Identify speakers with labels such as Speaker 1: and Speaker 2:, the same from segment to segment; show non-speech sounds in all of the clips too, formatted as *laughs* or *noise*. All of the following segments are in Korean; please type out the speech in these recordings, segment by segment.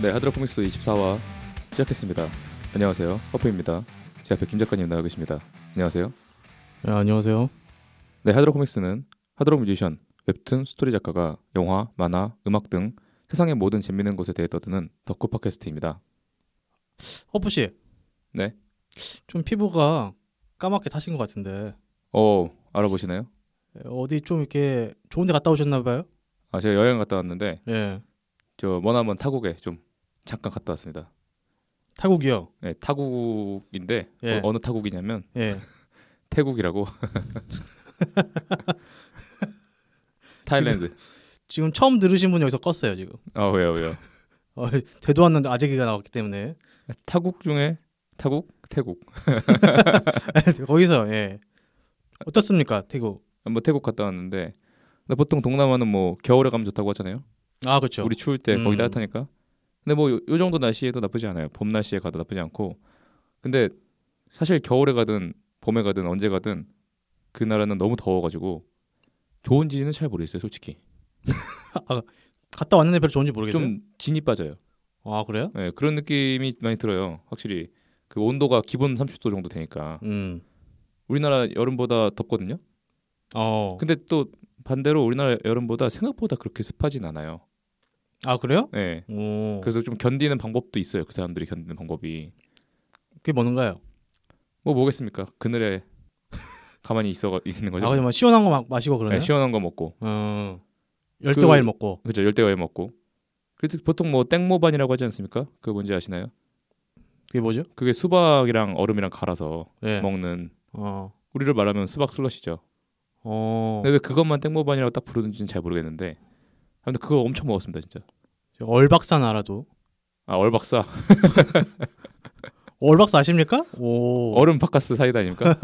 Speaker 1: 네, 하드로포닉스 24화 시작했습니다. 안녕하세요. 허프입니다. 제 앞에 김 작가님 나와 계십니다. 안녕하세요.
Speaker 2: 네, 안녕하세요.
Speaker 1: 네, 하드로코믹스는 하드로 뮤지션, 웹툰, 스토리 작가가 영화, 만화, 음악 등 세상의 모든 재밌는 것에 대해 떠드는 덕후 팟캐스트입니다.
Speaker 2: 허프 씨.
Speaker 1: 네.
Speaker 2: 좀 피부가 까맣게 타신 것 같은데
Speaker 1: 어, 알아보시나요?
Speaker 2: 에, 어디 좀 이렇게 좋은데 갔다 오셨나 봐요?
Speaker 1: 아, 제가 여행 갔다 왔는데
Speaker 2: 예.
Speaker 1: 저 머나먼 타국에 좀 잠깐 갔다 왔습니다.
Speaker 2: 타국이요.
Speaker 1: 네, 타국인데
Speaker 2: 예.
Speaker 1: 어, 어느 타국이냐면
Speaker 2: 예. *laughs*
Speaker 1: 태국이라고. *laughs* 타일랜드.
Speaker 2: 지금 처음 들으신 분 여기서 껐어요 지금.
Speaker 1: 아 왜요 왜요?
Speaker 2: 어, 되도 않는 아재기가 나왔기 때문에 *laughs*
Speaker 1: 타국 중에 타국 태국.
Speaker 2: 거기서 예. 어떻습니까 태국?
Speaker 1: 뭐 태국 갔다 왔는데 근데 보통 동남아는 뭐 겨울에 가면 좋다고 하잖아요.
Speaker 2: 아 그렇죠.
Speaker 1: 우리 추울 때
Speaker 2: 음.
Speaker 1: 거기 따뜻하니까. 근데 뭐 요 정도 날씨에도 나쁘지 않아요. 봄 날씨에 가도 나쁘지 않고. 근데 사실 겨울에 가든 봄에 가든 언제 가든 그 나라는 너무 더워가지고 좋은지는 잘 모르겠어요, 솔직히.
Speaker 2: 갔다 왔는데 별로 좋은지 모르겠어요.
Speaker 1: 좀 진이 빠져요.
Speaker 2: 아 그래요?
Speaker 1: 예, 그런 느낌이 많이 들어요. 확실히 그 온도가 기본 30도 정도 되니까
Speaker 2: 음.
Speaker 1: 우리나라 여름보다 덥거든요.
Speaker 2: 어.
Speaker 1: 근데 또 반대로 우리나라 여름보다 생각보다 그렇게 습하진 않아요.
Speaker 2: 아 그래요?
Speaker 1: 예.
Speaker 2: 오.
Speaker 1: 그래서 좀 견디는 방법도 있어요. 그 사람들이 견디는 방법이
Speaker 2: 그게 뭔가요?
Speaker 1: 뭐 뭐겠습니까? 그늘에 *laughs* 가만히 있어 있는 거죠.
Speaker 2: 아 그냥 막 시원한 거 막 마시고 그러네.
Speaker 1: 네, 시원한 거 먹고
Speaker 2: 어. 열대
Speaker 1: 그-
Speaker 2: 과일 먹고.
Speaker 1: 그죠 열대과일 먹고. 그래서 보통 뭐 땡모반이라고 하지 않습니까? 그거 뭔지 아시나요?
Speaker 2: 그게 뭐죠?
Speaker 1: 그게 수박이랑 얼음이랑 갈아서
Speaker 2: 예.
Speaker 1: 먹는
Speaker 2: 어.
Speaker 1: 우리를 말하면 수박 슬러시죠.
Speaker 2: 어.
Speaker 1: 근데 왜 그것만 땡모반이라고 딱 부르는지는 잘 모르겠는데 아무튼 그걸 엄청 먹었습니다 진짜.
Speaker 2: 저 얼박산 알아도
Speaker 1: 아 얼박사
Speaker 2: 얼박사 아십니까? 오
Speaker 1: 얼음 파카스 사이다
Speaker 2: *laughs*
Speaker 1: 아닙니까?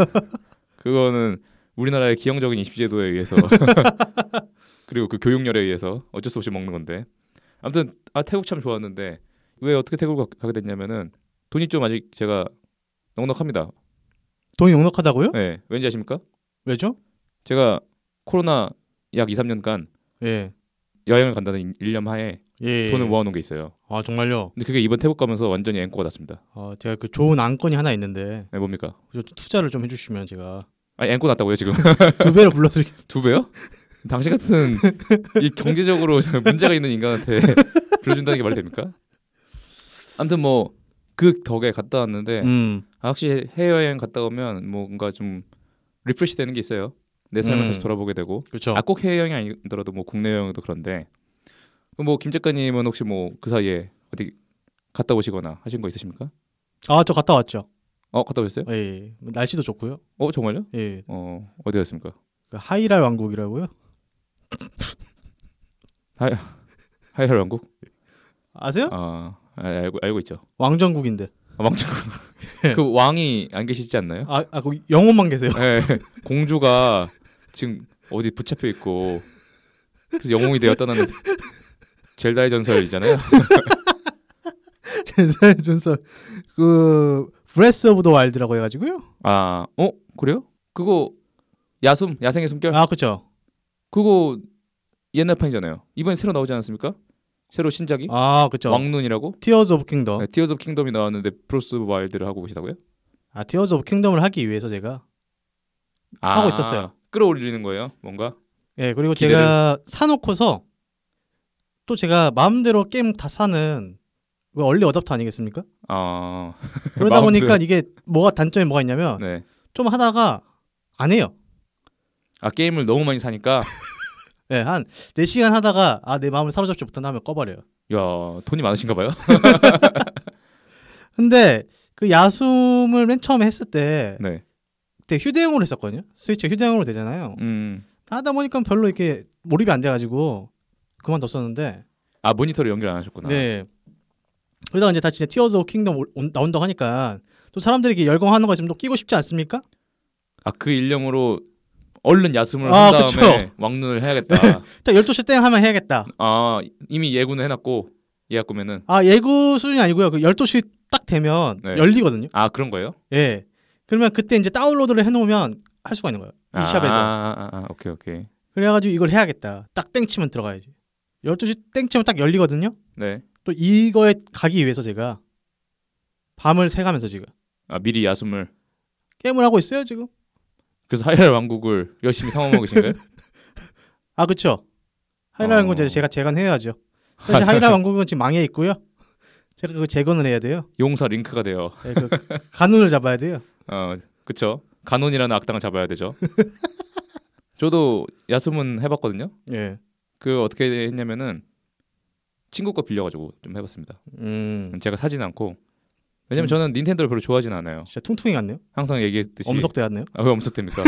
Speaker 1: 그거는 우리나라의 기형적인 입시제도에
Speaker 2: *laughs*
Speaker 1: 의해서 그리고 그 교육열에 의해서 어쩔 수 없이 먹는 건데 아무튼 아 태국 참 좋았는데 왜 어떻게 태국을 가- 가게 됐냐면은 돈이 좀 아직 제가 넉넉합니다.
Speaker 2: 어? 돈이 넉넉하다고요?
Speaker 1: 네, 왠지 아십니까?
Speaker 2: 왜죠?
Speaker 1: 제가 코로나 약 2, 3년간
Speaker 2: 예.
Speaker 1: 여행을 간다는 일년 하에
Speaker 2: 예.
Speaker 1: 돈을 모아놓은 뭐- 게 있어요.
Speaker 2: 아 정말요.
Speaker 1: 근데 그게 이번 태국 가면서 완전히 앵꼬가 났습니다.
Speaker 2: 아 제가 그 좋은 안건이 하나 있는데
Speaker 1: 네, 뭡니까?
Speaker 2: 그거 좀 투자를 좀 해주시면 제가
Speaker 1: 아 앵꼬 났다고요 지금?
Speaker 2: 두 배로 *laughs* 불러드리겠습니다.
Speaker 1: 두 배요? 당신 같은 이 경제적으로 문제가 있는
Speaker 2: *laughs*
Speaker 1: 인간한테 불러준다는 게 말이 됩니까? 아무튼 뭐 그 덕에 갔다 왔는데
Speaker 2: 음.
Speaker 1: 아, 확실히 해외여행 갔다 오면 뭔가 좀 리프레시 되는 게 있어요. 내 삶을
Speaker 2: 음.
Speaker 1: 다시 돌아보게 되고
Speaker 2: 그렇죠.
Speaker 1: 아 꼭 해외여행이 아니더라도 뭐 국내 여행도 그런데 뭐 김 작가님은 혹시 뭐 그 사이에 어디 갔다 오시거나 하신 거 있으십니까?
Speaker 2: 아 저 갔다 왔죠.
Speaker 1: 어 갔다 오셨어요?
Speaker 2: 예, 예. 날씨도 좋고요.
Speaker 1: 어 정말요?
Speaker 2: 예.
Speaker 1: 어 어디였습니까?
Speaker 2: 그 하이랄 왕국이라고요.
Speaker 1: 하이랄 왕국?
Speaker 2: 아세요?
Speaker 1: 아 알고 알고 있죠.
Speaker 2: 왕정국인데.
Speaker 1: 아, 왕정
Speaker 2: 예.
Speaker 1: 그 왕이 안 계시지 않나요?
Speaker 2: 아, 아, 그 영혼만 계세요. *laughs*
Speaker 1: 예. 공주가 지금 어디 붙잡혀 있고 그래서 영웅이 되어 떠나는 젤다의 전설이잖아요.
Speaker 2: 제사의 전설. 그 브레스 오브 더 와일드라고 해가지고요.
Speaker 1: 아, 어 그래요? 그거 야숨 야생의 숨결
Speaker 2: 아 그렇죠.
Speaker 1: 그거 옛날 판이잖아요. 이번에 새로 나오지 않았습니까? 새로 신작이
Speaker 2: 아 그렇죠.
Speaker 1: 왕눈이라고
Speaker 2: 티어즈 오브 킹덤.
Speaker 1: 네, 티어즈 오브 킹덤이 나왔는데 브로스 오브 와일드를 하고 계시다고요?
Speaker 2: 아 티어즈 오브 킹덤을 하기 위해서 제가
Speaker 1: 아,
Speaker 2: 하고 있었어요.
Speaker 1: 끌어올리는 거예요, 뭔가.
Speaker 2: 예, 그리고
Speaker 1: 기대를-
Speaker 2: 제가 사놓고서 또 제가 마음대로 게임 다 사는 그 얼리
Speaker 1: *laughs*
Speaker 2: 어답터 아니겠습니까?
Speaker 1: 아,
Speaker 2: 그러다
Speaker 1: 마음대로.
Speaker 2: 보니까 이게 뭐가 단점이 뭐가 있냐면
Speaker 1: 네.
Speaker 2: 좀 하다가 안 해요.
Speaker 1: 아 게임을 너무 많이 사니까
Speaker 2: 예, 한 4시간 하다가 아, 내 마음을 사로잡지 못한다 하면 꺼버려요.
Speaker 1: 야 돈이 많으신가 봐요.
Speaker 2: 근데 그 야숨을 맨 처음에 했을 때
Speaker 1: 네.
Speaker 2: 그때 휴대용으로 했었거든요. 스위치가 휴대용으로 되잖아요.
Speaker 1: 음.
Speaker 2: 하다 보니까 별로 이렇게 몰입이 안 돼가지고 그만뒀었는데
Speaker 1: 아 모니터를 연결 안 하셨구나.
Speaker 2: 네. 그러다 이제 다시 이제 티어즈 오브 킹덤 올- 온- 나온다고 하니까 또 사람들이 이렇게 열광하는 거 있으면 또 끼고 싶지 않습니까?
Speaker 1: 아 그 일념으로 얼른 야숨을
Speaker 2: 아,
Speaker 1: 한 다음에
Speaker 2: 그쵸.
Speaker 1: *laughs*
Speaker 2: 네.
Speaker 1: 왕눈을 해야겠다.
Speaker 2: 일단 12시 땡 하면 해야겠다.
Speaker 1: 아 이미 예고는 해놨고 예약 구매는
Speaker 2: 아, 예고 수준이 아니고요. 그 12시 딱 되면
Speaker 1: 네.
Speaker 2: 열리거든요.
Speaker 1: 아 그런 거예요?
Speaker 2: 예. 그러면 그때 이제 다운로드를 해 놓으면 할 수가 있는 거예요. 이
Speaker 1: 아,
Speaker 2: 샵에서.
Speaker 1: 아, 아, 아, 오케이 오케이.
Speaker 2: 그래 가지고 이걸 해야겠다. 딱 땡치면 들어가야지. 12시 땡치면 딱 열리거든요.
Speaker 1: 네.
Speaker 2: 또 이거에 가기 위해서 제가 밤을 새가면서 지금
Speaker 1: 아 미리 야숨을
Speaker 2: 게임을 하고 있어요 지금.
Speaker 1: 그래서 하이랄 왕국을 열심히 탐험하고
Speaker 2: *laughs*
Speaker 1: 계신가요?
Speaker 2: 아 그쵸. 하이라
Speaker 1: 어.
Speaker 2: 왕국 은 제가 재건해야죠. 아, 사실 하이라 왕국은 지금 망해 있고요. 제가 그거 재건을 해야 돼요.
Speaker 1: 용사 링크가 돼요.
Speaker 2: 네, *laughs* 그 간운을 잡아야 돼요.
Speaker 1: 어, 그쵸. 간혼이라는 악당을 잡아야
Speaker 2: *laughs*
Speaker 1: 되죠. 저도 야숨은 해봤거든요.
Speaker 2: 예.
Speaker 1: 그 어떻게 했냐면은 친구 거 빌려가지고 좀 해봤습니다.
Speaker 2: 음.
Speaker 1: 제가 사진 않고 왜냐면 저는 닌텐도를 별로 좋아하진 않아요.
Speaker 2: 진짜 퉁퉁이 같네요.
Speaker 1: 항상 얘기했듯이
Speaker 2: *laughs* 엄석대였네요.
Speaker 1: 아, 왜 엄석됩니까?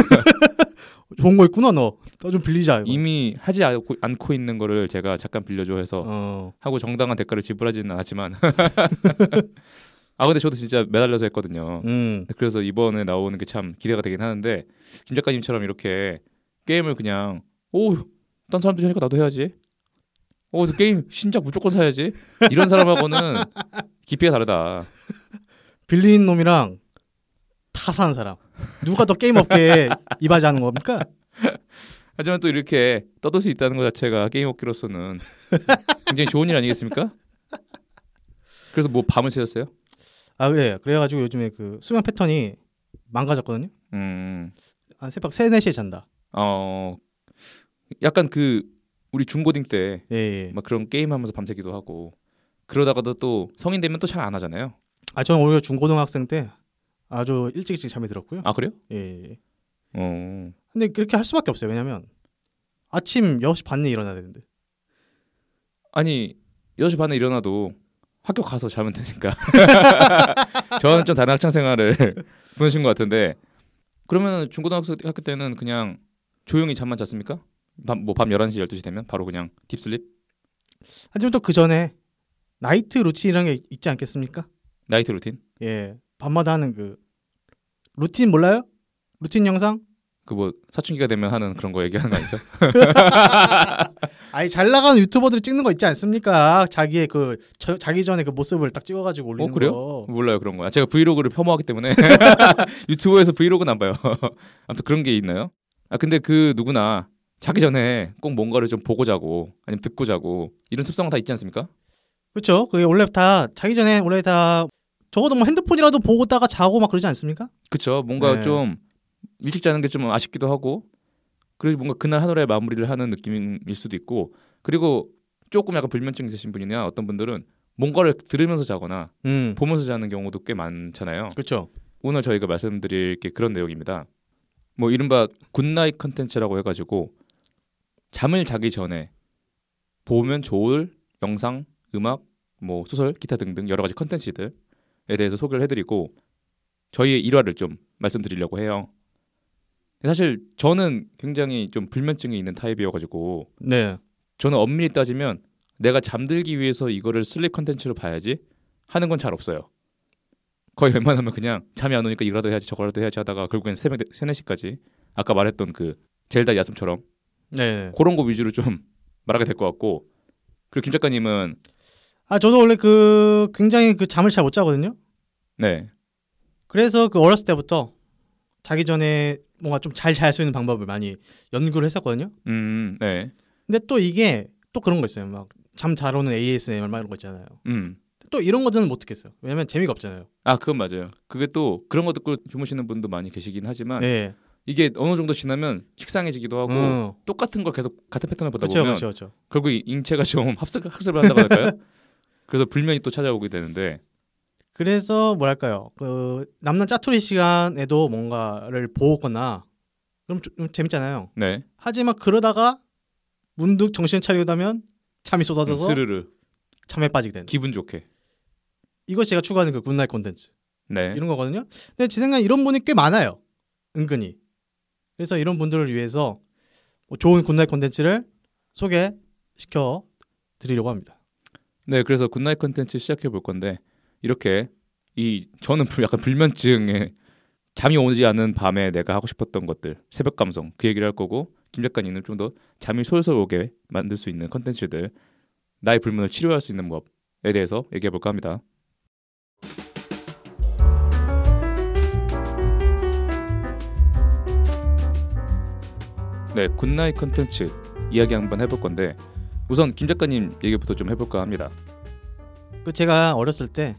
Speaker 2: 좋은 거 있구나 너. 너 좀 빌리자. 이거.
Speaker 1: 이미 하지 않고, 않고 있는 거를 제가 잠깐 빌려줘 해서
Speaker 2: 어.
Speaker 1: 하고 정당한 대가를 지불하지는 않았지만 *laughs* 아 근데 저도 진짜 매달려서 했거든요.
Speaker 2: 음.
Speaker 1: 그래서 이번에 나오는 게 참 기대가 되긴 하는데 김 작가님처럼 이렇게 게임을 그냥 오딴 사람들이 하니까 나도 해야지 오저 게임 신작 무조건 사야지 이런 사람하고는 *laughs* 깊이가 다르다
Speaker 2: 빌린 놈이랑 타사한 사람. 누가 더 게임 *laughs* 업계에 이바지하는 겁니까?
Speaker 1: 하지만 또 이렇게 떠들 수 있다는 것 자체가 게임 업계로서는 *laughs* 굉장히 좋은 일 아니겠습니까? 그래서 뭐 밤을 새셨어요?
Speaker 2: 아 그래. 그래가지고 요즘에 그 수면 패턴이 망가졌거든요.
Speaker 1: 음어 어,
Speaker 2: 한 새벽 3, 4시에 잔다.
Speaker 1: 약간 그 우리 중고딩 때
Speaker 2: 예. 예.
Speaker 1: 막 그런 게임하면서 밤새기도 하고 그러다가도 또 성인 되면 또 잘 안 하잖아요.
Speaker 2: 아 저는 오히려 중고등학생 때 아주 일찍 일찍 잠이 들었고요.
Speaker 1: 아 그래요?
Speaker 2: 예, 예.
Speaker 1: 어.
Speaker 2: 근데 그렇게 할 수밖에 없어요. 왜냐면 아침 6시 반에 일어나야 되는데.
Speaker 1: 아니 6시 반에 일어나도 학교 가서 자면 되니까. 저는 좀 다른 학창 생활을 *laughs* 보내신 것 같은데 그러면 중고등학교 학교 때는 그냥 조용히 잠만 잤습니까? 밤 뭐 밤 11시 12시 되면 바로 그냥 딥슬립
Speaker 2: 하지만 또 그 전에 나이트 루틴이라는 게 있지 않겠습니까?
Speaker 1: 나이트 루틴
Speaker 2: 예. 밤마다 하는 그 루틴 몰라요? 루틴 영상?
Speaker 1: 그 뭐 사춘기가 되면 하는 그런 거 얘기하는 거 아니죠?
Speaker 2: 아니 잘 나가는 유튜버들이 찍는 거 있지 않습니까? 자기의 그 저- 자기 전에 그 모습을 딱 찍어가지고 올리는
Speaker 1: 그래요?
Speaker 2: 거.
Speaker 1: 몰라요 그런 거. 아, 제가 브이로그를 폄하하기 때문에 유튜브에서 브이로그는 안 봐요. *laughs* 아무튼 그런 게 있나요? 아 근데 그 누구나 자기 전에 꼭 뭔가를 좀 보고 자고 아니면 듣고 자고 이런 습성은 다 있지 않습니까?
Speaker 2: 그렇죠. 그게 원래 다 자기 전에 원래 다 적어도 뭐 핸드폰이라도 보고다가 자고 막 그러지 않습니까?
Speaker 1: 그쵸 뭔가
Speaker 2: 네.
Speaker 1: 좀 일찍 자는 게 좀 아쉽기도 하고 그리고 뭔가 그날 하루의 마무리를 하는 느낌일 수도 있고 그리고 조금 약간 불면증 있으신 분이나 어떤 분들은 뭔가를 들으면서 자거나
Speaker 2: 음.
Speaker 1: 보면서 자는 경우도 꽤 많잖아요.
Speaker 2: 그렇죠.
Speaker 1: 오늘 저희가 말씀드릴 게 그런 내용입니다. 뭐 이른바 굿나잇 컨텐츠라고 해가지고 잠을 자기 전에 보면 좋을 영상, 음악, 뭐 소설, 기타 등등 여러 가지 컨텐츠들에 대해서 소개를 해드리고 저희의 일화를 좀 말씀드리려고 해요. 사실 저는 굉장히 좀 불면증이 있는 타입이어가지고
Speaker 2: 네.
Speaker 1: 저는 엄밀히 따지면 내가 잠들기 위해서 이거를 슬립 컨텐츠로 봐야지 하는 건 잘 없어요. 거의 웬만하면 그냥 잠이 안 오니까 이거라도 해야지 저거라도 해야지 하다가 결국엔 새벽 3, 4시까지 아까 말했던 그 젤다 야숨처럼
Speaker 2: 네.
Speaker 1: 그런 거 위주로 좀 *laughs* 말하게 될 것 같고 그리고 김 작가님은
Speaker 2: 아 저도 원래 그 굉장히 그 잠을 잘 못 자거든요.
Speaker 1: 네
Speaker 2: 그래서 그 어렸을 때부터 자기 전에 뭔가 좀 잘 잘 수 있는 방법을 많이 연구를 했었거든요.
Speaker 1: 음, 네,
Speaker 2: 근데 또 이게 또 그런 거 있어요. 막 잠 잘 오는 ASMR 막 이런 거 있잖아요.
Speaker 1: 음.
Speaker 2: 또 이런 거들은 못 듣겠어요. 왜냐면 재미가 없잖아요.
Speaker 1: 아 그건 맞아요. 그게 또 그런 거 듣고 주무시는 분도 많이 계시긴 하지만
Speaker 2: 네.
Speaker 1: 이게 어느 정도 지나면 식상해지기도 하고
Speaker 2: 음.
Speaker 1: 똑같은 걸 계속 같은 패턴을 보다
Speaker 2: 그렇죠,
Speaker 1: 보면
Speaker 2: 그렇죠, 그렇죠.
Speaker 1: 결국 이 인체가 *laughs* 좀 학습 학습을 한다고 할까요?
Speaker 2: *laughs*
Speaker 1: 그래서 불면이 또 찾아오게 되는데
Speaker 2: 그래서 뭐랄까요 그 남는 짜투리 시간에도 뭔가를 보거나 그럼 좀- 좀 재밌잖아요
Speaker 1: 네
Speaker 2: 하지만 그러다가 문득 정신 차리다면 잠이
Speaker 1: 음,
Speaker 2: 쏟아져서
Speaker 1: 스르르
Speaker 2: 잠에 빠지게 되는
Speaker 1: 기분 좋게
Speaker 2: 이것이 제가 추구하는 그 굿나잇 콘텐츠
Speaker 1: 네
Speaker 2: 이런 거거든요 근데 제 생각엔 이런 분이 꽤 많아요 은근히 그래서 이런 분들을 위해서 뭐 좋은 굿나잇 콘텐츠를 소개시켜 드리려고 합니다
Speaker 1: 네 그래서 굿나잇 컨텐츠 시작해 볼 건데 이렇게 이 저는 불- 약간 불면증에 잠이 오지 않은 밤에 내가 하고 싶었던 것들 새벽 감성 그 얘기를 할 거고 김 작가님은 좀 더 잠이 솔솔 오게 만들 수 있는 컨텐츠들 나의 불면을 치료할 수 있는 법에 대해서 얘기해 볼까 합니다. 네, 굿나잇 컨텐츠 이야기 한번 해볼 건데 우선 김 작가님 얘기부터 좀 해볼까 합니다.
Speaker 2: 그 제가 어렸을 때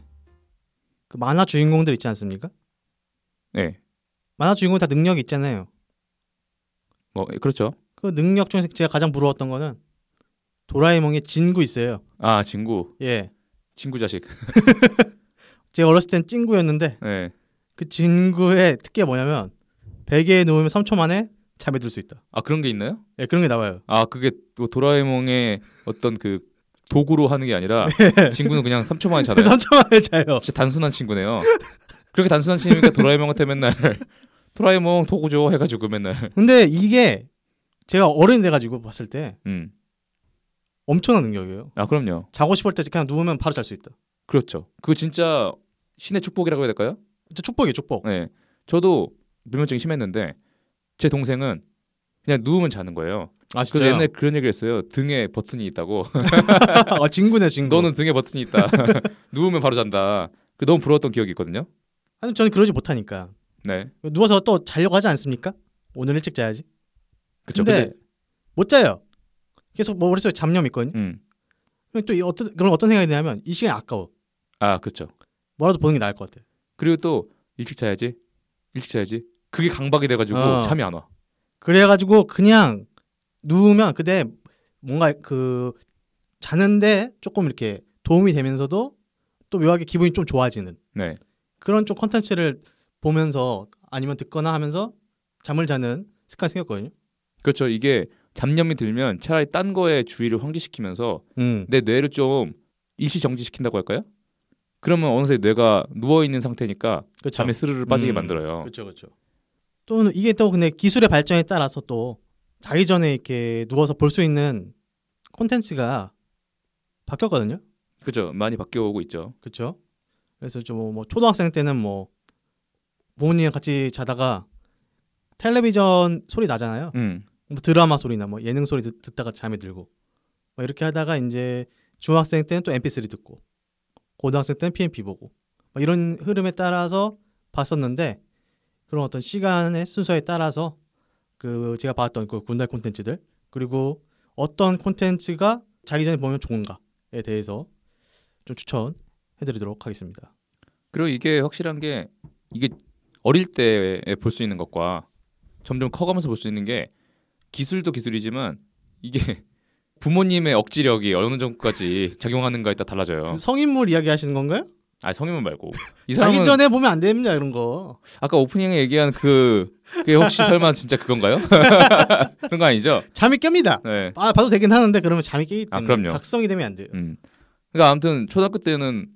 Speaker 2: 그 만화 주인공들 있지 않습니까?
Speaker 1: 네,
Speaker 2: 만화 주인공 다 능력이 있잖아요.
Speaker 1: 뭐 예, 그렇죠.
Speaker 2: 그 능력 중에서 제가 가장 부러웠던 거는 도라에몽의 진구 있어요.
Speaker 1: 아 친구,
Speaker 2: 예.
Speaker 1: 친구 자식.
Speaker 2: 제가 어렸을 땐 찐구였는데
Speaker 1: 네.
Speaker 2: 그 진구의 특기가 뭐냐면 베개에 누우면 3초 만에 잠에 들 수 있다.
Speaker 1: 아 그런 게 있나요?
Speaker 2: 예, 그런 게 나와요.
Speaker 1: 아 그게 뭐 도라에몽의 어떤 그 도구로 하는 게
Speaker 2: *laughs*
Speaker 1: 아니라
Speaker 2: 네.
Speaker 1: 친구는 그냥 3초 만에 아, 자네요.
Speaker 2: 3초 만에 자요.
Speaker 1: 진짜 단순한 친구네요. 그렇게 단순한 친구니까 도라에몽 같아 맨날 *laughs* 도라에몽 도구죠 해가지고 맨날.
Speaker 2: 근데 이게 제가 어른이 돼가지고 봤을 때
Speaker 1: 음.
Speaker 2: 엄청난 능력이에요.
Speaker 1: 아 그럼요.
Speaker 2: 자고 싶을 때 그냥 누우면 바로 잘 수 있다.
Speaker 1: 그렇죠. 그거 진짜 신의 축복이라고 해야 될까요?
Speaker 2: 진짜 축복이에요, 축복.
Speaker 1: 네. 저도 불면증이 심했는데 제 동생은 그냥 누우면 자는 거예요.
Speaker 2: 아,
Speaker 1: 그래서
Speaker 2: 진짜요? *laughs*
Speaker 1: 옛날에 그런 얘기를 했어요. 등에 버튼이 있다고.
Speaker 2: 아, 진구네, 진구.
Speaker 1: 너는 등에 버튼이 있다. *laughs* 누우면 바로 잔다. 그 너무 부러웠던 기억이 있거든요.
Speaker 2: 아니, 저는 그러지 못하니까.
Speaker 1: 네.
Speaker 2: 누워서 또 자려고 하지 않습니까? 오늘 일찍 자야지.
Speaker 1: 그쵸.
Speaker 2: 근데-
Speaker 1: 근데
Speaker 2: 못 자요. 계속 뭐 머릿속에 잡념이 있거든요.
Speaker 1: 음.
Speaker 2: 그럼 또이 어떤 그럼 어떤 생각이 드냐면 이 시간이 아까워.
Speaker 1: 아, 그쵸.
Speaker 2: 뭐라도 보는 게 나을 것 같아.
Speaker 1: 그리고 또 일찍 자야지. 일찍 자야지. 그게 강박이 돼 가지고
Speaker 2: 어.
Speaker 1: 잠이 안 와.
Speaker 2: 그래가지고 그냥 누우면 그때 뭔가 그 자는데 조금 이렇게 도움이 되면서도 또 묘하게 기분이 좀 좋아지는
Speaker 1: 네.
Speaker 2: 그런 좀 컨텐츠를 보면서 아니면 듣거나 하면서 잠을 자는 습관이 생겼거든요.
Speaker 1: 그렇죠. 이게 잡념이 들면 차라리 딴 거에 주의를 환기시키면서
Speaker 2: 음.
Speaker 1: 내 뇌를 좀 일시정지시킨다고 할까요? 그러면 어느새 뇌가 누워 있는 상태니까
Speaker 2: 그렇죠.
Speaker 1: 잠에 스르르 빠지게
Speaker 2: 음.
Speaker 1: 만들어요.
Speaker 2: 그렇죠, 그렇죠. 또는 이게 또 근데 기술의 발전에 따라서 또 자기 전에 이렇게 누워서 볼 수 있는 콘텐츠가 바뀌었거든요.
Speaker 1: 그죠 많이 바뀌어오고 있죠.
Speaker 2: 그렇죠. 그래서 좀 뭐 초등학생 때는 뭐 부모님이랑 같이 자다가 텔레비전 소리 나잖아요.
Speaker 1: 음,
Speaker 2: 뭐 드라마 소리나 뭐 예능 소리 듣, 듣다가 잠이 들고 뭐 이렇게 하다가 이제 중학생 때는 또 MP3 듣고 고등학생 때는 PMP 보고 뭐 이런 흐름에 따라서 봤었는데 그런 어떤 시간의 순서에 따라서 그 제가 봤던 그 군달 콘텐츠들 그리고 어떤 콘텐츠가 자기 전에 보면 좋은가에 대해서 좀 추천해드리도록 하겠습니다.
Speaker 1: 그리고 이게 확실한 게 이게 어릴 때에 볼 수 있는 것과 점점 커가면서 볼 수 있는 게 기술도 기술이지만 이게 *laughs* 부모님의 억지력이 어느 정도까지 작용하는가에 따라
Speaker 2: 그
Speaker 1: 달라져요.
Speaker 2: 성인물 이야기하시는 건가요?
Speaker 1: 아 성인만
Speaker 2: *laughs*
Speaker 1: 말고 어. 이
Speaker 2: 자기
Speaker 1: 사람은
Speaker 2: 전에 보면 안 됩니다 이런 거.
Speaker 1: 아까 오프닝에 얘기한 그 그게 혹시 설마 진짜 그건가요? *laughs* 그런 거 아니죠?
Speaker 2: 잠이 깹니다.
Speaker 1: 네.
Speaker 2: 아 봐도 되긴 하는데 그러면 잠이 깨기
Speaker 1: 아,
Speaker 2: 때문에
Speaker 1: 그럼요.
Speaker 2: 각성이 되면 안 돼요.
Speaker 1: 음. 그러니까 아무튼 초등학교 때는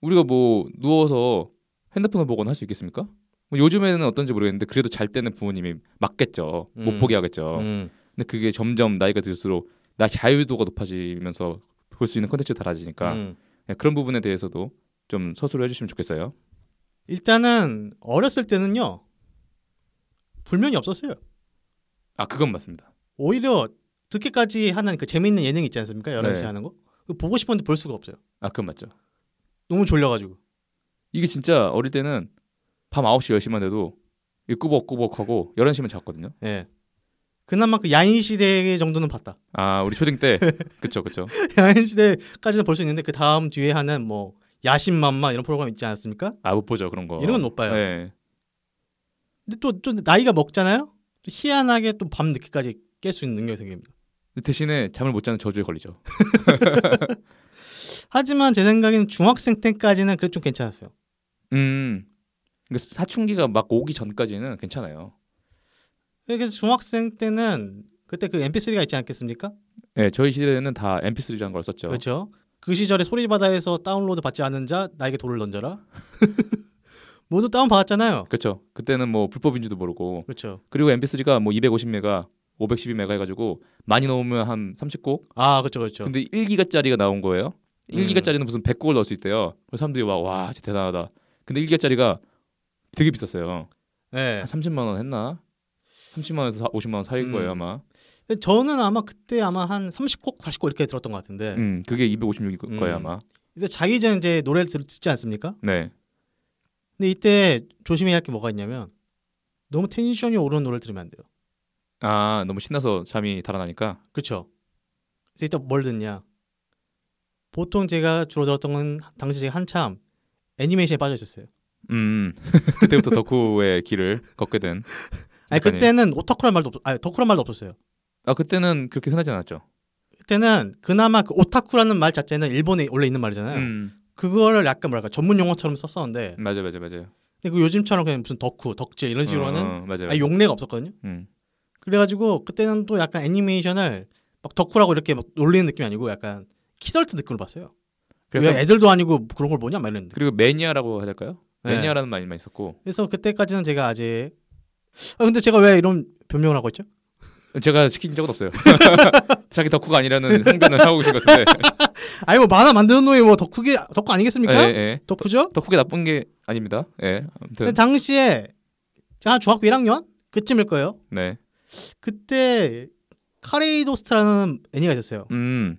Speaker 1: 우리가 뭐 누워서 핸드폰을 보거나 할 수 있겠습니까? 뭐 요즘에는 어떤지 모르겠는데 그래도 잘 때는 부모님이 막겠죠. 못
Speaker 2: 음.
Speaker 1: 보게 하겠죠.
Speaker 2: 음.
Speaker 1: 근데 그게 점점 나이가 들수록 나 자유도가 높아지면서 볼 수 있는 컨텐츠가 달라지니까
Speaker 2: 음.
Speaker 1: 네, 그런 부분에 대해서도 좀 서술을 해주시면 좋겠어요.
Speaker 2: 일단은 어렸을 때는요 불면이 없었어요.
Speaker 1: 아 그건 맞습니다.
Speaker 2: 오히려 늦게까지 하는 그 재미있는 예능 있지 않습니까? 1 1시
Speaker 1: 네.
Speaker 2: 하는 거 그거 보고 싶었는데 볼 수가 없어요.
Speaker 1: 아 그건 맞죠.
Speaker 2: 너무 졸려가지고
Speaker 1: 이게 진짜 어릴 때는 밤 9시 10시만 돼도 이 꾸벅꾸벅하고 11시면 잤거든요.
Speaker 2: 예. 그나마 그 야인 시대 정도는 봤다. *laughs*
Speaker 1: 아 우리 초딩 때 그쵸 그쵸.
Speaker 2: 야인 시대까지는 볼 수 있는데 그 다음 뒤에 하는 뭐 야심만마 이런 프로그램 있지 않았습니까?
Speaker 1: 아 못 보죠 그런 거.
Speaker 2: 이런 건 못 봐요.
Speaker 1: 네.
Speaker 2: 근데 또 좀 나이가 먹잖아요. 또 희한하게 또 밤 늦게까지 깰 수 있는 능력이 생깁니다.
Speaker 1: 대신에 잠을 못 자는 저주에 걸리죠.
Speaker 2: 하지만 제 생각에는 중학생 때까지는 그래도 좀 괜찮았어요.
Speaker 1: 음. 그러니까 사춘기가 막 오기 전까지는 괜찮아요.
Speaker 2: 그래서 중학생 때는 그때 그 MP3가 있지 않겠습니까?
Speaker 1: 네, 저희 시대에는 다 MP3라는 걸 썼죠.
Speaker 2: 그렇죠. 그 시절에 소리바다에서 다운로드 받지 않은 자 나에게 돌을 던져라. *laughs* 모두 다운 받았잖아요.
Speaker 1: 그렇죠. 그때는 뭐 불법인지도 모르고
Speaker 2: 그렇죠.
Speaker 1: 그리고 MP3가 뭐 250메가, 512메가 해가지고 많이 넣으면 한 30곡.
Speaker 2: 아 그렇죠, 그렇죠.
Speaker 1: 근데 1기가짜리가 나온 거예요.
Speaker 2: 음.
Speaker 1: 1기가짜리는 무슨 100곡을 넣을 수 있대요. 그래서 사람들이 와, 와, 진짜 대단하다. 근데 1기가짜리가 되게 비쌌어요.
Speaker 2: 네.
Speaker 1: 한 30만 원 했나? 30만 원에서 50만 원 사이인
Speaker 2: 음.
Speaker 1: 거예요 아마.
Speaker 2: 근데 저는 아마 그때 아마 한 30곡, 40곡 이렇게 들었던 것 같은데.
Speaker 1: 음, 그게 256일
Speaker 2: 음.
Speaker 1: 거예요 아마.
Speaker 2: 근데 자기 전에 이제 노래를 들- 듣지 않습니까?
Speaker 1: 네.
Speaker 2: 근데 이때 조심해야 할 게 뭐가 있냐면 너무 텐션이 오르는 노래를 들으면 안 돼요.
Speaker 1: 아 너무 신나서 잠이 달아나니까
Speaker 2: 그렇죠. 그래서 이때 뭘 듣냐? 보통 제가 주로 들었던 건 당시 제가 한참 애니메이션에 빠져 있었어요.
Speaker 1: 음 *laughs* 그때부터 덕후의 길을 걷게 된.
Speaker 2: 아니
Speaker 1: 작가님.
Speaker 2: 그때는 오타쿠란 말도 없, 아니 덕후란 말도 없었어요.
Speaker 1: 아 그때는 그렇게 흔하지 않았죠.
Speaker 2: 그때는 그나마 그 오타쿠라는 말 자체는 일본에 원래 있는 말이잖아요.
Speaker 1: 음
Speaker 2: 그거를 약간 뭐랄까 전문 용어처럼 썼었는데
Speaker 1: 맞아 맞아 맞아요.
Speaker 2: 근데 그 요즘처럼 그냥 무슨 덕후, 덕질 이런 식으로는
Speaker 1: 어, 어, 맞아요.
Speaker 2: 아예 용례가 없었거든요.
Speaker 1: 음.
Speaker 2: 그래가지고 그때는 또 약간 애니메이션을 막 덕후라고 이렇게 막 놀리는 느낌이 아니고 약간 키덜트 느낌으로 봤어요.
Speaker 1: 그래서
Speaker 2: 왜 애들도 아니고 그런 걸 보냐 막 이런 느낌.
Speaker 1: 그리고 매니아라고 해야 될까요?
Speaker 2: 네.
Speaker 1: 매니아라는 말만 있었고
Speaker 2: 그래서 그때까지는 제가 아직 아 근데 제가 왜 이런 변명을 하고 있죠?
Speaker 1: 제가 시킨 적은 없어요. *laughs* 자기 덕후가 아니라는 항변을 하고 계신 것 같은데.
Speaker 2: 아니 뭐 만화 만드는 놈이 뭐 덕후기 덕후 *laughs* 아니겠습니까?
Speaker 1: 예, 예.
Speaker 2: 덕후죠?
Speaker 1: 덕후가 나쁜 게 아닙니다. 예. 아무튼
Speaker 2: 근데 당시에 제가 한 중학교 1학년 그쯤일 거예요.
Speaker 1: 네.
Speaker 2: 그때 카레이도스트라는 애니가 있었어요.
Speaker 1: 음.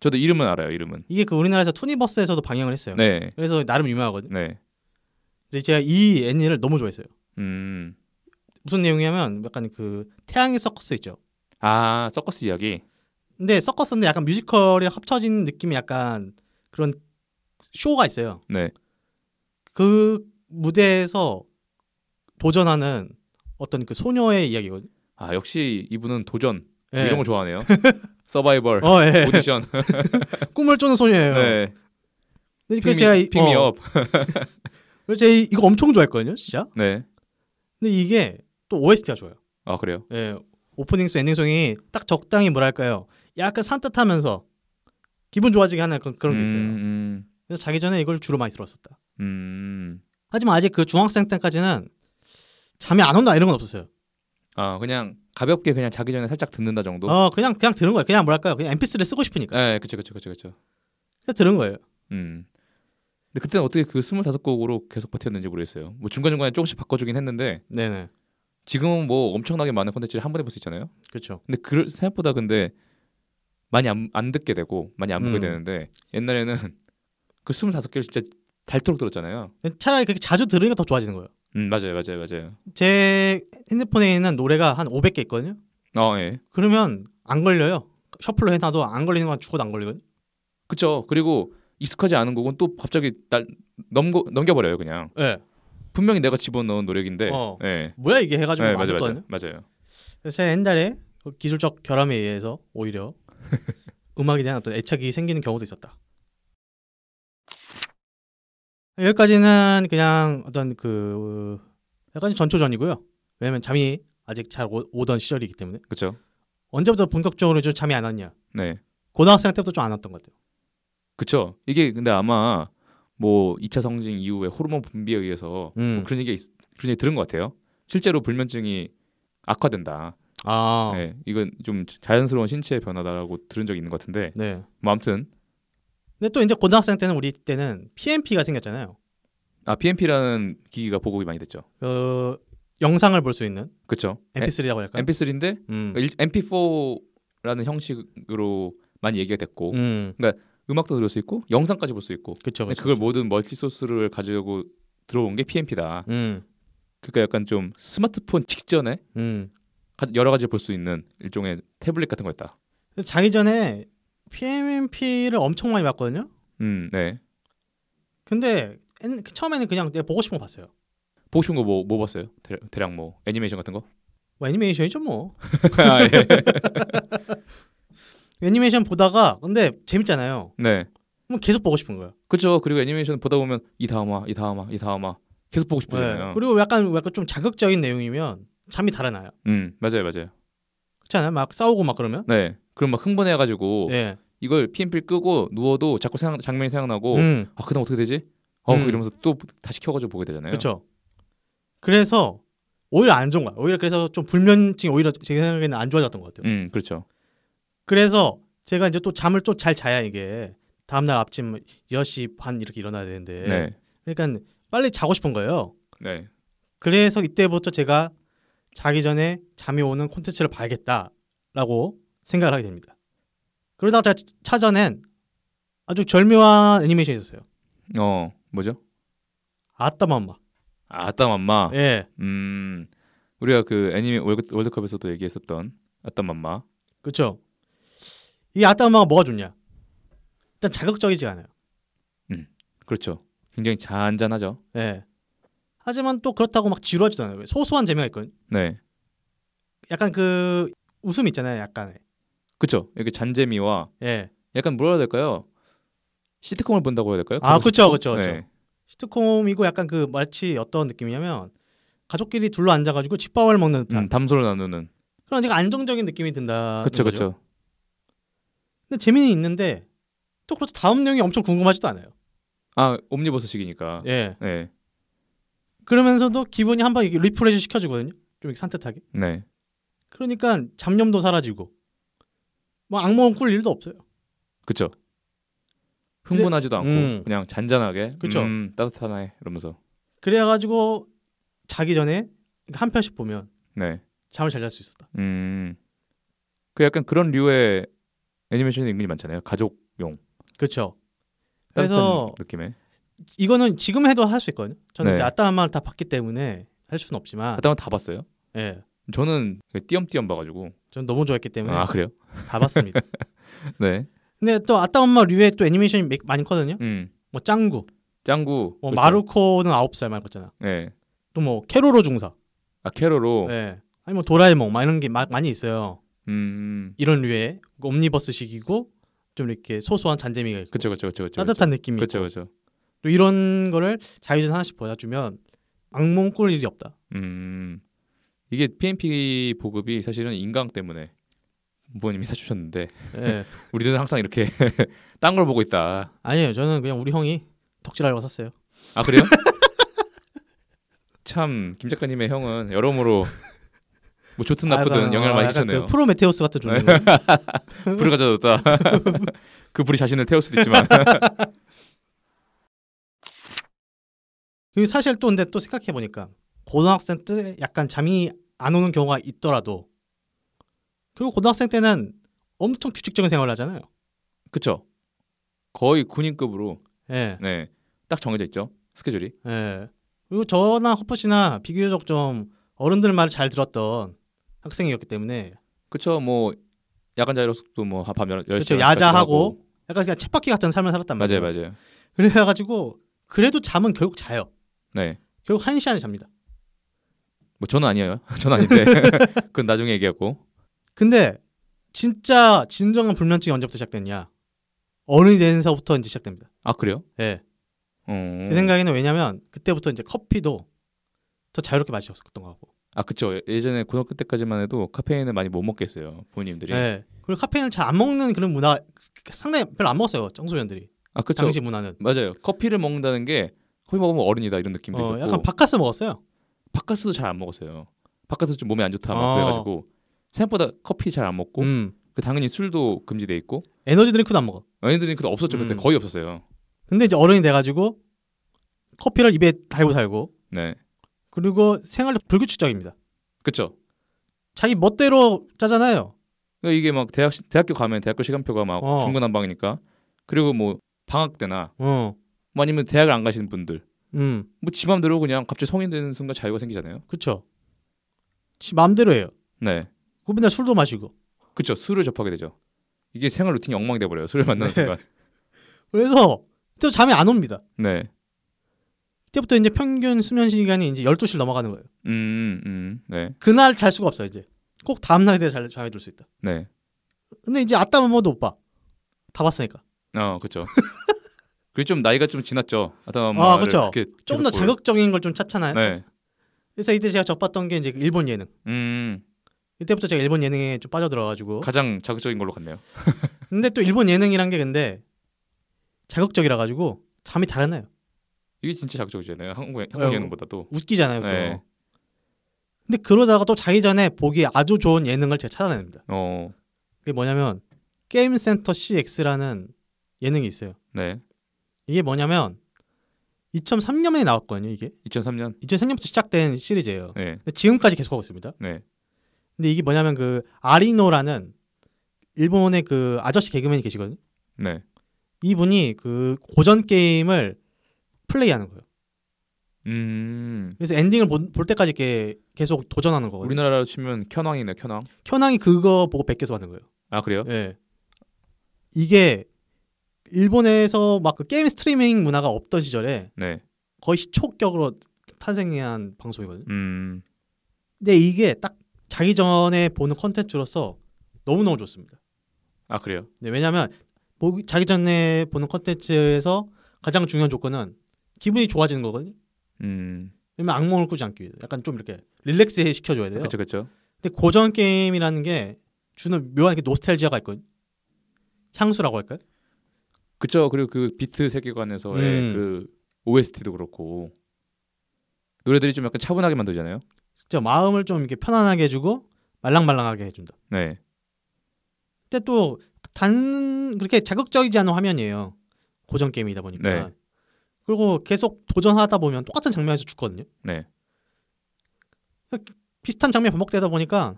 Speaker 1: 저도 이름은 알아요. 이름은.
Speaker 2: 이게 그 우리나라에서 투니버스에서도 방영을 했어요.
Speaker 1: 네.
Speaker 2: 그래서 나름 유명하거든요.
Speaker 1: 네.
Speaker 2: 근데 제가 이 애니를 너무 좋아했어요.
Speaker 1: 음.
Speaker 2: 무슨 내용이냐면 약간 그 태양의 서커스 있죠.
Speaker 1: 아, 서커스 이야기.
Speaker 2: 근데 서커스인데 약간 뮤지컬이랑 합쳐진 느낌의 약간 그런 쇼가 있어요.
Speaker 1: 네.
Speaker 2: 그 무대에서 도전하는 어떤 그 소녀의 이야기거든요.
Speaker 1: 아, 역시 이분은 도전
Speaker 2: 예.
Speaker 1: 뭐 이런 걸 좋아하네요. *laughs* 서바이벌,
Speaker 2: 어,
Speaker 1: *laughs*
Speaker 2: 예.
Speaker 1: 오디션.
Speaker 2: 꿈을 쫓는 소녀예요.
Speaker 1: 네.
Speaker 2: 근데 그래서 제가 이-
Speaker 1: 핑미, 핑미업.
Speaker 2: 어, 그래서 제가 이- 이거 엄청 좋아했거든요, 진짜.
Speaker 1: 네.
Speaker 2: 근데 이게 또 OST가 좋아요.
Speaker 1: 아, 그래요.
Speaker 2: 예, 오프닝송, 엔딩송이 딱 적당히 뭐랄까요. 약간 산뜻하면서 기분 좋아지게 하는 그런, 그런 게
Speaker 1: 음,
Speaker 2: 있어요.
Speaker 1: 음.
Speaker 2: 그래서 자기 전에 이걸 주로 많이 들었었다.
Speaker 1: 음.
Speaker 2: 하지만 아직 그 중학생 때까지는 잠이 안 온다 이런 건 없었어요.
Speaker 1: 아, 그냥 가볍게 그냥 자기 전에 살짝 듣는다 정도.
Speaker 2: 어, 그냥 그냥 들은 거예요. 그냥 뭐랄까요. 그냥 MP3를 쓰고 싶으니까
Speaker 1: 예, 그쵸, 그쵸, 그쵸, 그쵸.
Speaker 2: 그냥 들은 거예요.
Speaker 1: 음. 근데 그때는 어떻게 그 25곡으로 계속 버텼는지 모르겠어요. 뭐 중간중간에 조금씩 바꿔주긴 했는데
Speaker 2: 네네,
Speaker 1: 지금은 뭐 엄청나게 많은 콘텐츠를 한 번에 볼 수 있잖아요.
Speaker 2: 그렇죠.
Speaker 1: 근데 그 생각보다 근데 많이 안, 안 듣게 되고 많이 안 보게
Speaker 2: 음. 되는데
Speaker 1: 되는데 옛날에는 *laughs* 그 25개를 진짜 닳도록 들었잖아요.
Speaker 2: 차라리 그렇게 자주 들으니까 더 좋아지는 거예요.
Speaker 1: 음, 맞아요. 맞아요. 맞아요.
Speaker 2: 제 핸드폰에 있는 노래가 한 500개 있거든요.
Speaker 1: 어, 예.
Speaker 2: 그러면 안 걸려요. 셔플로 해놔도 안 걸리는 건 죽어도 안 걸리거든요.
Speaker 1: 그쵸 그리고 익숙하지 않은 곡은 또 갑자기 날 넘고 넘겨 버려요, 그냥.
Speaker 2: 예.
Speaker 1: 분명히 내가 집어넣은 노력인데.
Speaker 2: 어.
Speaker 1: 예.
Speaker 2: 뭐야 이게 해가지고
Speaker 1: 예,
Speaker 2: 안
Speaker 1: 맞아요.
Speaker 2: 듣거든요.
Speaker 1: 맞아요. 맞아요.
Speaker 2: 그래서 제가 옛날에 그 기술적 결함에 의해서
Speaker 1: *laughs*
Speaker 2: 오히려 음악에 대한 어떤 애착이 생기는 경우도 있었다. 여기까지는 그냥 어떤 그 약간 전초전이고요. 왜냐면 잠이 아직 잘 오, 오던 시절이기 때문에
Speaker 1: 그쵸
Speaker 2: 언제부터 본격적으로 좀 잠이 안 왔냐?
Speaker 1: 네.
Speaker 2: 고등학생 때부터 좀 안 왔던 것 같아요.
Speaker 1: 그쵸 이게 근데 아마 뭐 2차 성징 이후에 호르몬 분비에 의해서
Speaker 2: 음.
Speaker 1: 뭐 그런 얘기 그런 얘기 들은 것 같아요. 실제로 불면증이 악화된다.
Speaker 2: 아, 네.
Speaker 1: 네, 이건 좀 자연스러운 신체의 변화다라고 들은 적이 있는 것 같은데 뭐 아무튼
Speaker 2: 네. 근데 또 이제 고등학생 때는 우리 때는 PMP가 생겼잖아요.
Speaker 1: 아 PMP라는 기기가 보급이 많이 됐죠.
Speaker 2: 그 영상을 볼 수 있는
Speaker 1: 그쵸
Speaker 2: MP3라고 할까요?
Speaker 1: MP3인데
Speaker 2: 음.
Speaker 1: MP4라는 형식으로 많이 얘기가 됐고
Speaker 2: 음.
Speaker 1: 음악도 들을 수 있고 영상까지 볼 수 있고
Speaker 2: 그렇죠.
Speaker 1: 근데 그걸 모든 멀티 소스를 가지고 들어온 게 PMP다.
Speaker 2: 음.
Speaker 1: 그러니까 약간 좀 스마트폰 직전에
Speaker 2: 음.
Speaker 1: 가- 여러 가지 볼 수 있는 일종의 태블릿 같은 거였다.
Speaker 2: 그래서 자기 전에 PMP를 엄청 많이 봤거든요.
Speaker 1: 음, 네.
Speaker 2: 근데 옛- 처음에는 그냥 내가 보고 싶은 거 봤어요.
Speaker 1: 보고 싶은 거뭐 뭐 봤어요? 대, 대략 뭐 애니메이션 같은
Speaker 2: *laughs*
Speaker 1: 거?
Speaker 2: 뭐 애니메이션이죠 뭐.
Speaker 1: 아, 예.
Speaker 2: 애니메이션 보다가 근데 재밌잖아요.
Speaker 1: 네.
Speaker 2: 그럼 계속 보고 싶은 거예요.
Speaker 1: 그렇죠. 그리고 애니메이션 보다 보면 이 다음화, 이 다음화, 이 다음화 계속 보고 싶어지잖아요.
Speaker 2: 네. 그리고 약간 약간 좀 자극적인 내용이면 잠이 달아나요.
Speaker 1: 음, 맞아요, 맞아요.
Speaker 2: 그렇지 않아요? 막 싸우고 막 그러면.
Speaker 1: 네. 그럼 막 흥분해가지고
Speaker 2: 예.
Speaker 1: 이걸 PMP 끄고 누워도 자꾸 생각, 장면이 생각나고
Speaker 2: 음.
Speaker 1: 아 그다음 어떻게 되지? 어
Speaker 2: 음.
Speaker 1: 이러면서 또 다시 켜가지고 보게 되잖아요.
Speaker 2: 그렇죠. 그래서 오히려 안 좋은 거야. 오히려 그래서 좀 불면증 이 오히려 제 생각에는 안 좋아졌던 것 같아요.
Speaker 1: 음, 그렇죠.
Speaker 2: 그래서 제가 이제 또 잠을 좀 잘 자야 이게 다음 날 아침 10시 반 이렇게 일어나야 되는데
Speaker 1: 네,
Speaker 2: 그러니까 빨리 자고 싶은 거예요.
Speaker 1: 네.
Speaker 2: 그래서 이때부터 제가 자기 전에 잠이 오는 콘텐츠를 봐야겠다라고 생각을 하게 됩니다. 그러다가 제가 차- 찾아낸 아주 절묘한 애니메이션이었어요.
Speaker 1: 어, 뭐죠?
Speaker 2: 아따 맘마.
Speaker 1: 아따 맘마.
Speaker 2: 예.
Speaker 1: 음, 우리가 그 애니메 월드- 월드컵에서도 얘기했었던 아따 맘마.
Speaker 2: 그렇죠. 이 아따 맘마가 뭐가 좋냐? 일단 자극적이지가 않아요.
Speaker 1: 그렇죠. 굉장히 잔잔하죠.
Speaker 2: 예. 하지만 또 그렇다고 막 지루하지도 않아요. 왜? 소소한 재미가 있거든요.
Speaker 1: 네,
Speaker 2: 약간 그 웃음 있잖아요. 약간의.
Speaker 1: 그렇죠. 이렇게 잔재미와
Speaker 2: 예.
Speaker 1: 약간 뭐라 해야 될까요? 시트콤을 본다고 해야 될까요?
Speaker 2: 아,
Speaker 1: 가족
Speaker 2: 그렇죠. 그렇죠.
Speaker 1: 시트콤?
Speaker 2: 그렇죠.
Speaker 1: 네.
Speaker 2: 시트콤이고 약간 그 마치 어떤 느낌이냐면 가족끼리 둘러 앉아 가지고 집밥을 먹는 듯한
Speaker 1: 음, 담소를 나누는.
Speaker 2: 그런 되게 안정적인 느낌이 든다.
Speaker 1: 그렇죠, 그렇죠.
Speaker 2: 근데 재미는 있는데 또 그렇다 다음 내용이 엄청 궁금하지도 않아요.
Speaker 1: 아, 옴니버스식이니까.
Speaker 2: 예.
Speaker 1: 네,
Speaker 2: 그러면서도 기분이 한번 이렇게 리프레시 시켜주거든요. 좀 이렇게 산뜻하게.
Speaker 1: 네.
Speaker 2: 그러니까 잡념도 사라지고 뭐 악몽 꿀 일도 없어요.
Speaker 1: 그렇죠. 흥분하지도 않고
Speaker 2: 음.
Speaker 1: 그냥 잔잔하게
Speaker 2: 그쵸.
Speaker 1: 음, 따뜻하네 이러면서
Speaker 2: 그래가지고 자기 전에 한 편씩 보면
Speaker 1: 네.
Speaker 2: 잠을 잘 잘 수 있었다.
Speaker 1: 음. 그 약간 그런 류의 애니메이션이 은근히 많잖아요. 가족용
Speaker 2: 그렇죠.
Speaker 1: 따뜻한
Speaker 2: 그래서
Speaker 1: 느낌의
Speaker 2: 이거는 지금 해도 할 수 있거든요. 저는
Speaker 1: 네.
Speaker 2: 이제 아따 한마를 다 봤기 때문에 할 수는 없지만,
Speaker 1: 가다만 다 봤어요.
Speaker 2: 예,
Speaker 1: 저는 그 띄엄띄엄 봐가지고
Speaker 2: 저는 너무 좋아했기 때문에
Speaker 1: 아 그래요?
Speaker 2: 다
Speaker 1: *laughs*
Speaker 2: 봤습니다.
Speaker 1: 네.
Speaker 2: 근데 또 아따 엄마 류에 또 애니메이션이 매- 많거든요.
Speaker 1: 음.
Speaker 2: 뭐 짱구,
Speaker 1: 짱구.
Speaker 2: 뭐
Speaker 1: 그렇죠.
Speaker 2: 마루코는 아홉 살 말했잖아.
Speaker 1: 네.
Speaker 2: 또 뭐 캐로로 중사,
Speaker 1: 아 캐로로.
Speaker 2: 예, 아니 뭐 도라에몽 막 이런 게 마- 많이 있어요.
Speaker 1: 음.
Speaker 2: 이런 류의 옴니버스식이고 좀 이렇게 소소한 잔재미가 있고
Speaker 1: 그렇죠, 그렇죠, 그렇죠.
Speaker 2: 따뜻한 느낌이
Speaker 1: 그렇죠, 그렇죠.
Speaker 2: 또 이런 거를 자유전 하나씩 보여주면 악몽 꿀 일이 없다.
Speaker 1: 음. 이게 PMP 보급이 사실은 인강 때문에 부모님이 사주셨는데 *laughs*
Speaker 2: 예.
Speaker 1: 우리들은 항상 이렇게 *laughs* 딴 걸 보고 있다.
Speaker 2: 아니에요. 저는 그냥 우리 형이 덕질하려고 샀어요.
Speaker 1: 아
Speaker 2: *laughs*
Speaker 1: 그래요? 참 김 작가님의 형은 여러모로 뭐 좋든 나쁘든
Speaker 2: 약간,
Speaker 1: 영향을 많이
Speaker 2: 어, 약간
Speaker 1: 끼쳤네요. 네.
Speaker 2: 그 프로메테우스 같은 존재.
Speaker 1: *laughs* 불을
Speaker 2: *laughs*
Speaker 1: 가져다 줬다. 그 불이 자신을 태울 수도 있지만.
Speaker 2: 그리고 사실 또 근데 또 생각해 보니까 고등학생 때 약간 잠이 안 오는 경우가 있더라도 그리고 고등학생 때는 엄청 규칙적인 생활을 하잖아요.
Speaker 1: 그쵸? 거의 군인급으로
Speaker 2: 예.
Speaker 1: 네. 딱 정해져 있죠. 스케줄이.
Speaker 2: 예. 그리고 저나 허프 씨나 비교적 좀 어른들 말을 잘 들었던 학생이었기 때문에
Speaker 1: 그쵸? 뭐 야간 자율학습도 뭐밤 10시
Speaker 2: 그쵸,
Speaker 1: 11시까지
Speaker 2: 그렇죠. 야자하고.
Speaker 1: 하고.
Speaker 2: 약간 그냥 쳇바퀴 같은 삶을 살았단 말이에요.
Speaker 1: 맞아요, 맞아요.
Speaker 2: 그래가지고 그래도 잠은 결국 자요.
Speaker 1: 네.
Speaker 2: 결국 한 시간에 잡니다.
Speaker 1: 뭐 저는 아니에요. *laughs* 저는
Speaker 2: *laughs*
Speaker 1: 아닌데. 그건 나중에 얘기하고.
Speaker 2: 근데 진짜 진정한 불면증이 언제부터 시작됐냐? 어른이 되면서부터 이제 시작됩니다.
Speaker 1: 아, 그래요?
Speaker 2: 예.
Speaker 1: 음.
Speaker 2: 제 생각에는 왜냐면 그때부터 이제 커피도 더 자유롭게 마셨었던 것 같고.
Speaker 1: 아, 그쵸. 예전에 고등학교 때까지만 해도 카페인을 많이 못 먹겠어요. 부모님들이.
Speaker 2: 예. 그리고 카페인을 잘 안 먹는 그런 문화 상당히 별로 안 먹었어요. 청소년들이.
Speaker 1: 아, 그쵸.
Speaker 2: 당시 문화는.
Speaker 1: 맞아요. 커피를 먹는다는 게 커피 먹으면 어른이다 이런 느낌도
Speaker 2: 어,
Speaker 1: 있었고
Speaker 2: 약간 바카스 먹었어요.
Speaker 1: 바카스도 잘 안 먹었어요. 바카스 좀 몸에 안 좋다 막
Speaker 2: 아.
Speaker 1: 그래가지고 생각보다 커피 잘 안 먹고
Speaker 2: 음.
Speaker 1: 그 당연히 술도 금지돼 있고
Speaker 2: 에너지 드링크도 안 먹어.
Speaker 1: 연예인들이 그때 없었죠 그때
Speaker 2: 음.
Speaker 1: 거의 없었어요.
Speaker 2: 근데 이제 어른이 돼가지고 커피를 입에 달고 살고
Speaker 1: 네,
Speaker 2: 그리고 생활도 불규칙적입니다.
Speaker 1: 그쵸.
Speaker 2: 자기 멋대로 짜잖아요.
Speaker 1: 그러니까 이게 막 대학 시- 대학교 가면 대학교 시간표가 막
Speaker 2: 어.
Speaker 1: 중구난방이니까 그리고 뭐 방학 때나
Speaker 2: 어.
Speaker 1: 뭐 아니면 대학을 안 가시는 분들
Speaker 2: 음.
Speaker 1: 뭐 지 맘대로 그냥 갑자기 성인 되는 순간 자유가 생기잖아요.
Speaker 2: 그쵸. 지 마음대로 해요.
Speaker 1: 네,
Speaker 2: 그 맨날 술도 마시고.
Speaker 1: 그쵸. 술을 접하게 되죠. 이게 생활 루틴이 엉망이 돼버려요. 술을 만나는
Speaker 2: 네.
Speaker 1: 순간.
Speaker 2: 그래서 또 잠이 안 옵니다.
Speaker 1: 네,
Speaker 2: 그때부터 이제 평균 수면 시간이 이제 12시를 넘어가는 거예요.
Speaker 1: 음, 음, 네,
Speaker 2: 그날 잘 수가 없어요, 이제. 꼭 다음 날에 대해 잘 잠이 들 수 있다.
Speaker 1: 네.
Speaker 2: 근데 이제 아따 마마도 오빠. 다 봤으니까.
Speaker 1: 어, 그렇죠. 그게 좀 나이가 좀 지났죠. 아담
Speaker 2: 아,
Speaker 1: 아,
Speaker 2: 그쵸.
Speaker 1: 그렇죠.
Speaker 2: 조금 더 자극적인 걸 좀 찾잖아요.
Speaker 1: 네.
Speaker 2: 그래서 이때 제가 접봤던 게 이제 그 일본 예능.
Speaker 1: 음.
Speaker 2: 이때부터 제가 일본 예능에 좀 빠져들어 가지고.
Speaker 1: 가장 자극적인 걸로 갔네요.
Speaker 2: 근데 또 일본 예능이란 게 근데 자극적이라 가지고 잠이 달아나요.
Speaker 1: 이게 진짜 자극적이잖아요. 한국
Speaker 2: 아이고.
Speaker 1: 한국 예능보다도.
Speaker 2: 웃기잖아요, 또.
Speaker 1: 네.
Speaker 2: 근데 그러다가 또 자기 전에 보기 아주 좋은 예능을 제가 찾아냅니다.
Speaker 1: 어.
Speaker 2: 그게 뭐냐면 게임 센터 CX라는 예능이 있어요.
Speaker 1: 네.
Speaker 2: 이게 뭐냐면 2003년에 나왔거든요. 이게
Speaker 1: 2003년.
Speaker 2: 2003년부터 시작된 시리즈예요.
Speaker 1: 네.
Speaker 2: 근데 지금까지 계속하고 있습니다.
Speaker 1: 네.
Speaker 2: 근데 이게 뭐냐면 그 아리노라는 일본의 그 아저씨 개그맨이 계시거든요.
Speaker 1: 네.
Speaker 2: 이분이 그 고전 게임을 플레이하는 거예요.
Speaker 1: 음.
Speaker 2: 그래서 엔딩을 본- 볼 때까지 이렇게 계속 도전하는 거거든요.
Speaker 1: 우리나라로 치면 켠왕이네, 켠왕.
Speaker 2: 네. 현황이 그거 보고 베껴서 받는 거예요.
Speaker 1: 아, 그래요?
Speaker 2: 예. 이게 일본에서 막그 게임 스트리밍 문화가 없던 시절에
Speaker 1: 네.
Speaker 2: 거의 시초격으로 탄생한 방송이거든요.
Speaker 1: 음.
Speaker 2: 근데 이게 딱 자기 전에 보는 컨텐츠로서 너무너무 좋습니다.
Speaker 1: 아 그래요.
Speaker 2: 네, 왜냐하면 보기- 자기 전에 보는 컨텐츠에서 가장 중요한 조건은 기분이 좋아지는 거거든요.
Speaker 1: 음.
Speaker 2: 왜냐면 악몽을 꾸지 않기 위해서 약간 좀 이렇게 릴렉스 시켜줘야 돼요.
Speaker 1: 그렇죠, 그렇죠.
Speaker 2: 근데 고전 게임이라는 게 주는 묘한 이렇게 노스텔지아가 있거든요. 향수라고 할까요?
Speaker 1: 그렇죠. 그리고 그 비트 세계관에서의
Speaker 2: 음.
Speaker 1: 그 OST도 그렇고 노래들이 좀 약간 차분하게 만들잖아요.
Speaker 2: 진짜 마음을 좀 이렇게 편안하게 해주고 말랑말랑하게 해준다.
Speaker 1: 네.
Speaker 2: 근데 또 단 그렇게 자극적이지 않은 화면이에요. 고전 게임이다 보니까.
Speaker 1: 네.
Speaker 2: 그리고 계속 도전하다 보면 똑같은 장면에서 죽거든요.
Speaker 1: 네.
Speaker 2: 비슷한 장면 반복되다 보니까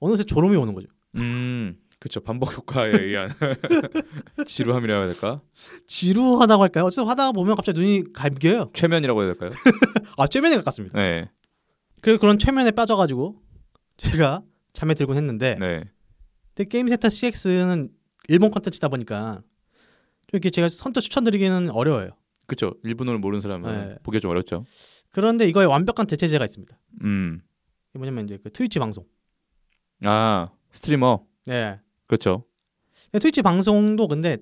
Speaker 2: 어느새 졸음이 오는 거죠.
Speaker 1: 음. 그렇죠. 반복 효과에 의한 *laughs* 지루함이라고 해야 될까?
Speaker 2: 지루하다고 할까요? 어쨌든 하다 보면 갑자기 눈이 감겨요.
Speaker 1: 최면이라고 해야 될까요?
Speaker 2: 아 최면에 가깝습니다.
Speaker 1: 네.
Speaker 2: 그리고 그런 최면에 빠져가지고
Speaker 1: *laughs*
Speaker 2: 제가 잠에 들곤 했는데
Speaker 1: 네.
Speaker 2: 근데 게임센터 CX는 일본 컨텐츠다 보니까 좀 이렇게 제가 선뜻 추천드리기는 어려워요.
Speaker 1: 그렇죠. 일본어를 모르는 사람은
Speaker 2: 네.
Speaker 1: 보기가 좀 어렵죠.
Speaker 2: 그런데 이거에 완벽한 대체제가 있습니다.
Speaker 1: 음.
Speaker 2: 이게 뭐냐면 이제 그 트위치 방송.
Speaker 1: 아, 스트리머.
Speaker 2: 예.
Speaker 1: 그렇죠.
Speaker 2: 근데 트위치 방송도 근데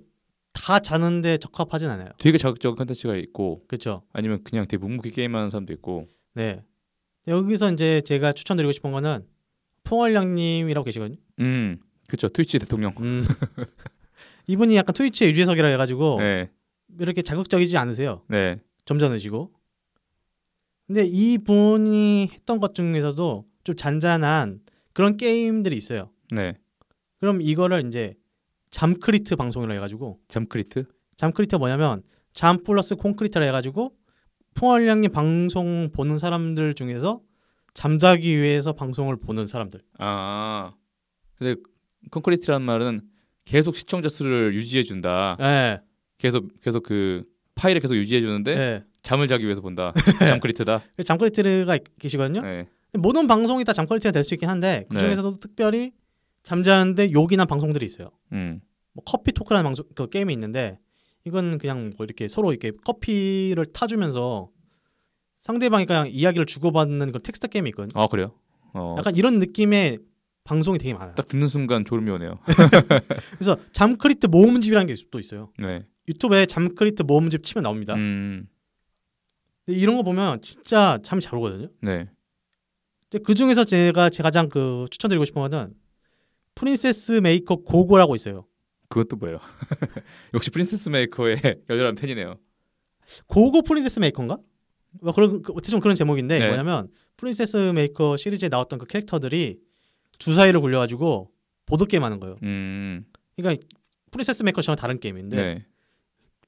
Speaker 2: 다 자는데 적합하진 않아요.
Speaker 1: 되게 자극적인 컨텐츠가 있고
Speaker 2: 그렇죠.
Speaker 1: 아니면 그냥 되게 묵묵히 게임하는 사람도 있고.
Speaker 2: 네. 여기서 이제 제가 추천드리고 싶은 거는 풍월량님이라고 계시거든요.
Speaker 1: 음. 그렇죠. 트위치 대통령.
Speaker 2: 음. *laughs* 이분이 약간 트위치의 유재석이라 해가지고
Speaker 1: 네.
Speaker 2: 이렇게 자극적이지 않으세요.
Speaker 1: 네.
Speaker 2: 점잖으시고. 근데 이분이 했던 것 중에서도 좀 잔잔한 그런 게임들이 있어요.
Speaker 1: 네.
Speaker 2: 그럼 이거를 이제 잠크리트 방송이라 해가지고
Speaker 1: 잠크리트?
Speaker 2: 잠크리트 뭐냐면 잠 플러스 콘크리트라 해가지고 풍월량님 방송 보는 사람들 중에서 잠자기 위해서 방송을 보는 사람들.
Speaker 1: 아. 근데 콘크리트라는 말은 계속 시청자 수를 유지해 준다.
Speaker 2: 예.
Speaker 1: 계속 계속 그 파일을 계속 유지해 주는데
Speaker 2: 예.
Speaker 1: 잠을 자기 위해서
Speaker 2: *laughs*
Speaker 1: 본다.
Speaker 2: 네.
Speaker 1: 잠크리트다.
Speaker 2: 그래서 잠크리트가 계시거든요.
Speaker 1: 네.
Speaker 2: 모든 방송이 다 잠퀄리티가 될 수 있긴 한데 그 중에서도 특별히 잠자는데 요긴한 방송들이 있어요.
Speaker 1: 음.
Speaker 2: 뭐 커피 토크라는 방송 그 게임이 있는데 이건 그냥 뭐 이렇게 서로 이렇게 커피를 타주면서 상대방이 그냥 이야기를 주고받는 그런 텍스트 게임이 있거든요.
Speaker 1: 아, 그래요. 어.
Speaker 2: 약간 이런 느낌의 방송이 되게 많아요.
Speaker 1: 딱 듣는 순간 졸음이 오네요.
Speaker 2: 그래서 잠크리트 모음집이라는 게 또 있어요.
Speaker 1: 네.
Speaker 2: 유튜브에 잠크리트 모음집 치면 나옵니다.
Speaker 1: 음.
Speaker 2: 근데 이런 거 보면 진짜 잠이 잘 오거든요.
Speaker 1: 네.
Speaker 2: 근데 그 중에서 제가 제 가장 그 추천드리고 싶은 거는 프린세스 메이커 고고라고 있어요.
Speaker 1: 그것도 뭐예요? *laughs* 역시 프린세스 메이커의 *laughs* 열렬한 팬이네요.
Speaker 2: 고고 프린세스 메이커인가? 뭐 그런 그, 대충 그런 제목인데
Speaker 1: 네.
Speaker 2: 뭐냐면 프린세스 메이커 시리즈에 나왔던 그 캐릭터들이 주사위를 굴려가지고 보드 게임 하는 거예요.
Speaker 1: 음.
Speaker 2: 그러니까 프린세스 메이커 전혀 다른 게임인데
Speaker 1: 네. 네.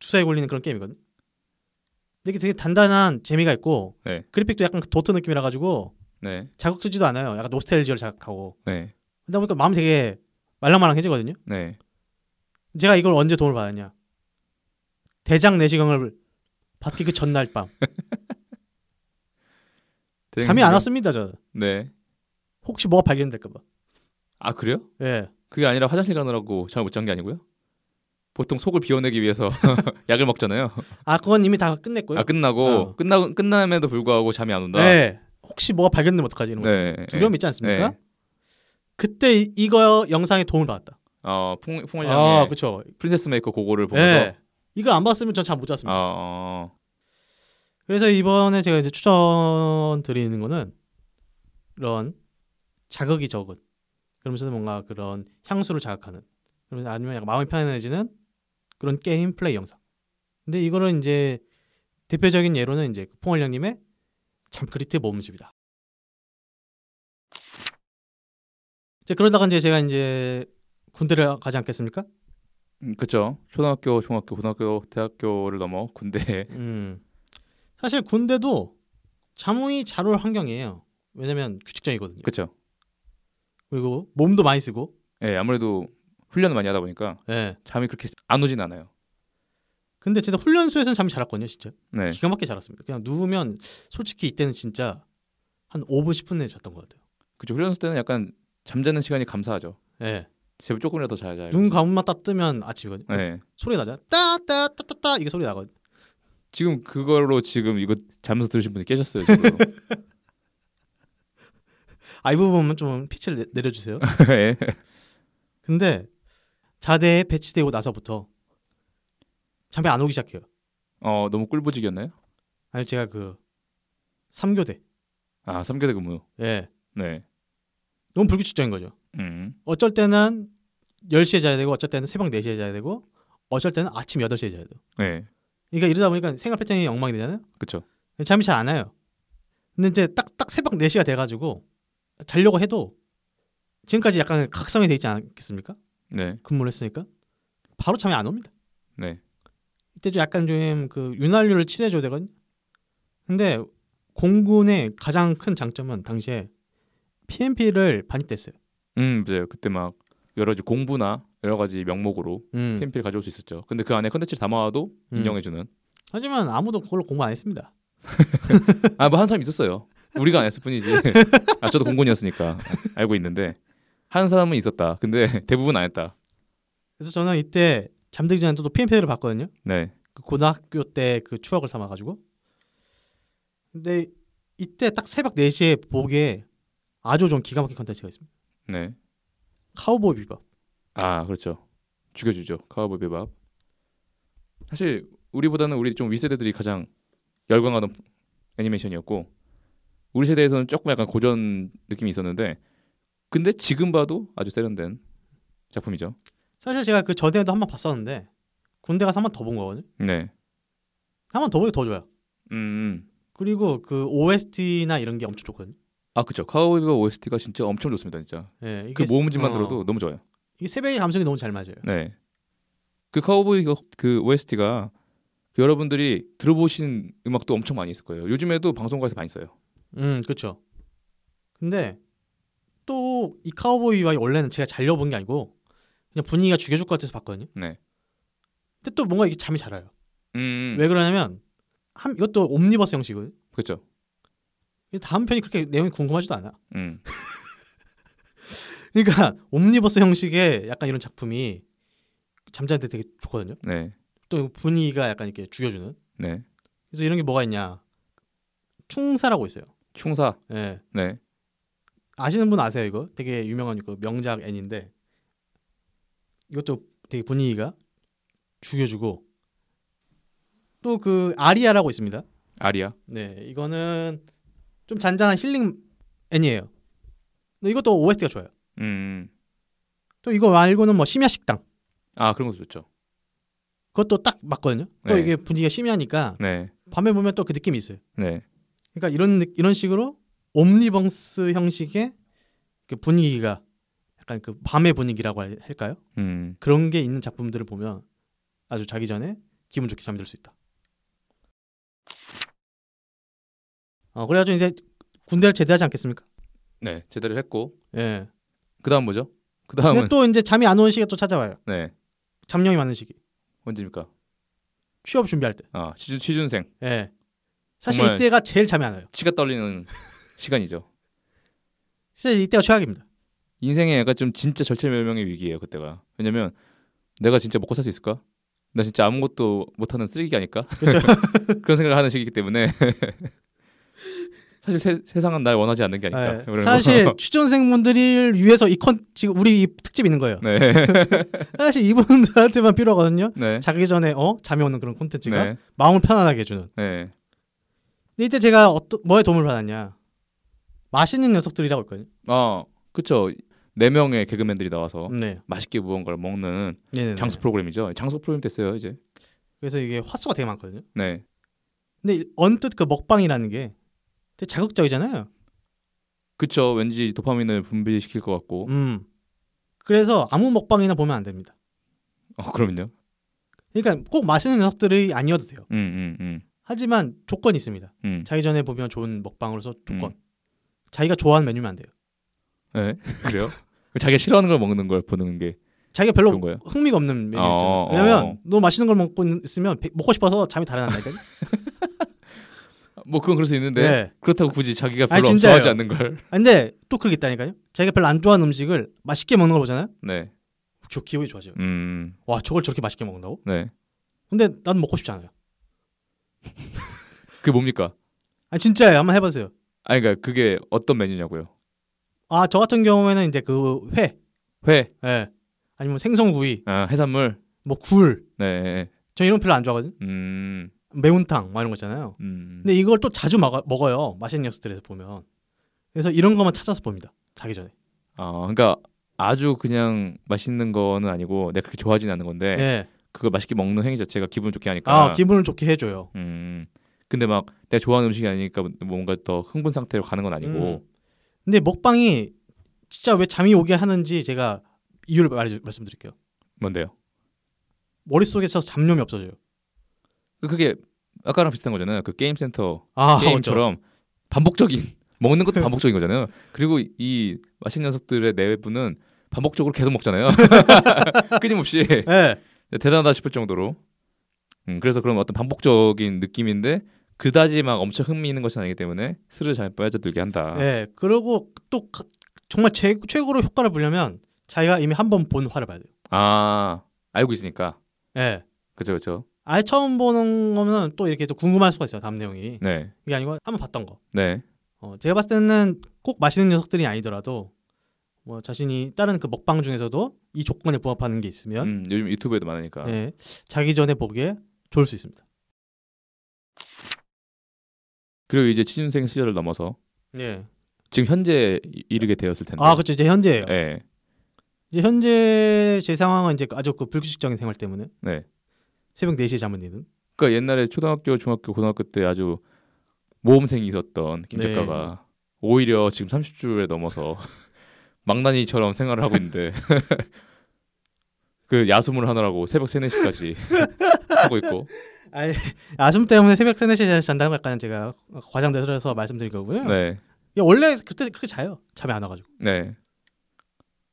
Speaker 2: 주사위 굴리는 그런 게임이거든. 근데 이게 되게 단단한 재미가 있고
Speaker 1: 네.
Speaker 2: 그래픽도 약간 그 도트 느낌이라 가지고
Speaker 1: 네.
Speaker 2: 자극주지도 않아요. 약간 노스텔지를 자극하고 그러다 보니까 마음이 되게 말랑말랑해지거든요.
Speaker 1: 네.
Speaker 2: 제가 이걸 언제 도움을 받았냐? 대장 내시경을 받기 그 전날 밤 잠이 안 왔습니다 저는.
Speaker 1: 네.
Speaker 2: 혹시 뭐가 발견될까봐.
Speaker 1: 아, 그래요?
Speaker 2: 예.
Speaker 1: 그게 아니라 화장실 가느라고 잠을 못 잔 게 아니고요? 보통 속을 비워내기 위해서 *laughs* 약을 먹잖아요.
Speaker 2: 아 그건 이미 다 끝냈고요.
Speaker 1: 아, 끝나고
Speaker 2: 어.
Speaker 1: 끝나 끝남에도 불구하고 잠이 안 온다.
Speaker 2: 예. 혹시 뭐가 발견되면 어떡하지 이런 거.
Speaker 1: 네.
Speaker 2: 두려움 있지 않습니까?
Speaker 1: 네.
Speaker 2: 그때 이- 이거 영상에 도움을 받았다.
Speaker 1: 어, 풍 풍을 향해
Speaker 2: 네. 아 그렇죠.
Speaker 1: 프린세스 메이커 고고를 보면서
Speaker 2: 예. 이걸 안 봤으면 전 잘 못 잤습니다.
Speaker 1: 어, 어,
Speaker 2: 그래서 이번에 제가 이제 추천 드리는 거는 이런 자극이 적은 그러면서 뭔가 그런 향수를 자극하는 그러면서 아니면 약간 마음이 편안해지는 그런 게임 플레이 영상. 근데 이거는 이제 대표적인 예로는 이제 풍월량님의 잠크리트 모음집이다. 이제 그러다가 이제 제가 이제 군대를 가지 않겠습니까?
Speaker 1: 음, 그쵸 초등학교, 중학교, 고등학교, 대학교를 넘어 군대. *laughs*
Speaker 2: 음. 사실 군대도 잠이 잘 올 환경이에요. 왜냐면 규칙적이거든요.
Speaker 1: 그쵸
Speaker 2: 그리고 몸도 많이 쓰고.
Speaker 1: 예, 아무래도 훈련을 많이 하다 보니까
Speaker 2: 예.
Speaker 1: 잠이 그렇게 안 오진 않아요.
Speaker 2: 근데 진짜 훈련소에서는 잠이 잘 왔거든요, 진짜.
Speaker 1: 네.
Speaker 2: 기가 막히게 잘 왔습니다. 그냥 누우면 솔직히 이때는 진짜 한 5분 10분 내에 잤던 것 같아요.
Speaker 1: 그쵸 훈련소 때는 약간 잠자는 시간이 감사하죠.
Speaker 2: 예.
Speaker 1: 제발 조금이라도 더 자자.
Speaker 2: 눈
Speaker 1: 이러면서.
Speaker 2: 감으면 딱 뜨면 아침이거든. 요
Speaker 1: 네.
Speaker 2: 소리 나잖아. 따따따따따 이게 소리 나거든.
Speaker 1: 지금 그걸로 지금 이거 잘못 들으신 분이 깨셨어요. 지금.
Speaker 2: *laughs* 아이 부분은 좀 피치를 내-
Speaker 1: *laughs*
Speaker 2: 내려주세요.
Speaker 1: 예.
Speaker 2: 근데 자대에 배치되고 나서부터 잠이 안 오기 시작해요.
Speaker 1: 어 너무 꿀보직이었나요?
Speaker 2: 아니 제가 그 3교대
Speaker 1: 아 3교대 근무.
Speaker 2: 예
Speaker 1: 네.
Speaker 2: 너무 불규칙적인 거죠.
Speaker 1: 음.
Speaker 2: 어쩔 때는 10시에 자야 되고 어쩔 때는 새벽 4시에 자야 되고 어쩔 때는 아침 8시에 자야 돼요.
Speaker 1: 네.
Speaker 2: 그러니까 이러다 보니까 생활 패턴이 엉망이 되잖아요.
Speaker 1: 그렇죠.
Speaker 2: 잠이 잘 안 와요. 근데 이제 딱 딱 새벽 4시가 돼 가지고 자려고 해도 지금까지 약간 각성이 돼 있지 않겠습니까?
Speaker 1: 네.
Speaker 2: 근무를 했으니까 바로 잠이 안 옵니다.
Speaker 1: 네.
Speaker 2: 이때 좀 약간 좀 그 윤활유를 칠해줘야 되거든요. 근데 공군의 가장 큰 장점은 당시에 PMP를 반입됐어요.
Speaker 1: 음 맞아요. 그때 막 여러 가지 공부나 여러 가지 명목으로
Speaker 2: 음.
Speaker 1: 캠피를 가져올 수 있었죠. 근데 그 안에 컨텐츠를 담아와도
Speaker 2: 음.
Speaker 1: 인정해주는.
Speaker 2: 하지만 아무도 그걸로 공부 안 했습니다.
Speaker 1: 아 뭐 한 사람 있었어요. 우리가 안 했을
Speaker 2: *laughs*
Speaker 1: 뿐이지. 아 저도 공군이었으니까 알고 있는데 한 사람은 있었다. 근데 *laughs* 대부분 안 했다.
Speaker 2: 그래서 저는 이때 잠들기 전에 또 PMP를 봤거든요.
Speaker 1: 네.
Speaker 2: 그 고등학교 때 그 추억을 삼아가지고. 근데 이때 딱 새벽 4시에 보기에 아주 좀 기가 막힌 컨텐츠가 있습니다.
Speaker 1: 네.
Speaker 2: 카우보이 비밥.
Speaker 1: 아 그렇죠. 죽여주죠. 카우보이 비밥. 사실 우리보다는 우리 좀 윗세대들이 가장 열광하던 애니메이션이었고 우리 세대에서는 조금 약간 고전 느낌이 있었는데 근데 지금 봐도 아주 세련된 작품이죠.
Speaker 2: 사실 제가 그 저대에도 한 번 봤었는데 군대 가서 한 번 더 본 거거든요.
Speaker 1: 네.
Speaker 2: 한 번 더 보기 더 좋아요.
Speaker 1: 음, 음.
Speaker 2: 그리고 그 OST나 이런 게 엄청 좋거든요.
Speaker 1: 아 그렇죠. 카우보이 비밥 OST가 진짜 엄청 좋습니다. 진짜.
Speaker 2: 예, 이게
Speaker 1: 그 모음집만
Speaker 2: 어,
Speaker 1: 들어도 너무 좋아요.
Speaker 2: 이게 세배의 감성이 너무 잘 맞아요.
Speaker 1: 네. 그 카우보이 그- 그 OST가 여러분들이 들어보신 음악도 엄청 많이 있을 거예요. 요즘에도 방송가에서 많이 써요.
Speaker 2: 음, 그렇죠. 근데 또 이 카우보이와 원래는 제가 잘려 본 게 아니고 그냥 분위기가 죽여줄 것 같아서 봤거든요.
Speaker 1: 네.
Speaker 2: 근데 또 뭔가 이게 잠이 잘 와요.
Speaker 1: 음.
Speaker 2: 왜 그러냐면 한 이것도 옴니버스 형식은
Speaker 1: 그렇죠.
Speaker 2: 다음 편이 그렇게 내용이 궁금하지도 않아.
Speaker 1: 음.
Speaker 2: 그러니까 *laughs* 옴니버스 형식의 약간 이런 작품이 잠자는데 되게 좋거든요.
Speaker 1: 네.
Speaker 2: 또 분위기가 약간 이렇게 죽여주는.
Speaker 1: 네.
Speaker 2: 그래서 이런 게 뭐가 있냐? 충사라고 있어요.
Speaker 1: 충사.
Speaker 2: 예.
Speaker 1: 네.
Speaker 2: 아시는 분 아세요 이거? 되게 유명한 그 명작 애니인데 이것도 되게 분위기가 죽여주고 또 그 아리아라고 있습니다.
Speaker 1: 아리아.
Speaker 2: 네, 이거는 좀 잔잔한 힐링 애니예요. 근데 이것도 OST가 좋아요.
Speaker 1: 음.
Speaker 2: 또 이거 말고는 뭐 심야 식당
Speaker 1: 아 그런 것도 좋죠.
Speaker 2: 그것도 딱 맞거든요. 또
Speaker 1: 네.
Speaker 2: 이게 분위기가 심야니까
Speaker 1: 네.
Speaker 2: 밤에 보면 또 그 느낌이 있어요.
Speaker 1: 네.
Speaker 2: 그러니까 이런 느- 이런 식으로 옴니버스 형식의 그 분위기가 약간 그 밤의 분위기라고 할- 할까요?
Speaker 1: 음.
Speaker 2: 그런 게 있는 작품들을 보면 아주 자기 전에 기분 좋게 잠들 수 있다. 어, 그래가지고 이제 군대를 제대하지 않겠습니까?
Speaker 1: 네. 제대로 했고
Speaker 2: 예.
Speaker 1: 그다음 뭐죠?
Speaker 2: 근데
Speaker 1: 그다음은
Speaker 2: 네, 또 이제 잠이 안 오는 시기가 또 찾아와요.
Speaker 1: 네.
Speaker 2: 잠령이 많은 시기.
Speaker 1: 언제입니까?
Speaker 2: 취업 준비할 때.
Speaker 1: 아 취준 취준생.
Speaker 2: 예. 사실
Speaker 1: 정말-
Speaker 2: 이때가 제일 잠이 안 와요.
Speaker 1: 치가 떨리는 *laughs* 시간이죠.
Speaker 2: 사실 이때가 최악입니다.
Speaker 1: 인생의 약간 좀 진짜 절체멸명의 위기예요 그때가 왜냐면 내가 진짜 먹고 살 수 있을까 나 진짜 아무것도 못하는 쓰레기가 아닐까
Speaker 2: 그렇죠.
Speaker 1: *laughs* 그런 생각을 하는 시기이기 때문에 *laughs* 사실 세, 세상은 날 원하지 않는 게 아닐까
Speaker 2: 예.
Speaker 1: 이런 거.
Speaker 2: 사실 취준생분들을 위해서 이 컨 지금 우리 이 특집 있는 거예요.
Speaker 1: *laughs* 네,
Speaker 2: 사실 이분들한테만 필요하거든요.
Speaker 1: 네,
Speaker 2: 자기 전에 어 잠이 오는 그런 콘텐츠가
Speaker 1: 네,
Speaker 2: 마음을 편안하게 해주는.
Speaker 1: 네,
Speaker 2: 근데 이때 제가 어떠, 뭐에 도움을 받았냐? 맛있는 녀석들이라고 있거든요.
Speaker 1: 아 그쵸 네 명의 개그맨들이 나와서
Speaker 2: 네.
Speaker 1: 맛있게 무언가를 먹는
Speaker 2: 네네네.
Speaker 1: 어? 장수 프로그램이죠 장수 프로그램 됐어요 이제
Speaker 2: 그래서 이게 화수가 되게 많거든요.
Speaker 1: 네
Speaker 2: 근데 이- 언뜻 그 먹방이라는 게 되게 자극적이잖아요.
Speaker 1: 그쵸 왠지 도파민을 분비시킬 것 같고
Speaker 2: 음. 그래서 아무 먹방이나 보면 안 됩니다.
Speaker 1: 어 그럼요
Speaker 2: 그러니까 꼭 맛있는 녀석들이 아니어도 돼요.
Speaker 1: 음음음음
Speaker 2: 하지만 조건이 있습니다.
Speaker 1: 음,
Speaker 2: 자기 전에 보면 좋은 먹방으로서 조건.
Speaker 1: 음.
Speaker 2: 자기가 좋아하는 메뉴면 안 돼요.
Speaker 1: 네 그래요 *laughs* 자기가 싫어하는 걸 먹는 걸 보는 게
Speaker 2: 자기가
Speaker 1: 좋은
Speaker 2: 별로
Speaker 1: 거예요.
Speaker 2: 흥미가 없는 메뉴 있잖아요.
Speaker 1: 어, 어,
Speaker 2: 왜냐면
Speaker 1: 어.
Speaker 2: 너무 맛있는 걸 먹고 있으면 배- 먹고 싶어서
Speaker 1: *laughs*
Speaker 2: 잠이 달아난다니까요. 네.
Speaker 1: 뭐 그건 그럴 수 있는데 그렇다고 굳이 자기가
Speaker 2: 아니,
Speaker 1: 별로
Speaker 2: 진짜예요.
Speaker 1: 좋아하지 않는 걸. *laughs*
Speaker 2: 아, 근데 또 그러겠다니까요. 자기가 별로 안 좋아하는 음식을 맛있게 먹는 걸 보잖아요.
Speaker 1: 네.
Speaker 2: 기- 기분이 좋아져요.
Speaker 1: 음,
Speaker 2: 와 저걸 저렇게 맛있게 먹는다고?
Speaker 1: 네.
Speaker 2: 근데 난 먹고 싶지 않아요.
Speaker 1: 그게 뭡니까?
Speaker 2: 아 진짜예요. 한번 해보세요.
Speaker 1: 아니 그러니까 그게 어떤 메뉴냐고요?
Speaker 2: 아 저 같은 경우에는 이제 그 회,
Speaker 1: 회,
Speaker 2: 예. 아니면 생선구이,
Speaker 1: 아, 해산물,
Speaker 2: 뭐 굴.
Speaker 1: 네,
Speaker 2: 저 이런 거 별로 안 좋아하거든요.
Speaker 1: 음,
Speaker 2: 매운탕 막 이런 거 있잖아요.
Speaker 1: 음,
Speaker 2: 근데 이걸 또 자주 먹어, 먹어요. 맛있는 녀석들에서 보면. 그래서 이런 것만 찾아서 봅니다. 자기 전에.
Speaker 1: 아, 그러니까 아주 그냥 맛있는 거는 아니고 내가 그렇게 좋아하진 않는 건데
Speaker 2: 예.
Speaker 1: 그걸 맛있게 먹는 행위 자체가 기분 좋게 하니까.
Speaker 2: 아 기분을 좋게 해줘요.
Speaker 1: 음, 근데 막 내가 좋아하는 음식이 아니니까 뭔가 더 흥분 상태로 가는 건
Speaker 2: 음.
Speaker 1: 아니고.
Speaker 2: 근데 먹방이 진짜 왜 잠이 오게 하는지 제가 이유를 말해 말씀드릴게요.
Speaker 1: 뭔데요?
Speaker 2: 머릿속에서 잡념이 없어져요.
Speaker 1: 그- 그게 아까랑 비슷한 거잖아요. 그 게임 센터
Speaker 2: 아, 그렇죠. 네.
Speaker 1: 게임처럼 반복적인 *laughs* 먹는 것도 반복적인 거잖아요. 그리고 이 맛있는 녀석들의 내부는 반복적으로 계속
Speaker 2: *laughs*
Speaker 1: 먹잖아요. 끊임없이
Speaker 2: 예.
Speaker 1: 네, 대단하다 싶을 정도로. 음, 그래서 그런 어떤 반복적인 느낌인데 그다지 막 엄청 흥미 있는 것이 아니기 때문에 스르 잘 빠져들게 한다.
Speaker 2: 예. 그리고 또 가- 정말 최, 최고로 효과를 보려면 자기가 이미 한 번 본 화를 봐야 돼요.
Speaker 1: 아 알고 있으니까
Speaker 2: 예.
Speaker 1: 그렇죠 그렇죠.
Speaker 2: 아예 처음 보는 거면 또 이렇게 또 궁금할 수가 있어요. 다음 내용이.
Speaker 1: 네
Speaker 2: 이게 아니고 한 번 봤던 거.
Speaker 1: 네.
Speaker 2: 어, 제가 봤을 때는 꼭 맛있는 녀석들이 아니더라도 뭐 자신이 다른 그 먹방 중에서도 이 조건에 부합하는 게 있으면
Speaker 1: 음, 요즘 유튜브에도 많으니까.
Speaker 2: 예, 자기 전에 보기에 좋을 수 있습니다.
Speaker 1: 그리고 이제 취준생 시절을 넘어서
Speaker 2: 예.
Speaker 1: 지금 현재 이르게 되었을 텐데.
Speaker 2: 아, 그렇죠. 이제 현재예요.
Speaker 1: 예.
Speaker 2: 이제 현재 제 상황은 이제 아주 그 불규칙적인 생활 때문에
Speaker 1: 네.
Speaker 2: 새벽 4시에 잠을 내는
Speaker 1: 그러니까 옛날에 초등학교, 중학교, 고등학교 때 아주 모험생이 있었던 김
Speaker 2: 네.
Speaker 1: 작가가 오히려 지금 30주에 넘어서 *laughs* 망나니처럼 생활을 하고 있는데 *laughs* 그 야숨을 하느라고 새벽 3, 4시까지 *laughs* 하고 있고
Speaker 2: 아이, *laughs* 아숨 때문에 새벽 3, 4시에 잔다고 약간 제가 과장돼서 말씀드린 거고요.
Speaker 1: 네.
Speaker 2: 이게 원래 그때 그렇게 자요. 잠이 안 와가지고. *laughs*
Speaker 1: 네.